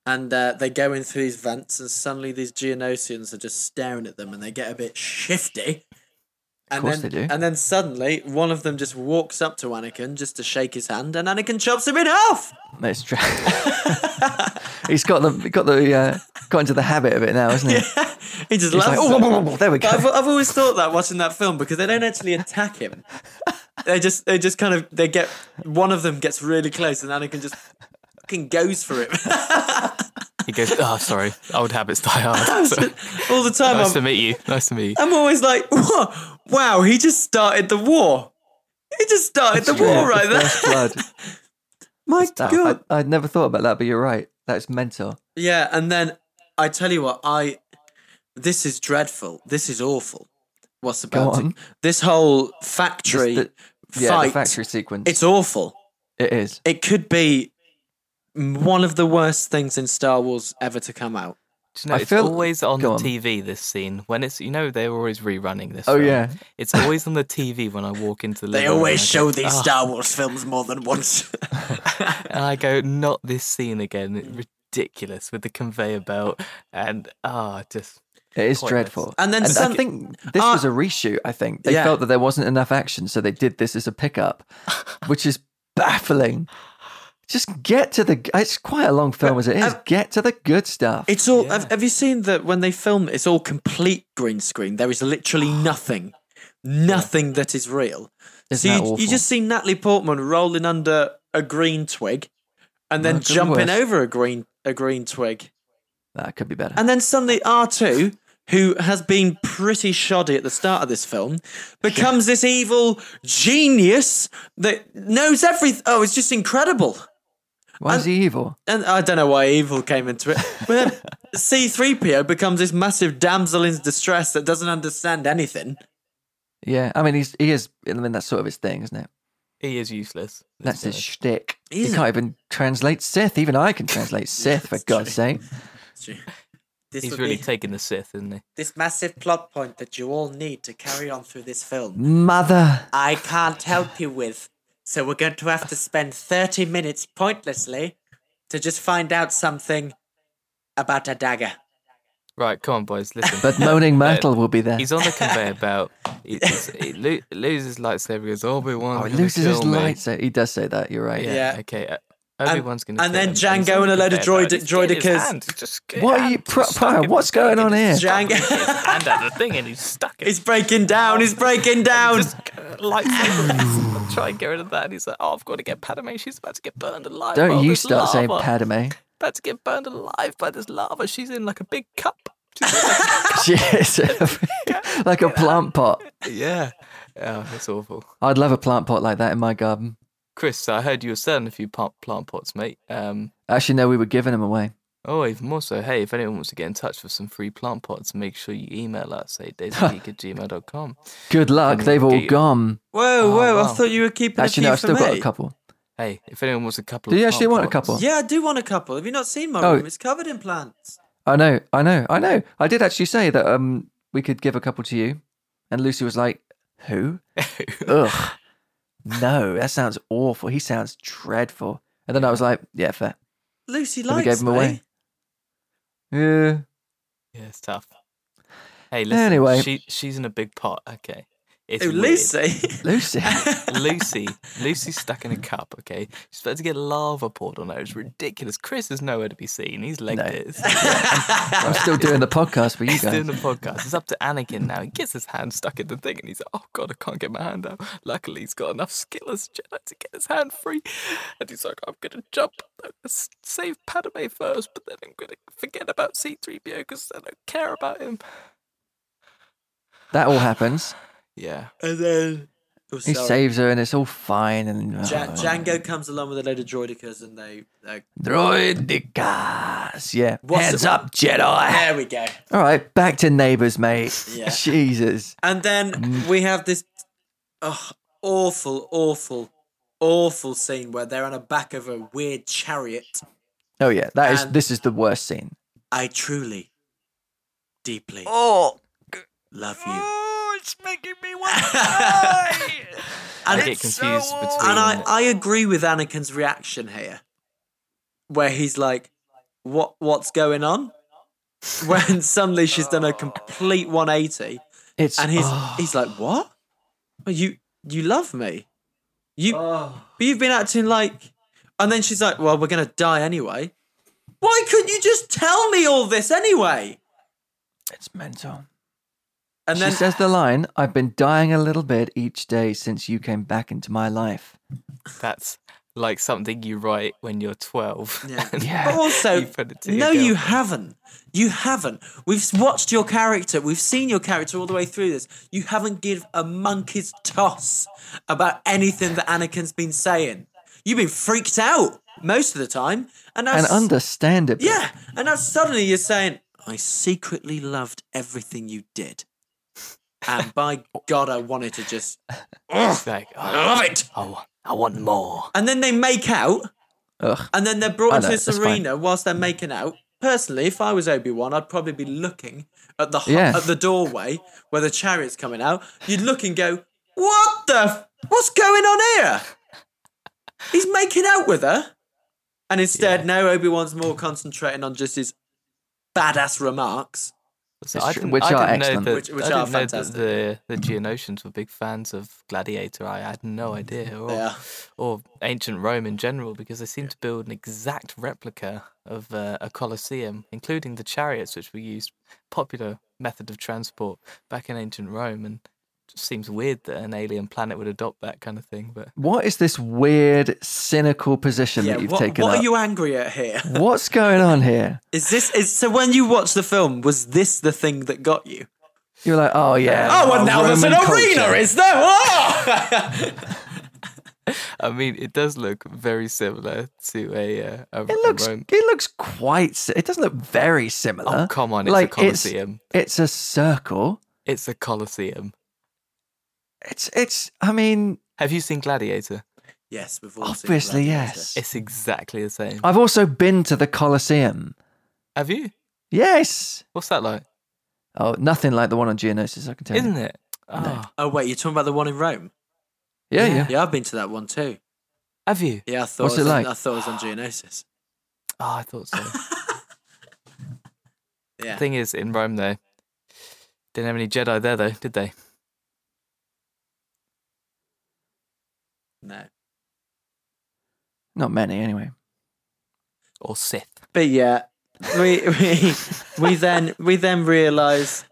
C: And uh, they go in through these vents, and suddenly these Geonosians are just staring at them, and they get a bit shifty. And
A: course
C: then,
A: they do.
C: And then suddenly, one of them just walks up to Anakin just to shake his hand, and Anakin chops him in half.
A: That's true. He's got the got the uh, got into the habit of it now, hasn't he?
C: He just
A: He's
C: laughs.
A: like,
C: at
A: "Oh,
C: it."
A: whoa, whoa, whoa, whoa, there we
C: But I've,
A: go.
C: I've always thought that watching that film because they don't actually attack him. They just they just kind of they get one of them gets really close, and Anakin just fucking goes for him
D: He goes, oh, sorry, old habits die hard. So,
C: all the time.
A: Um,
D: nice
C: I'm-
D: to meet you. Nice to meet you.
C: I'm always like, "Whoa, wow, he just started the war. He just started the war right
A: the
C: there.
A: first blood.
C: My
A: That-
C: God.
A: I, I'd never thought about that, but you're right. That's mental.
C: Yeah, and then I tell you what, I this is dreadful. This is awful. What's about
A: on.
C: it? This whole factory
A: This- the- yeah,
C: fight.
A: the factory sequence.
C: It's awful.
A: it is.
C: It could be one of the worst things in Star Wars ever to come out.
D: Do you know,
A: I
D: it's
A: feel-
D: always on,
A: go on.
D: TV, this scene. When it's, you know, they're always rerunning this.
A: Oh
D: film.
A: yeah,
D: It's always on the TV when I walk into the
C: They
D: living room
C: always
D: and I
C: show
D: go,
C: these
D: "Ah,"
C: Star Wars films more than once.
D: And I go, not this scene again. It's ridiculous with the conveyor belt. And, ah, just.
A: it is
D: Pointless.
A: dreadful.
C: and then
A: And I
C: something.
A: think this
C: Ah.
A: was a reshoot. I think they
C: Yeah.
A: felt that there wasn't enough action, so they did this as a pickup, which is baffling. Just get to the. It's quite a long film as it is.
C: um,
A: Get to the good stuff.
C: It's all. Have, have you seen that when they film? It's all complete green screen. There is literally nothing, nothing that is real.
A: Isn't
C: so
A: that
C: you,
A: awful?
C: you just see Natalie Portman rolling under a green twig, and then
A: No, it could be
C: jumping
A: worse.
C: over a green a green twig,
A: that could be better.
C: and then suddenly R two, who has been pretty shoddy at the start of this film, becomes this evil genius that knows everything. Oh, it's just incredible
A: Why is he evil?
C: and I don't know why evil came into it. But then C3PO becomes this massive damsel in distress that doesn't understand anything.
A: Yeah, I mean he's he is. I mean that's sort of his thing, isn't it?
D: He is useless. this
A: That's his
D: guy.
A: shtick. He
C: Isn't
A: can't even translate Sith. Even I can translate Sith for God's sake.
C: This,
D: He's
C: would
D: really
C: be
D: taken the Sith, isn't he?
C: this massive plot point that you all need to carry on through this film.
A: Mother.
C: I can't help you with. So we're going to have to spend 30 minutes pointlessly to just find out something about a dagger.
D: Right, come on, boys, listen.
A: But moaning mantle will be there. Oh,
D: He's on the conveyor belt. He, he's- he lo- loses lightsaber. He goes, Obi Wan.
A: Oh, he loses his lights. He does say that. You're right.
D: Yeah.
C: Yeah.
D: Okay. Uh, Obi Wan's gonna.
C: and
D: kill
C: then
D: him, he's
C: Jango
D: on
C: and
D: the
C: a load of
D: conveyor belt,
C: droid-
D: he's getting his
C: droidicas.
D: hand, he's just getting
A: What are
D: hand
A: you, Pri-
D: stuck
A: Prior?
D: in-
A: What's going on here?
C: Jango.
D: hand at the thing, and he's stuck. It.
C: He's breaking down, he's breaking down.
D: just uh, lightsaber. He's try and get rid of that. And he's like, "Oh, I've got to get Padme. She's about to get burned alive." by all
A: Don't you
D: this
A: start saying
D: lava.
A: Padme.
D: About to get burned alive by this lava. She's in like a big cup. She's in, like,
A: Jeez. like a plant pot.
D: a- yeah. Oh, that's awful.
A: I'd love a plant pot like that in my garden.
D: Chris, I heard you were selling a few plant, plant pots, mate. Um,
A: Actually, no, we were giving them away.
D: Oh, even more so. Hey, if anyone wants to get in touch for some free plant pots, make sure you email us at daisygeek at gmail.com.
A: Good luck.
D: Can
A: They've all
D: get-
A: gone.
C: Whoa,
D: Oh,
C: whoa,
D: wow.
C: I thought you were keeping
A: Actually,
C: a few
A: no, I've still
C: for
A: got
C: me.
A: a couple.
D: Hey, if anyone wants a couple
A: Do
D: of
A: you actually
D: plant
A: want a
D: pots-
A: couple?
C: Yeah, I do want a couple. Have you not seen my
A: Oh.
C: room? It's covered in plants.
A: I know, I know, I know. I did actually say that um we could give a couple to you, and Lucy was like, "Who? Ugh, no, that sounds awful. He sounds dreadful." And then I was like, "Yeah, fair."
C: Lucy
A: And we
C: likes
E: Oh,
A: gave them
C: me.
A: Uh, away. Yeah.
D: Yeah, it's tough. Hey, listen.
A: Anyway.
D: she she's in a big pot. Okay, it's
C: Oh,
D: weird.
C: Lucy.
A: Lucy.
D: Lucy, Lucy's stuck in a cup. Okay, she's about to get lava poured on her. It's ridiculous. Chris is nowhere to be seen. He's legged
A: No.
D: it.
A: I'm still doing the podcast for you
D: He's doing
A: guys.
D: the podcast. It's up to Anakin now. He gets his hand stuck in the thing, and he's like, "Oh God, I can't get my hand out." Luckily, he's got enough skill as a Jedi to get his hand free, and he's like, "I'm gonna jump, I'm gonna s- save Padme first, but then I'm gonna forget about C-3PO because I don't care about him."
A: That all happens.
D: Yeah,
C: and then. Oh,
A: He
C: sorry.
A: saves her, and it's all fine. And oh.
C: Ja- Django comes along with a load of droidicas and they. they
A: droidicas. Yeah,
C: What's
A: hands
C: it-
A: up, Jedi.
C: there we go.
A: All right, back to neighbors, mate.
C: Yeah.
A: Jesus.
C: And
D: Mm.
C: then we have this oh, awful, awful, awful scene where they're on the back of a weird chariot.
A: Oh yeah, that is.
C: And-
A: This is the worst scene.
C: I truly, deeply
E: Oh,
C: love you.
E: oh, it's making me want to die.
D: I
C: And,
D: get
E: It's so
D: confused
E: old.
D: between.
C: and I, I agree with Anakin's reaction here, where he's like, "What what's going on?" When suddenly she's done a complete 180.
A: It's
C: and he's he's like, "What? Well, you you love me? You but you've been acting like." And then she's like, "Well, we're gonna die anyway. Why couldn't you just tell me all this anyway?"
A: oh, it's mental.
C: And then
A: she says the line, "I've been dying a little bit each day since you came back into my life."
D: That's like something you write when you're 12.
C: Yeah.
D: and
A: Yeah.
C: But also,
D: you put it to your
C: no, you
D: girlfriend.
C: haven't. You haven't. We've s- watched your character. We've seen your character all the way through this. You haven't give a monkey's toss about anything that Anakin's been saying. You've been freaked out most of the time, and now
A: And
C: s-
A: understand it.
C: yeah, and now suddenly you're saying, "I secretly loved everything you did," and by God, I wanted to just
D: It's like,
C: I
D: oh,
C: love it.
D: I, wa- I want more.
C: And then they make out.
A: Ugh.
C: And then they're
A: I
C: brought into
A: know,
C: this
A: that's fine.
C: arena whilst they're making out. Personally, if I was Obi Wan, I'd probably be looking at the ho-
A: Yeah.
C: at the doorway where the chariot's coming out. You'd look and go, "What the? F- what's going on here?" He's making out with her, and instead now Obi Wan's more concentrating on just his badass remarks.
D: So
A: It's
D: I
A: true,
D: didn't,
A: which
D: I
A: are
D: didn't
A: excellent.
D: know that,
C: Which- which
D: I
C: are
D: didn't know that
C: fantastic.
D: the, the Geonosians were big fans of Gladiator. I had no idea. Or,
C: Mm. Yeah.
D: or ancient Rome in general, because they seem to build an exact replica of uh, a Colosseum, including the chariots, which were used popular method of transport back in ancient Rome. And just seems weird that an alien planet would adopt that kind of thing. But
A: What is this weird, cynical position
C: Yeah,
A: that you've
C: what,
A: taken
C: what
A: up?
C: are you angry at here?
A: What's going on here?
C: Is this is so? When you watch the film, was this the thing that got you?
A: You're like, oh yeah.
C: Oh, well, now there's an
A: Roman
C: arena,
A: culture.
C: is there? Oh!
D: I mean, it does look very similar to a, uh, a,
A: It
D: a
A: looks.
D: Rome.
A: It looks quite. si- It doesn't look very similar.
D: Oh come on! It's
A: like,
D: a
A: it's-
D: coliseum.
A: It's a circle.
D: It's, a coliseum.
A: It's. It's. I mean,
D: Have you seen Gladiator?
C: Yes, we've all seen
A: Obviously,
C: Gladiator.
A: yes.
D: It's exactly the same.
A: I've also been to the Colosseum.
D: Have you?
A: Yes.
D: What's that like?
A: Oh, nothing like the one on Geonosis. I can tell you.
D: Isn't it? Ah,
C: Oh wait, you're talking about the one in Rome?
A: Yeah, yeah.
C: Yeah, I've been to that one too.
D: have you?
C: Yeah, I thought
A: What's
C: it was
A: it
C: on-
A: like?
C: I thought it was on Geonosis.
D: Oh, I thought so.
C: Yeah.
D: Thing is, in Rome though, didn't have any Jedi there though, did they?
C: no.
A: Not many, anyway.
D: Or Sith?
C: But yeah, we we we then we then realise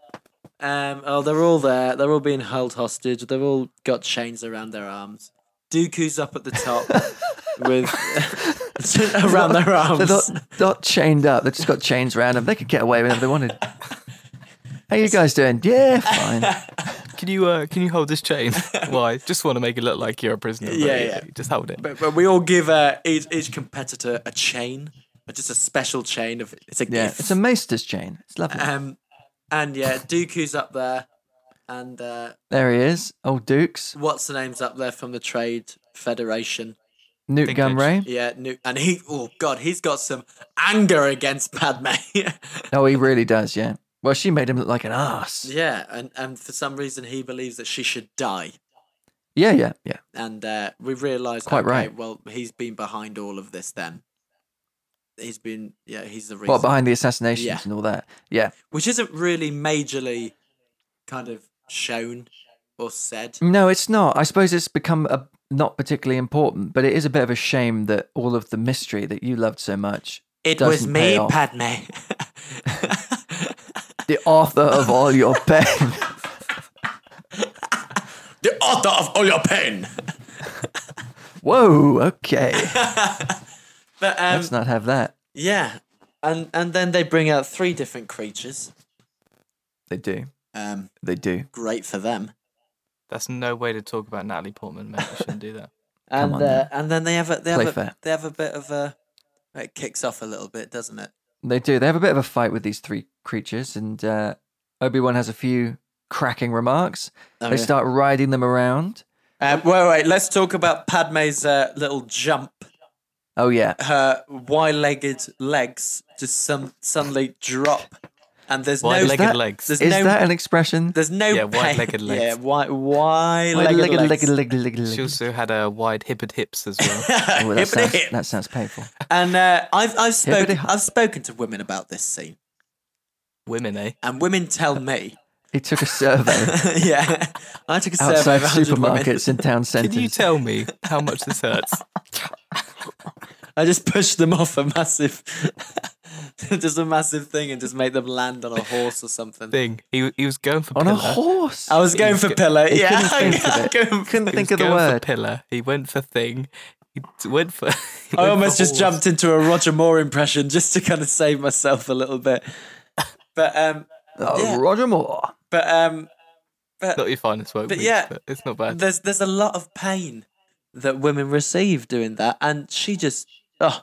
C: um oh they're all there, they're all being held hostage, they've all got chains around their arms. Dooku's up at the top with around their
A: They're
C: arms.
A: not, not chained up. They've just got chains around them. They could get away whenever they wanted. How you guys doing? Yeah, fine.
D: Can you uh, can you hold this chain? Why? Just want to make it look like you're a prisoner. but
C: Yeah,
D: you-
C: yeah.
D: you Just hold it.
C: But, but we all give uh, each, each competitor a chain, uh, just a special chain of it's a
A: Yeah,
C: gift.
A: it's a maester's chain. It's lovely.
C: um, and yeah, Dooku's up there, and uh,
A: there he is. Old Dukes.
C: what's the name's up there from the Trade Federation?
A: Newt
D: Think
A: Gumray.
C: Yeah, new, and he oh god, he's got some anger against Padme.
A: Oh, he really does, yeah. Well, she made him look like an ass.
C: yeah, and and for some reason he believes that she should die.
A: Yeah, yeah, yeah.
C: and uh, we realised
A: Quite
C: okay,
A: right.
C: Well, he's been behind all of this. Then he's been yeah, he's the reason.
A: What, behind the assassinations
C: Yeah.
A: and all that? Yeah.
C: which isn't really majorly kind of shown or said.
A: No, it's not. I suppose it's become a, not particularly important, but it is a bit of a shame that all of the mystery that you loved so much,
C: It was
A: Doesn't pay
C: me,
A: off.
C: Padme.
A: the author of all your pain,
C: the author of all your pain.
A: whoa, okay,
C: But um,
A: let's not have that.
C: yeah, and and then they bring out three different creatures.
A: They do,
C: Um,
A: they do.
C: great for them.
D: That's no way to talk about Natalie Portman, mate. You shouldn't do that.
C: And
A: on
C: uh,
A: then.
C: and then they have a they have
A: Play
C: a,
A: fair.
C: they have a bit of a it kicks off a little bit, doesn't it?
A: They do. They have a bit of a fight with these three creatures, and uh, Obi Wan has a few cracking remarks.
C: Oh,
A: they
C: yeah.
A: start riding them around.
C: Um, wait, wait. Let's talk about Padme's uh, little jump.
A: Oh yeah,
C: Her wide-legged legs just some suddenly drop, and there's no
D: Wide-legged
A: that-
D: legs.
C: there's
A: is
C: no
A: that an expression?
C: there's no
D: Yeah,
C: pain.
D: wide-legged legs.
C: Yeah, wide wide-legged, legs.
D: She also had a wide hipped hips as well.
A: Oh, that,
C: Hippity
A: sounds,
C: hip.
A: that sounds painful.
C: And uh, I've I've
A: Hippity
C: spoken
A: hop.
C: I've spoken to women about this scene,
D: Women, eh?
C: and women tell me,
A: He took a survey
C: yeah, I took a survey
A: outside
C: of 100 women.
A: supermarkets and town centres.
D: Can you tell me how much this hurts?
C: I just push them off a massive, just a massive thing, and just make them land on a horse or something.
D: Thing. He he was going for
A: on a
D: pillar.
A: horse.
C: I was going for pillow. Yeah,
A: couldn't think of
C: I,
A: it.
C: couldn't-
A: couldn't
D: He
A: think
D: was
A: of the
D: going for
A: word.
D: pillar. He went for thing. He t- went for. he
C: I
D: went
C: almost
D: for horse.
C: just jumped into a Roger Moore impression just to kind of save myself a little bit. But um,
A: Oh,
C: Yeah.
A: Roger Moore.
C: but um,
D: Not your finest work,
C: But
D: but
C: yeah.
D: yeah, it's not bad.
C: there's there's a lot of pain that women receive doing that, and she just oh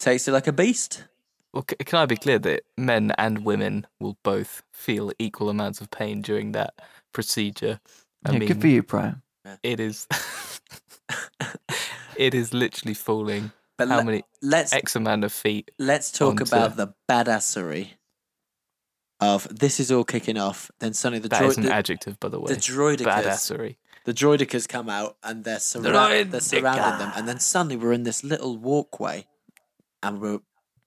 C: takes it like a beast.
D: Well, c- can I be clear that men and women will both feel equal amounts of pain during that procedure? I
A: Yeah,
D: mean,
A: good for you, Brian.
D: it is. it is literally falling
C: But
D: how
C: le-
D: many
C: let's
D: x amount of feet.
C: let's talk
D: onto-
C: about the badassery of this is all kicking off. Then suddenly the
D: That is
C: droid
D: an
C: the,
D: adjective, by the way.
C: the droidicas
D: Badassery.
C: the droidicas come out and they're, surra- they're surrounding them, and then suddenly we're in this little walkway, and we're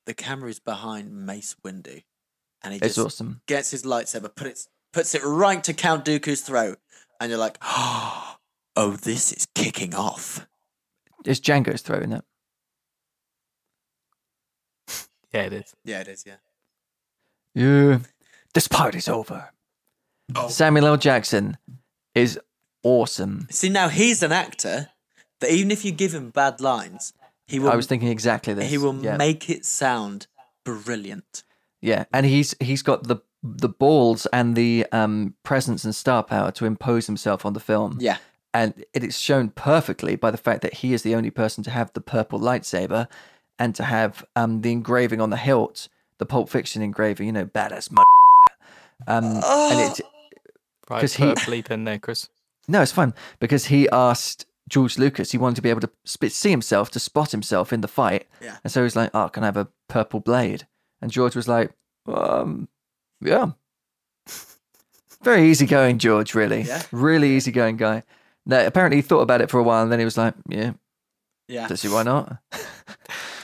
C: the camera is behind Mace Windu, and he
A: It's
C: just
A: awesome.
C: gets his lightsaber, put it, puts it right to Count Dooku's throat, and you're like, oh, this is kicking off.
A: It's Django's throwing it.
D: Yeah, it is.
C: Yeah, it is. Yeah.
A: Yeah. This party's over.
C: Oh.
A: Samuel L. Jackson is awesome.
C: See, now he's an actor that even if you give him bad lines, he will.
A: I was thinking exactly this.
C: he will
A: yeah.
C: make it sound brilliant.
A: Yeah, and he's he's got the the balls and the um presence and star power to impose himself on the film.
C: Yeah.
A: And it is shown perfectly by the fact that he is the only person to have the purple lightsaber and to have um the engraving on the hilt, the Pulp Fiction engraving, you know, badass m- um and it
D: Right,
A: 'Cause
D: put
A: he-
D: a bleep in there, Chris.
A: No, it's fun because he asked George Lucas. He wanted to be able to sp- see himself, to spot himself in the fight.
C: Yeah.
A: And so he's like, "Oh, can I have a purple blade?" And George was like, "Um, yeah." Very easygoing, George. Really,
C: Yeah.
A: really easygoing guy. Now, apparently, he thought about it for a while, and then he was like, "Yeah,
C: Yeah.
A: let's see why not."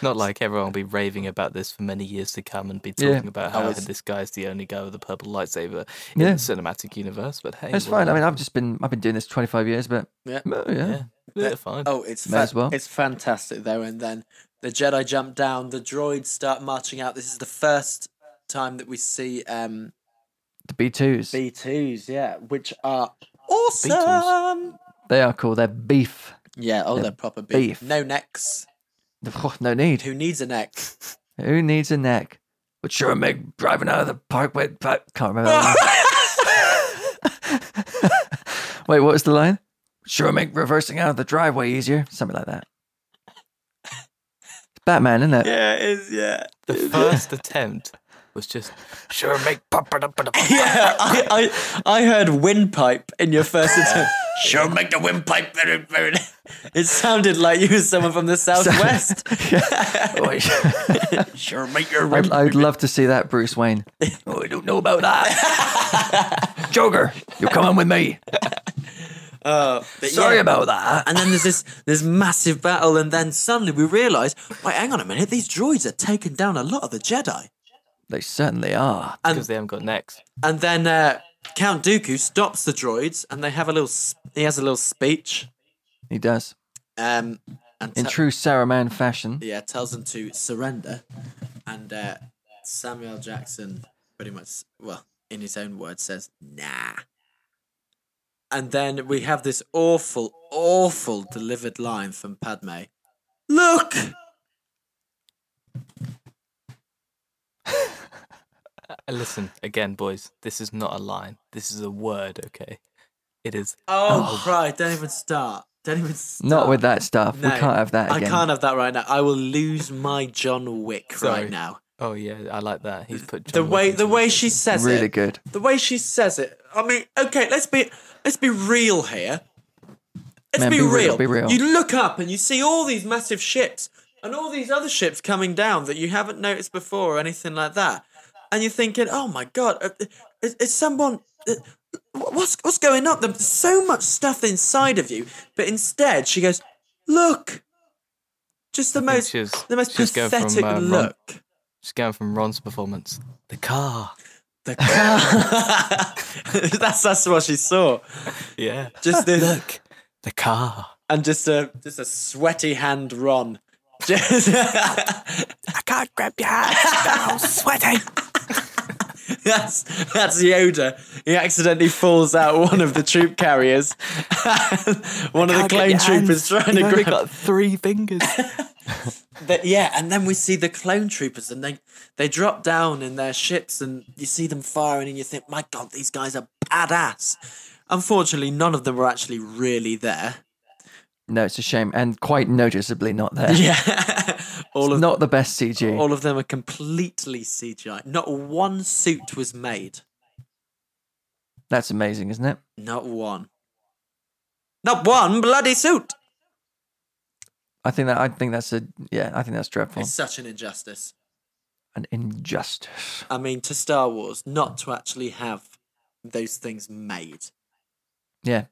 D: Not like everyone will be raving about this for many years to come and be
A: Yeah.
D: talking about how
C: Always.
D: this guy's the only guy with a purple lightsaber in
A: Yeah.
D: the cinematic universe. But hey,
A: It's
D: well
A: fine. I
D: done.
A: mean, I've just been I've been doing this twenty five years, but
C: Yeah.
A: oh, yeah.
D: yeah,
C: Yeah.
D: yeah, fine.
C: Oh, it's
A: May
C: fa-
A: as well.
C: it's fantastic though. And then the Jedi jump down. The droids start marching out. This is the first time that we see um,
A: the B twos
C: B twos. Yeah, which are awesome.
A: they are cool. They're beef.
C: Yeah. Oh,
A: They're
C: they're proper beef.
A: beef.
C: No necks.
A: no need.
C: Who needs a neck?
A: Who needs a neck? But sure, make driving out of the park with pa- can't remember. That line. Wait, what was the line? Sure, make reversing out of the driveway easier, something like that. It's Batman, isn't it?
C: Yeah, it is. Yeah.
D: the first attempt was just sure make pop it up.
C: Yeah, I, I, I heard windpipe in your first attempt. Sure, make the windpipe very, very. It sounded like you were someone from the southwest. sure, make your
A: I'd, I'd love to see that, Bruce Wayne. oh, I don't know about that. Joker, you're coming with me. Sorry about that.
C: And then there's this this massive battle, and then suddenly we realise, wait, hang on a minute, these droids are taking down a lot of the Jedi.
A: They certainly are.
D: Because they haven't got necks.
C: And then uh, Count Dooku stops the droids, and they have a little. s- He has a little speech.
A: He does.
C: Um, and
A: In
C: te-
A: true Saruman fashion.
C: yeah, tells them to surrender, and uh, Samuel Jackson pretty much, well, in his own words, says nah. And then we have this awful, awful delivered line from Padme. Look,
D: Uh, Listen, again, boys, this is not a line. This is a word, okay? It is.
C: oh, right, don't even start. Don't even start.
A: Not with that stuff.
C: No,
A: we can't have that again.
C: I can't have that right now. I will lose my John Wick
D: Sorry.
C: right now.
D: Oh, yeah, I like that. He's put.
C: the
D: John
C: way
D: Wilkins
C: the
D: in
C: way
D: it.
C: she says
A: Really
C: it,
A: good.
C: the way she says it. I mean, okay, let's be let's be real here. Let's
A: Man,
C: be,
A: be real,
C: real.
A: be real.
C: You look up and you see all these massive ships and all these other ships coming down that you haven't noticed before or anything like that, and you're thinking, "Oh my god, uh, is, is someone?" uh, wh- What's what's going on? There's so much stuff inside of you, but instead she goes, "Look." Just the most,
D: she was-
C: the most
D: she was going from,
C: pathetic
D: uh,
A: um,
D: Ron-
C: look.
D: She's going from Ron's performance. The car.
C: The car. that's that's what she saw.
D: Yeah.
C: Just this,
D: Look, the car.
C: and just a just a sweaty hand Ron. Just
D: I can't grab your hand. I'm sweating.
C: that's that's Yoda. He accidentally falls out one of the troop carriers. one of the clone troopers trying to grab.
D: got three fingers.
C: the- yeah, and then we see the clone troopers, and they they drop down in their ships, and you see them firing, and you think, my god, these guys are badass. Unfortunately, none of them were actually really there.
A: No, it's a shame. And quite noticeably not there.
C: Yeah, all of
A: Not the best CG.
C: all of them are completely CGI. Not one suit was made.
A: That's amazing, isn't it?
C: Not one. Not one bloody suit.
A: I think that I think that's a yeah, I think that's dreadful.
C: It's such an injustice.
A: An injustice.
C: I mean, to Star Wars, not to actually have those things made.
A: Yeah.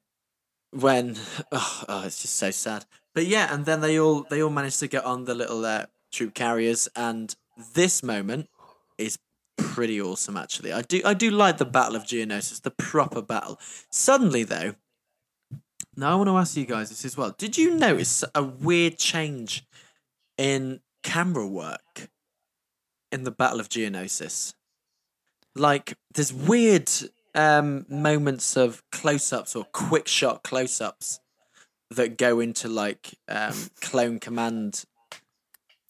C: When oh, oh, it's just so sad. But yeah, and then they all they all managed to get on the little uh, troop carriers, and this moment is pretty awesome. Actually, I do I do like the Battle of Geonosis, the proper battle. Suddenly, though, now I want to ask you guys this as well. Did you notice a weird change in camera work in the Battle of Geonosis? Like there's weird um, moments of close-ups or quick shot close-ups that go into like um, clone command.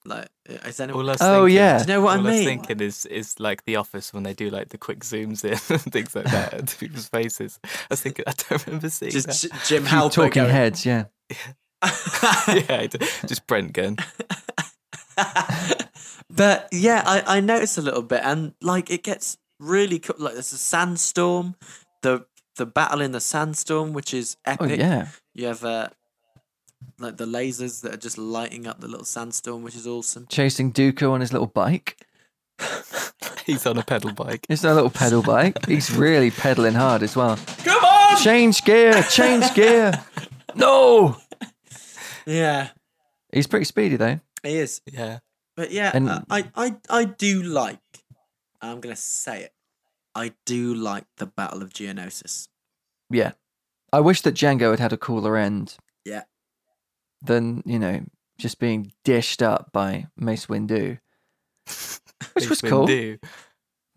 C: Like, is anyone?
D: All us
A: Oh,
D: thinking,
A: yeah.
C: Do you know what
D: all
C: I
D: us
C: mean?
D: thinking is is like The Office when they do like the quick zooms in and things like that into people's faces. I was thinking, I don't remember seeing that.
C: Just J- Jim
A: Few
C: Halpert
A: talking
C: going,
A: heads, yeah.
D: yeah, I d- just Brent going.
C: but yeah, I, I noticed a little bit, and like it gets really cool. Like there's a sandstorm, the the battle in the sandstorm, which is
A: Oh
C: epic.
A: yeah.
C: You have uh, like the lasers that are just lighting up the little sandstorm, which is awesome.
A: Chasing Dooku on his little bike.
D: He's on a pedal bike.
A: It's that little pedal bike. He's really pedaling hard as well. Come on! Change gear, change gear. No.
C: Yeah,
A: He's pretty speedy though.
C: it is.
D: Yeah.
C: But yeah,
A: And-
C: I, I I I do like. I'm gonna say it. I do like the Battle of Geonosis.
A: Yeah. I wish that Django had had a cooler end.
C: Yeah.
A: Than, you know, just being dished up by Mace Windu. Which was
D: Mace
A: cool.
D: Windu.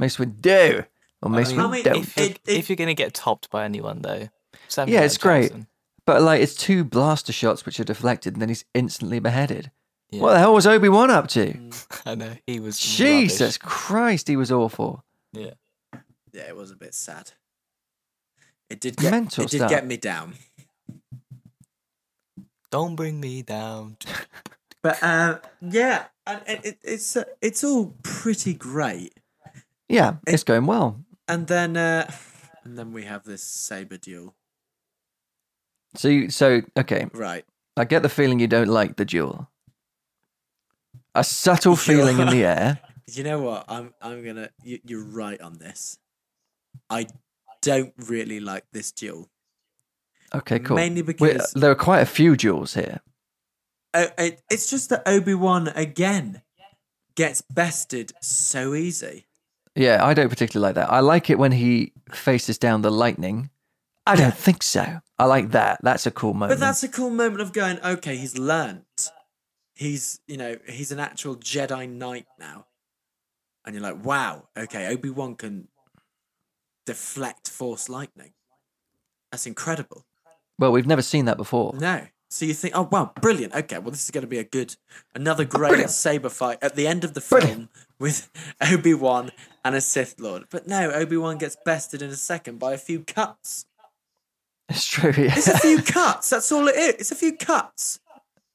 A: Mace Windu. Or Mace
D: mean, I
C: mean,
A: Windu.
D: If, you're-
C: It- it-
D: if you're going to get topped by anyone, though, Samuel
A: Yeah, it's
D: L.
A: great.
D: Jackson.
A: But like it's two blaster shots which are deflected and then he's instantly beheaded.
D: Yeah. Mm,
A: What the hell was Obi Wan up to?
D: I know he was.
A: Jesus Christ, he was awful.
D: rubbish.
C: Yeah, it was a bit sad. It did get
A: Mental
C: it did
A: stuff.
C: get me down.
D: Don't bring me down.
C: But um, yeah, and it, it, it's uh, it's all pretty great.
A: Yeah, it's going well.
C: And then uh, and then we have this saber duel,
A: So, you, so okay,
C: right?
A: I get the feeling you don't like the duel. A subtle feeling in the air.
C: You know what? I'm I'm gonna. You, you're right on this. I don't really like this duel.
A: Okay, cool.
C: Mainly
A: We're-
C: because-
A: there are quite a few duels here.
C: Oh, it, it's just that Obi Wan again gets bested so easy.
A: Yeah, I don't particularly like that. I like it when he faces down the lightning. I don't think so. I like that. That's a cool moment.
C: But that's a cool moment of going, okay, he's learnt. He's, you know, he's an actual Jedi Knight now. And you're like, wow, okay, Obi Wan can deflect Force lightning. That's incredible.
A: well, we've never seen that before.
C: No. So you think, oh, wow, brilliant. Okay, well, this is going to be a good, another great saber fight at the end of the film with Obi Wan and a Sith Lord. But no, Obi Wan gets bested in a second by a few cuts.
A: It's true. Yeah.
C: It's a few cuts. That's all it is. It's a few cuts.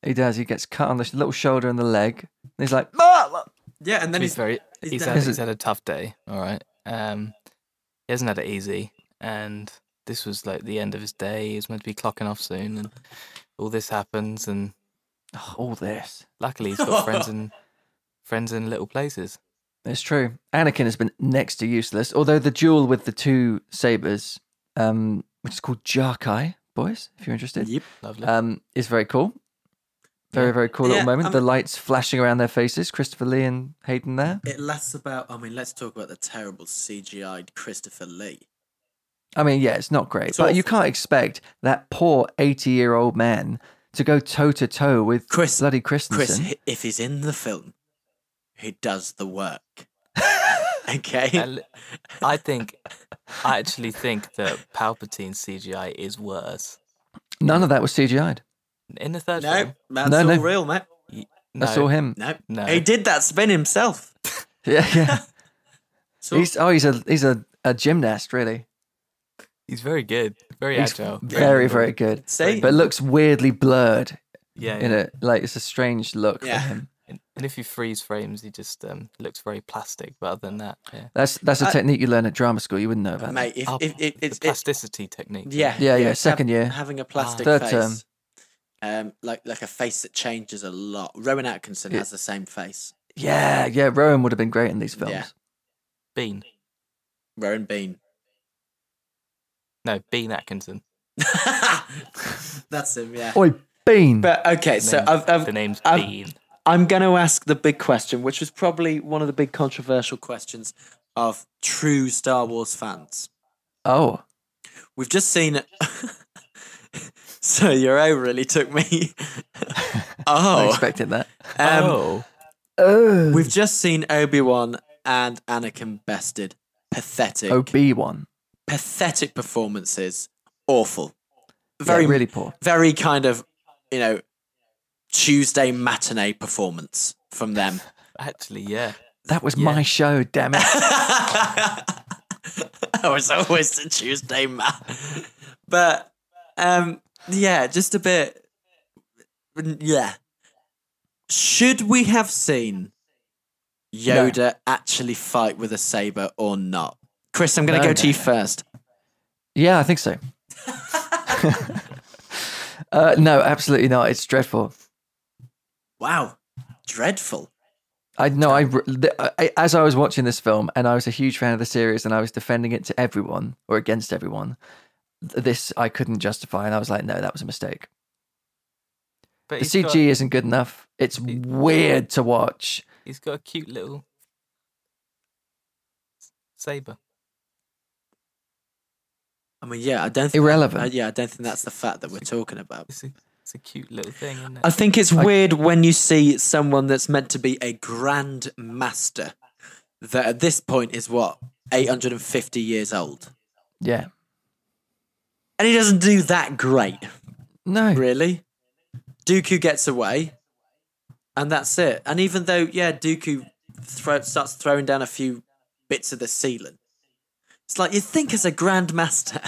A: he does. He gets cut on the sh- little shoulder and the leg. And he's like, "Ah!"
C: Yeah, and then
D: he's
C: he's
D: very
C: he's
D: he's
C: down.
D: had,
A: Is
D: he's
A: it-
D: had a tough day all right um he hasn't had it easy and this was like the end of his day he was meant to be clocking off soon and all this happens and
A: all this.
D: luckily he's got friends in friends in little places
A: It's true. Anakin has been next to useless. Although the duel with the two sabers, um, which is called Jarkai, boys, if you're interested,
C: Yep.
D: lovely
A: um, is very cool. Very very cool
C: Yeah,
A: little moment.
C: I'm-
A: the lights flashing around their faces. Christopher Lee and Hayden there.
C: It lasts about. I mean, let's talk about the terrible CGI'd Christopher Lee.
A: I mean, yeah, it's not great,
C: It's
A: but you
C: awful.
A: can't expect that poor eighty-year-old man to go toe to toe with
C: Chris-
A: bloody Christensen.
C: Chris, hi- if he's in the film, he does the work. okay.
D: And Uh, i think i actually think that palpatine's cgi is worse
A: None of that was CGI'd.
D: in the third
C: No,
D: film
C: that's
A: No,
C: all
A: no.
C: real, mate.
A: I
D: no,
A: saw him.
C: No.
D: No.
C: he did that spin himself.
A: Yeah, yeah.
C: So
A: he's oh, he's a he's a, a gymnast, really.
D: he's very good very
A: He's
D: agile
A: very very good,
C: See?
A: but looks weirdly blurred
D: yeah,
A: in it. Like it's a strange look
C: Yeah.
A: for him.
D: And, and if you freeze frames, he just um, looks very plastic. But other than that, yeah.
A: That's that's a
C: I-
A: technique you learn at drama school. You wouldn't know about
C: mate, if,
D: Oh,
C: if, if,
D: the
C: it's it's
D: plasticity technique.
C: yeah,
A: Yeah, yeah,
C: it's
A: second year.
C: having a plastic
A: Third
C: face.
A: term.
C: Um, like like a face that changes a lot. Rowan Atkinson
A: Yeah.
C: has the same face.
A: that. Yeah, yeah. Rowan would have been great in these films.
C: Yeah.
D: Bean.
C: Rowan Bean.
D: No, Bean Atkinson.
C: That's him. Yeah.
A: Oi, Bean.
C: But okay,
D: The
C: so
D: name's-
C: I've, I've
D: the name's
C: I've-
D: Bean.
C: I'm going to ask the big question, which was probably one of the big controversial questions of true Star Wars fans.
A: oh,
C: We've just seen. so your O really took me.
A: I
C: oh.
A: expected that.
C: Um,
D: oh,
A: Oh,
C: We've just seen Obi Wan and Anakin bested. Pathetic.
A: OB Oh, one.
C: Pathetic performances. Awful.
A: Very
C: Very,
A: really poor.
C: very kind of, you know, Tuesday matinee performance from them.
D: actually, yeah.
A: That was
D: Yeah.
A: my show. Damn it.
C: I was always a Tuesday man. But um yeah, just a bit yeah. Should we have seen Yoda actually fight with a saber or not? Chris, I'm going to
A: No,
C: go
A: no,
C: to you
A: no.
C: first.
A: Yeah, I think so. uh, no, absolutely not. It's dreadful.
C: Wow. Dreadful.
A: I know. I, re- th- I as I was watching this film, and I was a huge fan of the series, and I was defending it to everyone or against everyone. th- This I couldn't justify, and I was like, "No, that was a mistake.
D: But
A: The
D: he's
A: CG
D: got-
A: isn't good enough. It's weird to watch."
D: he's got a cute little saber.
C: I mean, yeah, I don't think
A: Irrelevant.
C: uh, yeah, I don't think that's the fact that we're talking about.
D: It's a, it's a cute little thing, isn't it?
C: I think it's weird when you see someone that's meant to be a grand master that at this point is what 850 years old.
A: Yeah.
C: And he doesn't do that great,
A: No.
C: really. Dooku gets away, and that's it. And even though, yeah, Dooku thro- starts throwing down a few bits of the ceiling, it's like you think as a grand master,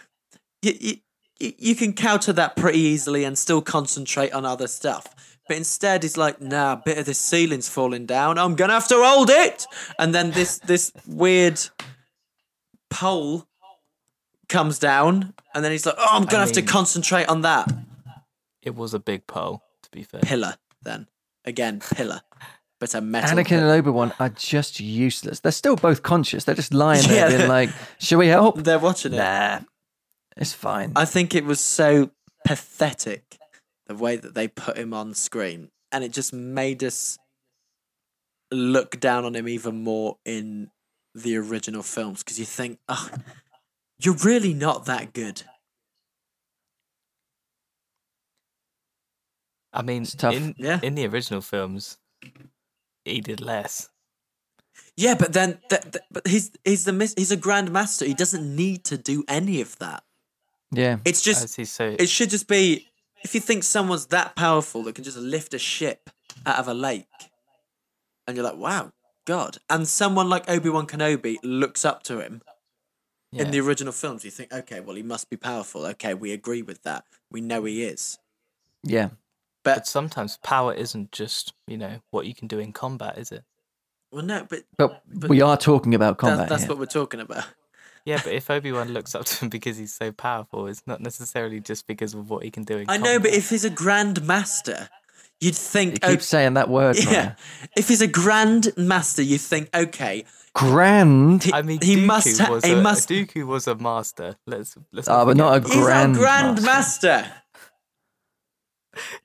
C: you, you, you you can counter that pretty easily and still concentrate on other stuff. But instead, he's like, nah, a bit of the ceiling's falling down. I'm gonna have to hold it. And then this this weird pole comes down, and then he's like, oh, I'm gonna
D: I
C: have to
D: mean-
C: concentrate on that
D: It was a big pole, to be fair.
C: pillar. Then again, pillar, but a metal.
A: Anakin and
C: pillar.
A: Obi Wan are just useless. They're still both conscious. They're just lying
C: Yeah,
A: there, being
C: they're-
A: like, "Should we help?"
C: They're watching it.
A: Nah. It's fine.
C: I think it was so pathetic the way that they put him on screen, and it just made us look down on him even more in the original films because you think, oh, you're really not that good.
D: I mean,
A: It's tough.
D: in
C: Yeah.
D: in the original films, he did less.
C: Yeah, but then, th- th- but he's he's the mis- he's a grand master. He doesn't need to do any of that.
A: Yeah.
C: It's just
D: As he's so
C: It should just be if you think someone's that powerful that can just lift a ship out of a lake, and you're like, wow, God. And someone like Obi Wan Kenobi looks up to him in
D: yeah.
C: the original films. You think, okay, well, he must be powerful. Okay, we agree with that. We know he is.
A: Yeah.
D: But sometimes power isn't just you know what you can do in combat, is it?
C: Well, no, but,
A: But,
C: But
A: we are talking about
C: that's,
A: combat.
C: that's
A: here.
C: what we're talking about.
D: Yeah, but if Obi Wan looks up to him because he's so powerful, it's not necessarily just because of what he can do in
C: I
D: combat.
C: know, but if he's a grand master, you'd
A: you
C: think,
A: keep
C: okay,
A: saying that word.
C: yeah.
A: Yeah.
C: If he's a grand master, you think, okay,
A: Grand.
C: he,
D: I mean,
C: he
D: Dooku
C: must, ha-
D: was
C: he
D: a,
C: must
D: Dooku was a master. Let's let's.
A: Ah, but not a
D: forget.
C: He's
A: Grand
C: a grand master.
A: master.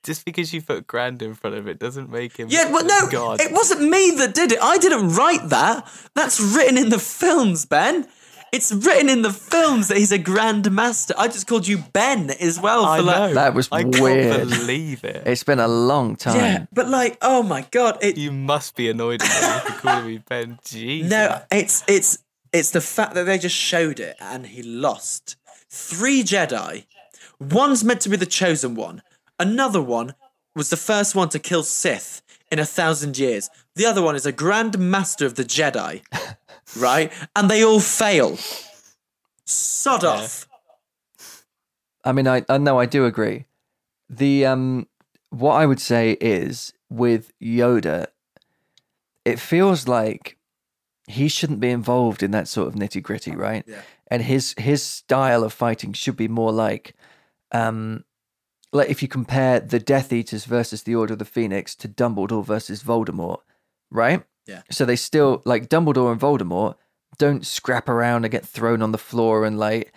D: just because you put grand in front of it doesn't make him.
C: Yeah, well, no,
D: God.
C: it wasn't me that did it. I didn't write that. That's written in the films, Ben. It's written in the films that he's a grand master. I just called you Ben as well for
D: I
C: like.
D: know.
A: That was
D: I
A: weird.
D: can't believe it.
A: It's been a long time.
C: Yeah, but like, oh my god, it
D: You must be annoyed at me for calling me Ben. Jesus.
C: no, it's it's it's the fact that they just showed it and he lost three Jedi. One's meant to be the chosen one. Another one was the first one to kill Sith in a thousand years. The other one is a Grand Master of the Jedi, right? And they all fail. Sod off.
A: I mean, I, I no, I do agree. The um, what I would say is with Yoda, it feels like he shouldn't be involved in that sort of nitty gritty, right?
C: Yeah.
A: And his his style of fighting should be more like, um, like if you compare the Death Eaters versus the Order of the Phoenix to Dumbledore versus Voldemort, right?
C: Yeah.
A: So they still like Dumbledore and Voldemort don't scrap around and get thrown on the floor and like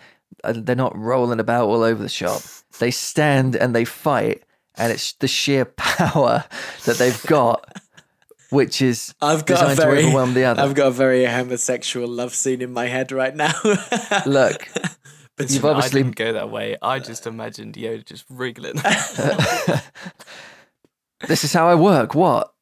A: uh, they're not rolling about all over the shop. They stand and they fight, and it's the sheer power that they've got, which is
C: I've got a
A: designed to
C: very
A: overwhelm the other.
C: I've got a very homosexual love scene in my head right now.
A: Look,
D: But
A: you've
D: I
A: obviously-
D: didn't go that way. I just imagined Yoda just wriggling.
A: this is how I work. What?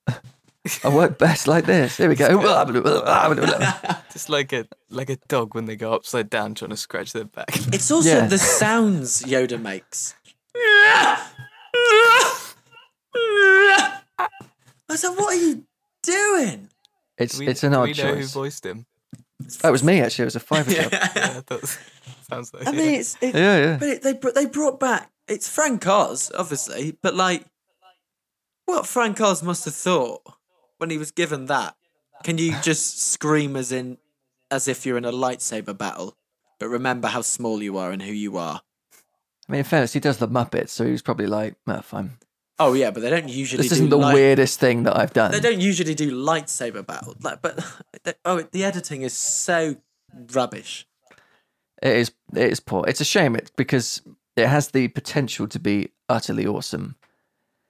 A: I work best like this. Here we go.
D: just like a like a dog when they go upside down trying to scratch their back.
C: It's also
A: Yeah.
C: the sounds Yoda makes. I was like, what are you doing?
A: It's
D: Do we-
A: it's an
D: do
A: odd
D: we know
A: choice.
D: who voiced him.
A: That was me actually. It was a fiver job.
D: Yeah, that sounds like
C: I
D: it.
C: mean, it's it,
A: Yeah, yeah.
C: but it, they br- they brought back it's Frank Oz, obviously, but like, what Frank Oz must have thought when he was given that? Can you just scream as in as if you're in a lightsaber battle, but remember how small you are and who you are?
A: I mean, in fairness, he does the Muppets, so he was probably like, "Oh, fine.
C: Oh yeah, but they don't usually.
A: This
C: do
A: isn't the
C: light-
A: weirdest thing that I've done."
C: They don't usually do lightsaber battle, like, but they, oh, the editing is so rubbish.
A: It is it is poor. It's a shame it because it has the potential to be utterly awesome,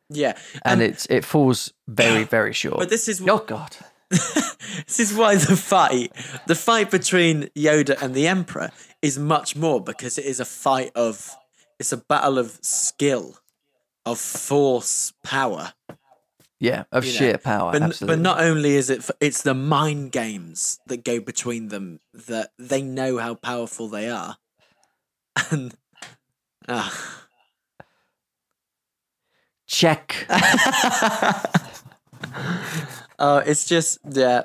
C: Yeah,
A: and it's it falls very very short.
C: but this is
A: oh god,
C: this is why the fight, the fight between Yoda and the Emperor, is much more because it is a fight of, it's a battle of skill, of force, power.
A: yeah, of
C: you know.
A: sheer power,
C: But,
A: absolutely.
C: but not only is it, f it's the mind games that go between them that they know how powerful they are, and ah,
A: check.
C: oh, it's just yeah.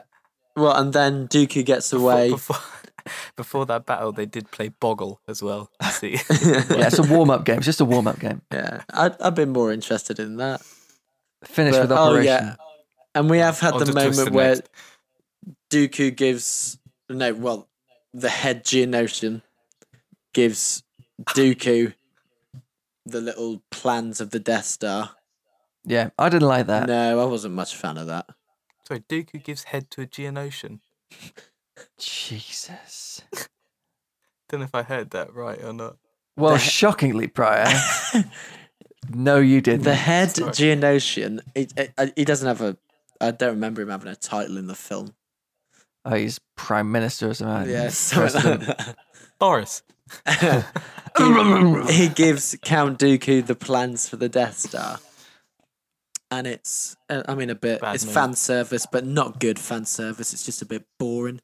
C: Well, and then Dooku gets away.
D: before, before that battle, they did play Boggle as well. See,
A: yeah, it's a warm up game. It's just a warm up game.
C: Yeah, I'd, I've been more interested in that.
A: Finish
C: But-
A: with
C: oh,
A: operation.
C: yeah. And we have had
D: On
C: the
D: to Twister
C: moment where
D: next.
C: Dooku gives no, well, the head Geonosian gives Dooku the little plans of the Death Star.
A: Yeah, I didn't like that.
C: No, I wasn't much a fan of that.
D: sorry, Dooku gives head to a Geonosian.
A: Jesus.
D: Don't know if I heard that right or not.
A: Well, shockingly, prior. no, you didn't.
C: The head Geonosian, he, he- he doesn't have a. I don't remember him having a title in the film.
A: oh, he's prime minister or something.
C: Yeah,
A: President.
C: something like that.
D: Boris.
C: he, he gives Count Dooku the plans for the Death Star. And it's, uh, I mean, a bit,
D: Bad
C: it's
D: move.
C: fan service, but not good fan service. It's just a bit boring.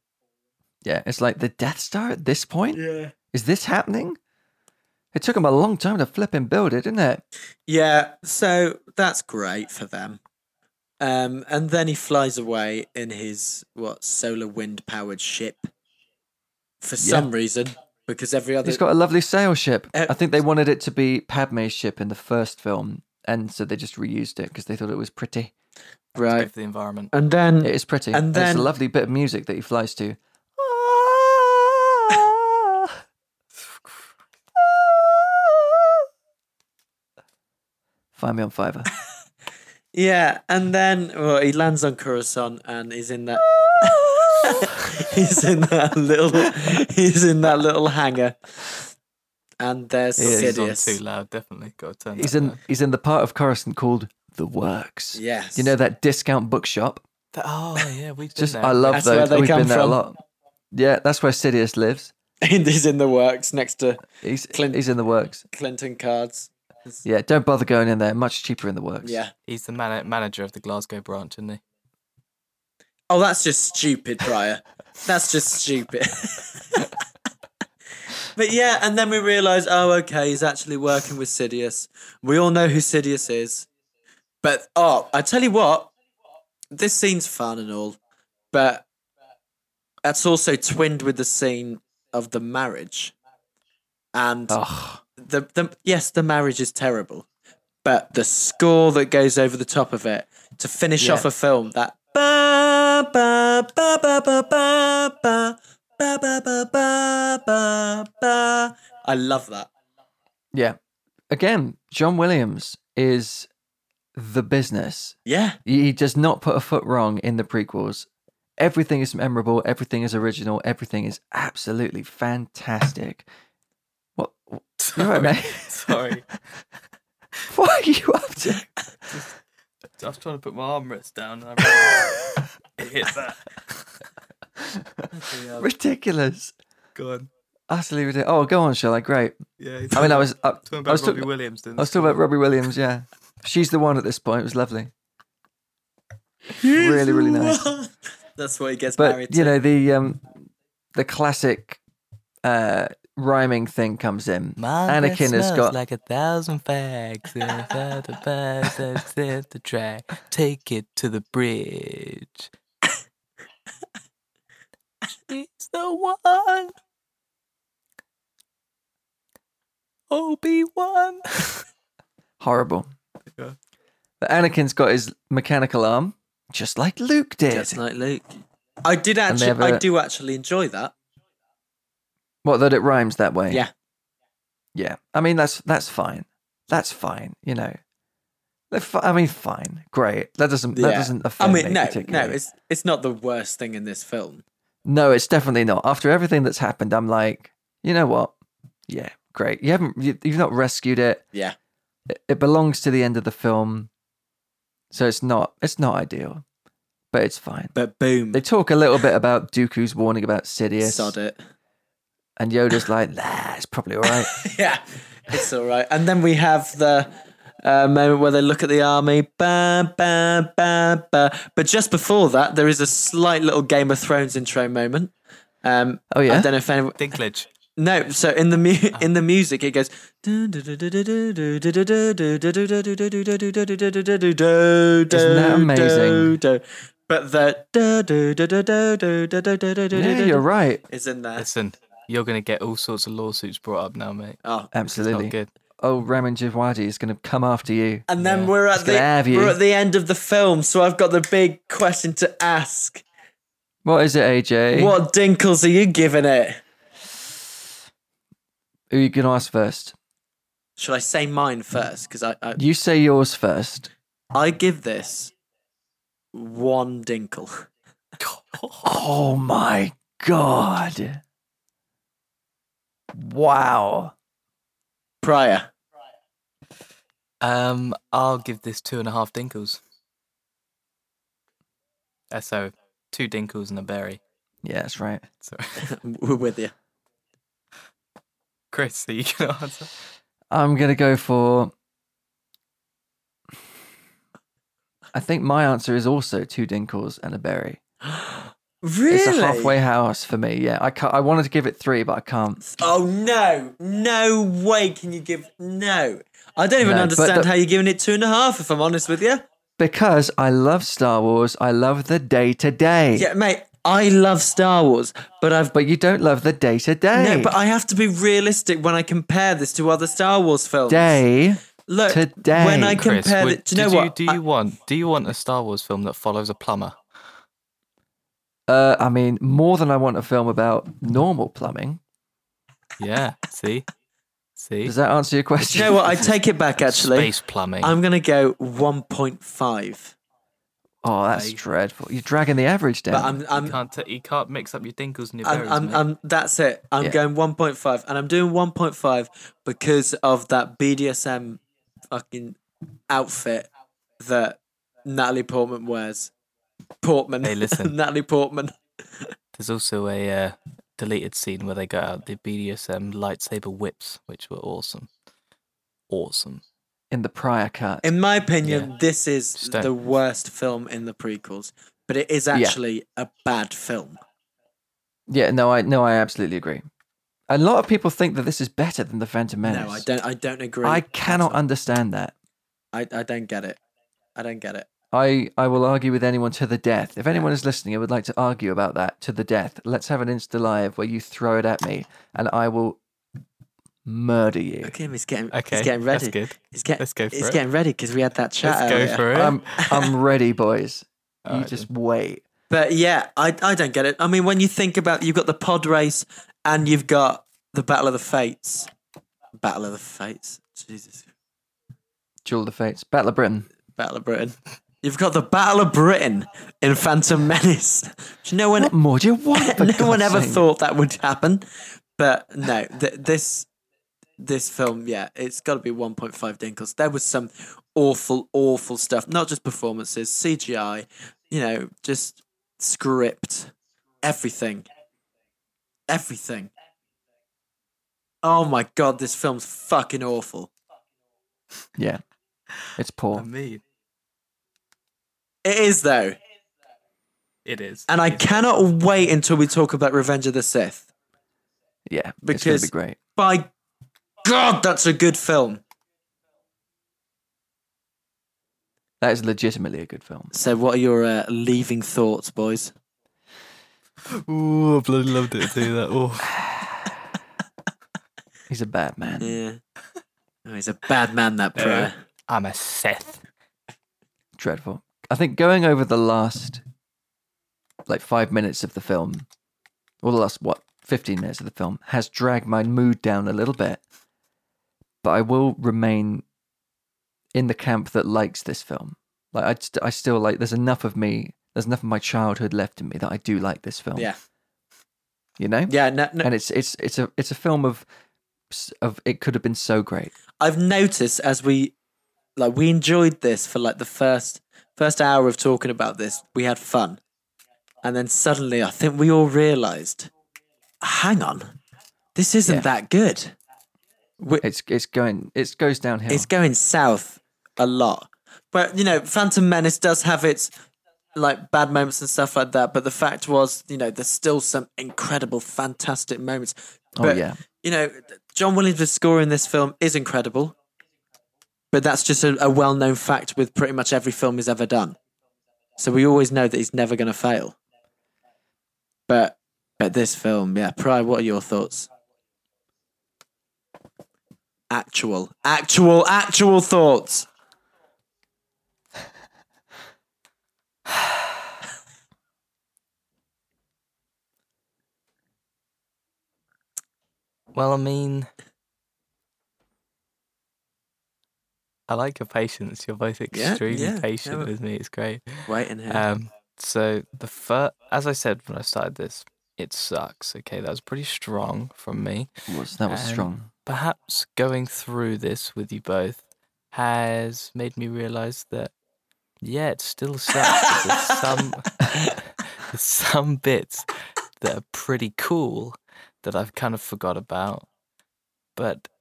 A: Yeah, it's like the Death Star at this point?
C: Yeah.
A: Is this happening? It took him a long time to flip and build it, didn't it?
C: Yeah, so that's great for them. Um, and then he flies away in his, what, solar wind powered ship for some reason, because every other.
A: He's got a lovely sail ship.
C: Uh,
A: I think they wanted it to be Padme's ship in the first film, and so they just reused it because they thought it was pretty.
D: Good
C: right.
D: for the environment.
C: And then.
A: It is pretty.
C: And
A: And then, it's
C: then-
A: a lovely bit of music that he flies to. Find me on Fiverr.
C: Yeah, and then well, he lands on Coruscant and he's in that. he's in that little. He's in that little hangar, and there's
A: He
D: He's on
C: Sidious.
D: too loud, definitely. Got to turn
A: He's
D: that
A: in
D: down.
A: he's in the part of Coruscant called the Works.
C: Yes,
A: You know that discount bookshop?
D: That- oh, yeah, we've been
A: Just
D: there.
A: I love
C: That's
A: those.
C: where they
A: We've
C: come
A: been there
C: from.
A: a lot. Yeah, that's where Sidious lives.
C: he's in the works next to
A: He's
C: Clint-
A: he's in the works.
C: Clinton cards.
A: Yeah, don't bother going in there. Much cheaper in the works.
C: Yeah.
D: He's the man- manager of the Glasgow branch, isn't he?
C: Oh, that's just stupid, Briar. that's just stupid. but yeah, and then we realise, oh, okay, he's actually working with Sidious. We all know who Sidious is. But oh, I tell you what, this scene's fun and all, but that's also twinned with the scene of the marriage. And
A: Ugh.
C: the, the yes, the marriage is terrible, but the score that goes over the top of it to finish off a film that ba ba ba ba ba ba ba ba ba ba ba ba ba. I love that.
A: Yeah. Again, John Williams is the business.
C: Yeah,
A: He he does not put a foot wrong in the prequels. Everything is memorable. Everything is original. Everything is absolutely fantastic. What? You're right, mate.
D: Sorry.
A: What are you up to?
D: I was trying to put my armrest down and I hit that. Um,
A: Ridiculous.
D: Go on.
A: Utterly ridiculous. Oh, go on, Shirley. Great.
D: Yeah.
A: I mean, I was up.
D: talking
A: I was
D: about
A: talking-
D: Robbie Williams, didn't
A: I was talking about Robbie Williams. Yeah, she's the one at this point. It was lovely. really, really nice.
C: That's what he gets married
A: But
C: to.
A: you know the um, the classic uh, rhyming thing comes in. Anakin has got
D: like a thousand fags. the the track. Take it to the bridge. She's the one. Obi Wan.
A: horrible.
D: Yeah.
A: But Anakin's got his mechanical arm, just like Luke did.
C: Just like Luke. I did
A: And they
C: actually.
A: have
C: I
A: a-
C: do actually enjoy that.
A: What that it rhymes that way.
C: Yeah.
A: yeah. I mean that's that's fine. That's fine. You know. They're fi- I mean, fine, great. That doesn't that
C: Yeah.
A: doesn't
C: I
A: offend
C: mean,
A: me
C: no, no,
A: particularly.
C: it's it's not the worst thing in this film.
A: No, it's definitely not. After everything that's happened, I'm like, you know what? Yeah, great. You haven't, you, you've not rescued it.
C: Yeah.
A: It, it belongs to the end of the film, so it's not, it's not ideal, but it's fine.
C: But boom,
A: They talk a little bit about Dooku's warning about Sidious,
C: sod it.
A: and Yoda's like, nah, it's probably all right.
C: yeah, it's all right. And then we have the uh, moment where they look at the army. Ba, ba, ba, ba. But just before that, there is a slight little Game of Thrones intro moment. Um,
A: Oh, yeah?
C: I don't know if anyone.
D: Dinklage.
C: No, so in the mu- in the music it goes. Isn't that
A: amazing?
C: But the
A: yeah, you're right.
C: is in there.
D: Listen, you're going to get all sorts of lawsuits brought up now, mate.
C: Oh,
D: It's not
A: Absolutely.
D: good.
A: Oh, Ramin Djawadi is going to come after you.
C: And then we're
A: It's
C: at
A: gonna
C: the
A: have you.
C: we're at the end of the film, so I've got the big question to ask.
A: What is it, AJ?
C: What dinkles are you giving it?
A: Who are you going to ask first?
C: Should I say mine first? Because I, I
A: You say yours first.
C: I give this one dinkle.
A: Oh my god. Wow.
C: Prior.
D: Um, I'll give this two and a half dinkles. Uh, so, two dinkles and a berry.
A: Yeah, that's right.
C: We're with you.
D: Chris, are you gonna answer?
A: I'm gonna go for. I think my answer is also two dinkles and a berry.
C: Really?
A: It's a halfway house for me. Yeah, I can't, I wanted to give it three, but I can't.
C: Oh no! No way can you give no. I don't even
A: No, but
C: understand
A: the-
C: how you're giving it two and a half. If I'm honest with you,
A: Because I love Star Wars. I love the day to day.
C: yeah, mate. I love Star Wars, but I've
A: But you don't love the day to day.
C: no. But I have to be realistic when I compare this to other Star Wars films.
A: Day.
C: Look,
A: today,
C: when I
D: Chris,
C: compare
D: would-
C: it, do you know
D: did
C: what?
D: do
C: I-
D: you want? Do you want a Star Wars film that follows a plumber?
A: Uh, I mean, more than I want a film about normal plumbing.
D: Yeah. See, see.
A: Does that answer your
C: do
A: question?
C: you know what? I take it back. Actually,
D: Space plumbing.
C: I'm gonna go 1.5.
A: Oh, that's
D: I-
A: dreadful. You're dragging the average down.
C: But I'm,
D: you
C: I'm,
D: can't t- you can't mix up your dinkles and your berries.
C: I'm, I'm,
D: mate.
C: I'm- that's it. I'm
A: Yeah.
C: going 1.5, and I'm doing 1.5 because of that BDSM fucking outfit that Natalie Portman wears. Portman.
D: Hey, listen.
C: Natalie Portman.
D: There's also a uh, deleted scene where they got out the BDSM lightsaber whips, which were awesome. Awesome.
A: in the prior cut.
C: In my opinion,
D: Yeah.
C: this is
D: Just don't-
C: the worst film in the prequels, but it is actually a bad film.
A: yeah, no, I no, I absolutely agree. A lot of people think that this is better than the Phantom Menace.
C: No, I don't. I don't agree.
A: I
C: at
A: cannot
C: all.
A: understand that.
C: I, I don't get it. I don't get it.
A: I, I will argue with anyone to the death. If anyone is listening and would like to argue about that to the death, let's have an Insta Live where you throw it at me and I will murder you.
C: Look at him. He's getting.
D: Okay,
C: he's getting ready.
D: that's good.
C: He's get,
D: Let's go for
C: he's
D: it.
C: getting ready because we had that chat.
D: Let's go
C: earlier. Um,
D: for it.
A: I'm, I'm ready, boys.
D: All
A: you
D: right
A: just wait.
C: But yeah, I I don't get it. I mean, when you think about, you've got the pod race and you've got the Battle of the Fates. Battle of the Fates. Jesus.
A: Jewel of the Fates, Battle of Britain.
C: Battle of Britain. You've got the Battle of Britain in Phantom Menace. Which no one
A: What more do you want? for
C: no one
A: God's
C: ever
A: sake?
C: thought that would happen. But no, th- this this film, yeah, it's got to be 1.5 dinkles. There was some awful, awful stuff. Not just performances, CGI, you know, just script, everything, everything. Oh my god, this film's fucking awful.
A: Yeah, it's
D: I
A: poor.
C: Um,
D: mean,
C: It is though,
D: it is.
C: and I
D: It's-
C: cannot wait until we talk about Revenge of the Sith.
A: Yeah, it's going
C: Because-
A: to be great.
C: By God, that's a good film.
A: That is legitimately a good film.
C: So, what are your uh, leaving thoughts, boys?
D: Ooh, I bloody loved it. Do that. Oh,
A: He's a bad man.
C: Yeah. Oh, he's a bad man, that prayer.
D: I'm a Sith.
A: dreadful. I think going over the last like five minutes of the film, or the last what fifteen minutes of the film, has dragged my mood down a little bit. But I will remain in the camp that likes this film. Like I, st- I still like. There's enough of me. There's enough of my childhood left in me that I do like this film.
C: Yeah.
A: you know.
C: Yeah, no, no,
A: And it's it's it's a it's a film of s- of it could have been so great.
C: I've noticed as we like we enjoyed this for like the first first hour of talking about this, we had fun. And then suddenly I think we all realized, hang on, this isn't
A: Yeah.
C: that good. We,
A: It's it's going it goes downhill.
C: it's going south a lot. But you know, Phantom Menace does have its like bad moments and stuff like that. But the fact was, you know, there's still some incredible, fantastic moments.
A: Oh,
C: But,
A: yeah.
C: You know, John Williams' score in this film is incredible. But that's just a, a well known fact with pretty much every film he's ever done. So we always know that he's never gonna fail. But but this film, yeah. Pry, what are your thoughts? Actual, actual, actual thoughts.
D: Well, I mean, I like your patience. You're both
C: Yeah,
D: extremely
C: yeah,
D: patient
C: yeah.
D: with me. It's great.
C: Waiting here.
D: Um, so the first, as I said when I started this, it sucks. Okay, that was pretty strong from me.
A: was, that was
D: and-
A: strong.
D: Perhaps going through this with you both has made me realise that yeah, it still sucks. There's some there's some bits that are pretty cool that I've kind of forgot about. But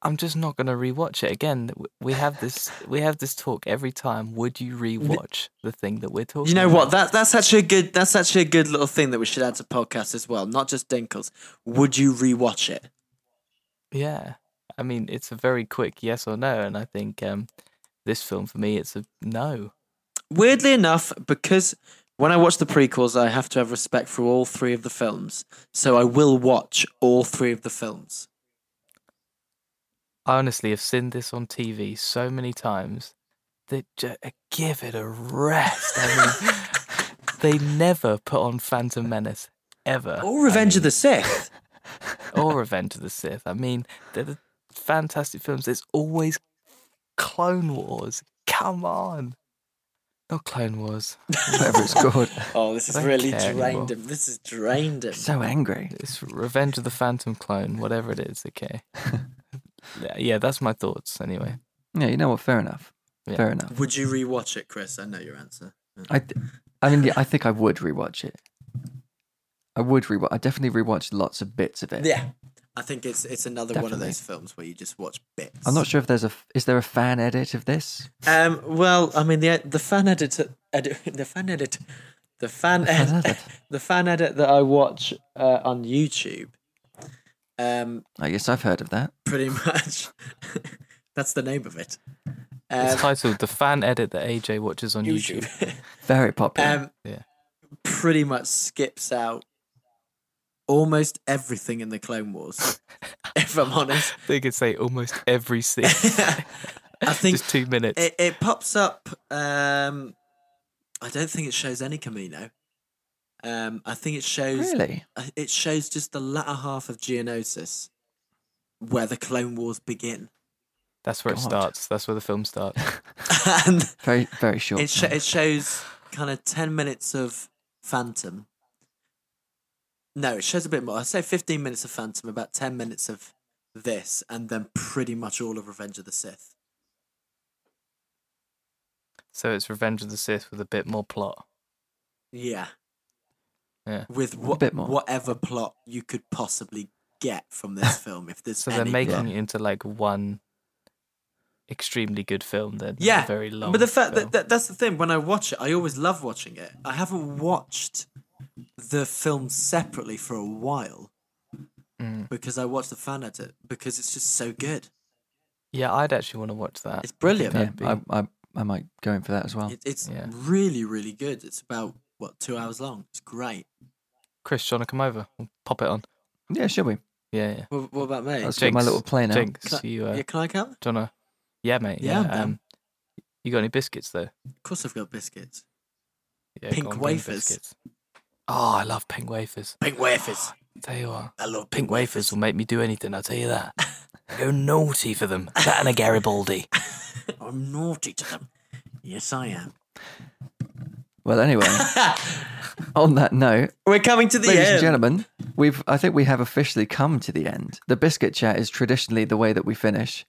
D: I'm just not going to rewatch it again. w- We have this we have this talk every time. Would you rewatch the thing that we're talking?
C: You know what?
D: about?
C: That that's actually a good that's actually a good little thing that we should add to podcasts as well. Not just Dinkles. Would you rewatch it?
D: Yeah. I mean, it's a very quick yes or no, and I think um, this film for me, it's a no.
C: Weirdly enough, because when I watch the prequels, I have to have respect for all three of the films, so I will watch all three of the films.
D: I honestly have seen this on TV so many times that ju- give it a rest. I mean, they never put on Phantom Menace ever,
C: Or Revenge of the Sith.
D: or Revenge of the Sith. I mean, they're the fantastic films. There's always Clone Wars. Come on, not Clone Wars.
A: whatever it's called.
C: Oh, this
D: I
C: has
D: don't
C: really
D: care
C: drained
D: anymore.
C: him. This has drained him.
A: So angry.
D: It's Revenge of the Phantom Clone, whatever it is. Okay. Yeah, yeah, that's my thoughts anyway.
A: Yeah, you know what? Fair enough.
D: Yeah.
A: Fair enough.
C: Would you rewatch it, Chris? I know your answer.
A: I, th- I mean, yeah, I think I would rewatch it. I would rewatch. I definitely rewatched lots of bits of it.
C: Yeah. I think it's it's another one of
A: Definitely.
C: those films where you just watch bits.
A: I'm not sure if there's a. f- Is there a fan edit of this?
C: Um. Well, I mean the the fan edit, edit the fan edit, the fan
A: fan
C: edit,
A: edit.
C: the fan edit that I watch uh, on YouTube. Um.
A: I guess I've heard of that.
C: Pretty much. that's the name of it.
D: It's
C: Um,
D: titled "The Fan Edit That AJ Watches on YouTube."
A: Very popular.
C: um.
D: Yeah.
C: Pretty much skips out almost everything in the Clone Wars. if I'm honest,
D: They could say almost every scene.
C: I think
D: Just two minutes.
C: it, it pops up. Um, I don't think it shows any Camino. Um, I think it shows
A: really?
C: I- it shows just the latter half of Geonosis, where the Clone Wars begin,
D: That's where it
A: God.
D: starts. That's where the film starts.
C: and
A: Very very short.
C: it sh- it shows kind of ten minutes of Phantom. No, it shows a bit more. I say fifteen minutes of Phantom, about ten minutes of this, and then pretty much all of Revenge of the Sith.
D: so it's Revenge of the Sith with a bit more plot.
C: Yeah.
D: Yeah.
C: With what,
A: bit more.
C: whatever plot you could possibly get from this film, if there's
D: So
C: any
D: they're making
C: plot.
D: it into like one extremely good film. Then
C: yeah,
D: very long.
C: But the fact
D: film.
C: that, that that's the thing. When I watch it, I always love watching it. I haven't watched the film separately for a while
D: Mm.
C: because I watched the fan edit because it's just so good.
D: yeah, I'd actually want to watch that.
C: It's brilliant.
A: yeah,
D: that'd be-
A: I, I I might go in for that as well.
C: It, it's
D: Yeah.
C: really really good. It's about what two hours long. It's great.
D: Chris, do you want to come over? We'll pop it on.
A: Yeah, shall we?
D: Yeah, yeah.
C: What, what about me?
A: Let's get my
D: Jinx.
A: little plane out.
D: Jinx,
C: Can I,
D: you uh,
C: yeah, can I come?
D: do you wanna? Yeah, mate.
C: Yeah,
D: Yeah.
C: I'm down.
D: um, you got any biscuits though?
C: Of course, I've got biscuits.
D: Yeah,
C: Pink
D: go on, bring
C: wafers.
D: biscuits. Oh, I love pink wafers.
C: Pink wafers.
D: Tell you what,
C: I love
D: pink wafers will make me do anything. I'll tell you that. Go naughty for them. That and a Garibaldi.
C: I'm naughty to them. Yes, I am.
A: Well, anyway. on that note,
C: We're coming to the
A: Ladies
C: end.
A: and gentlemen, we've I think we have officially come to the end. The biscuit chat is traditionally the way that we finish.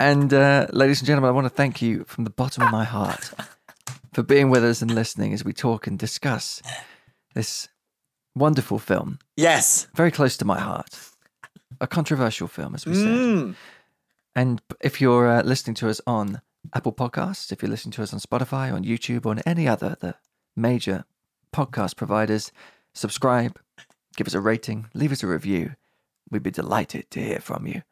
A: And uh, ladies and gentlemen, I want to thank you from the bottom of my heart for being with us and listening as we talk and discuss this wonderful film,
C: Yes.
A: very close to my heart. A controversial film, as we said.
C: Mm.
A: And if you're uh, listening to us on Apple Podcasts, if you're listening to us on Spotify, on YouTube, or on any other of the major podcast providers, subscribe, give us a rating, leave us a review. We'd be delighted to hear from you.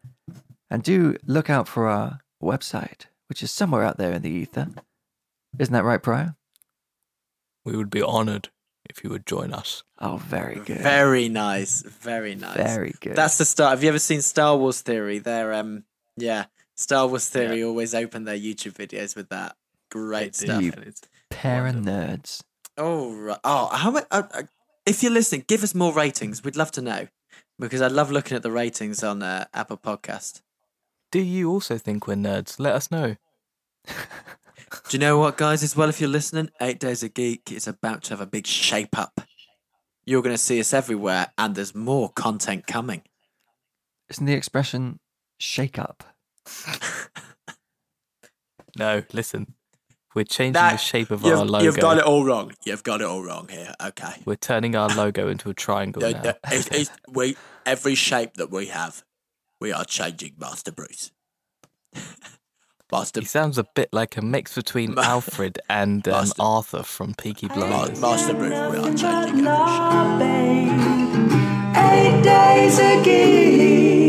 A: And do look out for our website, which is somewhere out there in the ether. Isn't that right, Brian?
D: We would be honoured if you would join us.
A: Oh, very good.
C: Very nice. Very nice.
A: Very good.
C: That's the start. Have you ever seen Star Wars Theory? They're um yeah. Star Wars Theory always open their YouTube videos with that. Great stuff.
A: You pair of nerds.
C: Oh, right. oh, how much? Uh, uh, if you're listening, give us more ratings. We'd love to know because I love looking at the ratings on uh, Apple Podcast.
D: Do you also think we're nerds? Let us know.
C: Do you know what, guys? As well, if you're listening, Eight Days a Geek is about to have a big shape up. You're going to see us everywhere, and there's more content coming.
A: Isn't the expression shake up?
D: No, listen. We're changing
C: Nah,
D: the shape of our
C: You've,
D: logo.
C: you've got it all wrong. You've got it all wrong here. Okay.
D: We're turning our logo into a triangle
C: No,
D: now.
C: no, it's- it's- we, every shape that we have, we are changing Master Bruce. Master,
D: He sounds a bit like a mix between
C: Ma-
D: Alfred and um,
C: Master-
D: Arthur from Peaky
C: Ma-
D: Blinders.
C: Master Bruce, we are
B: Nothing
C: changing every shape.
B: but love, babe. Eight days a geek.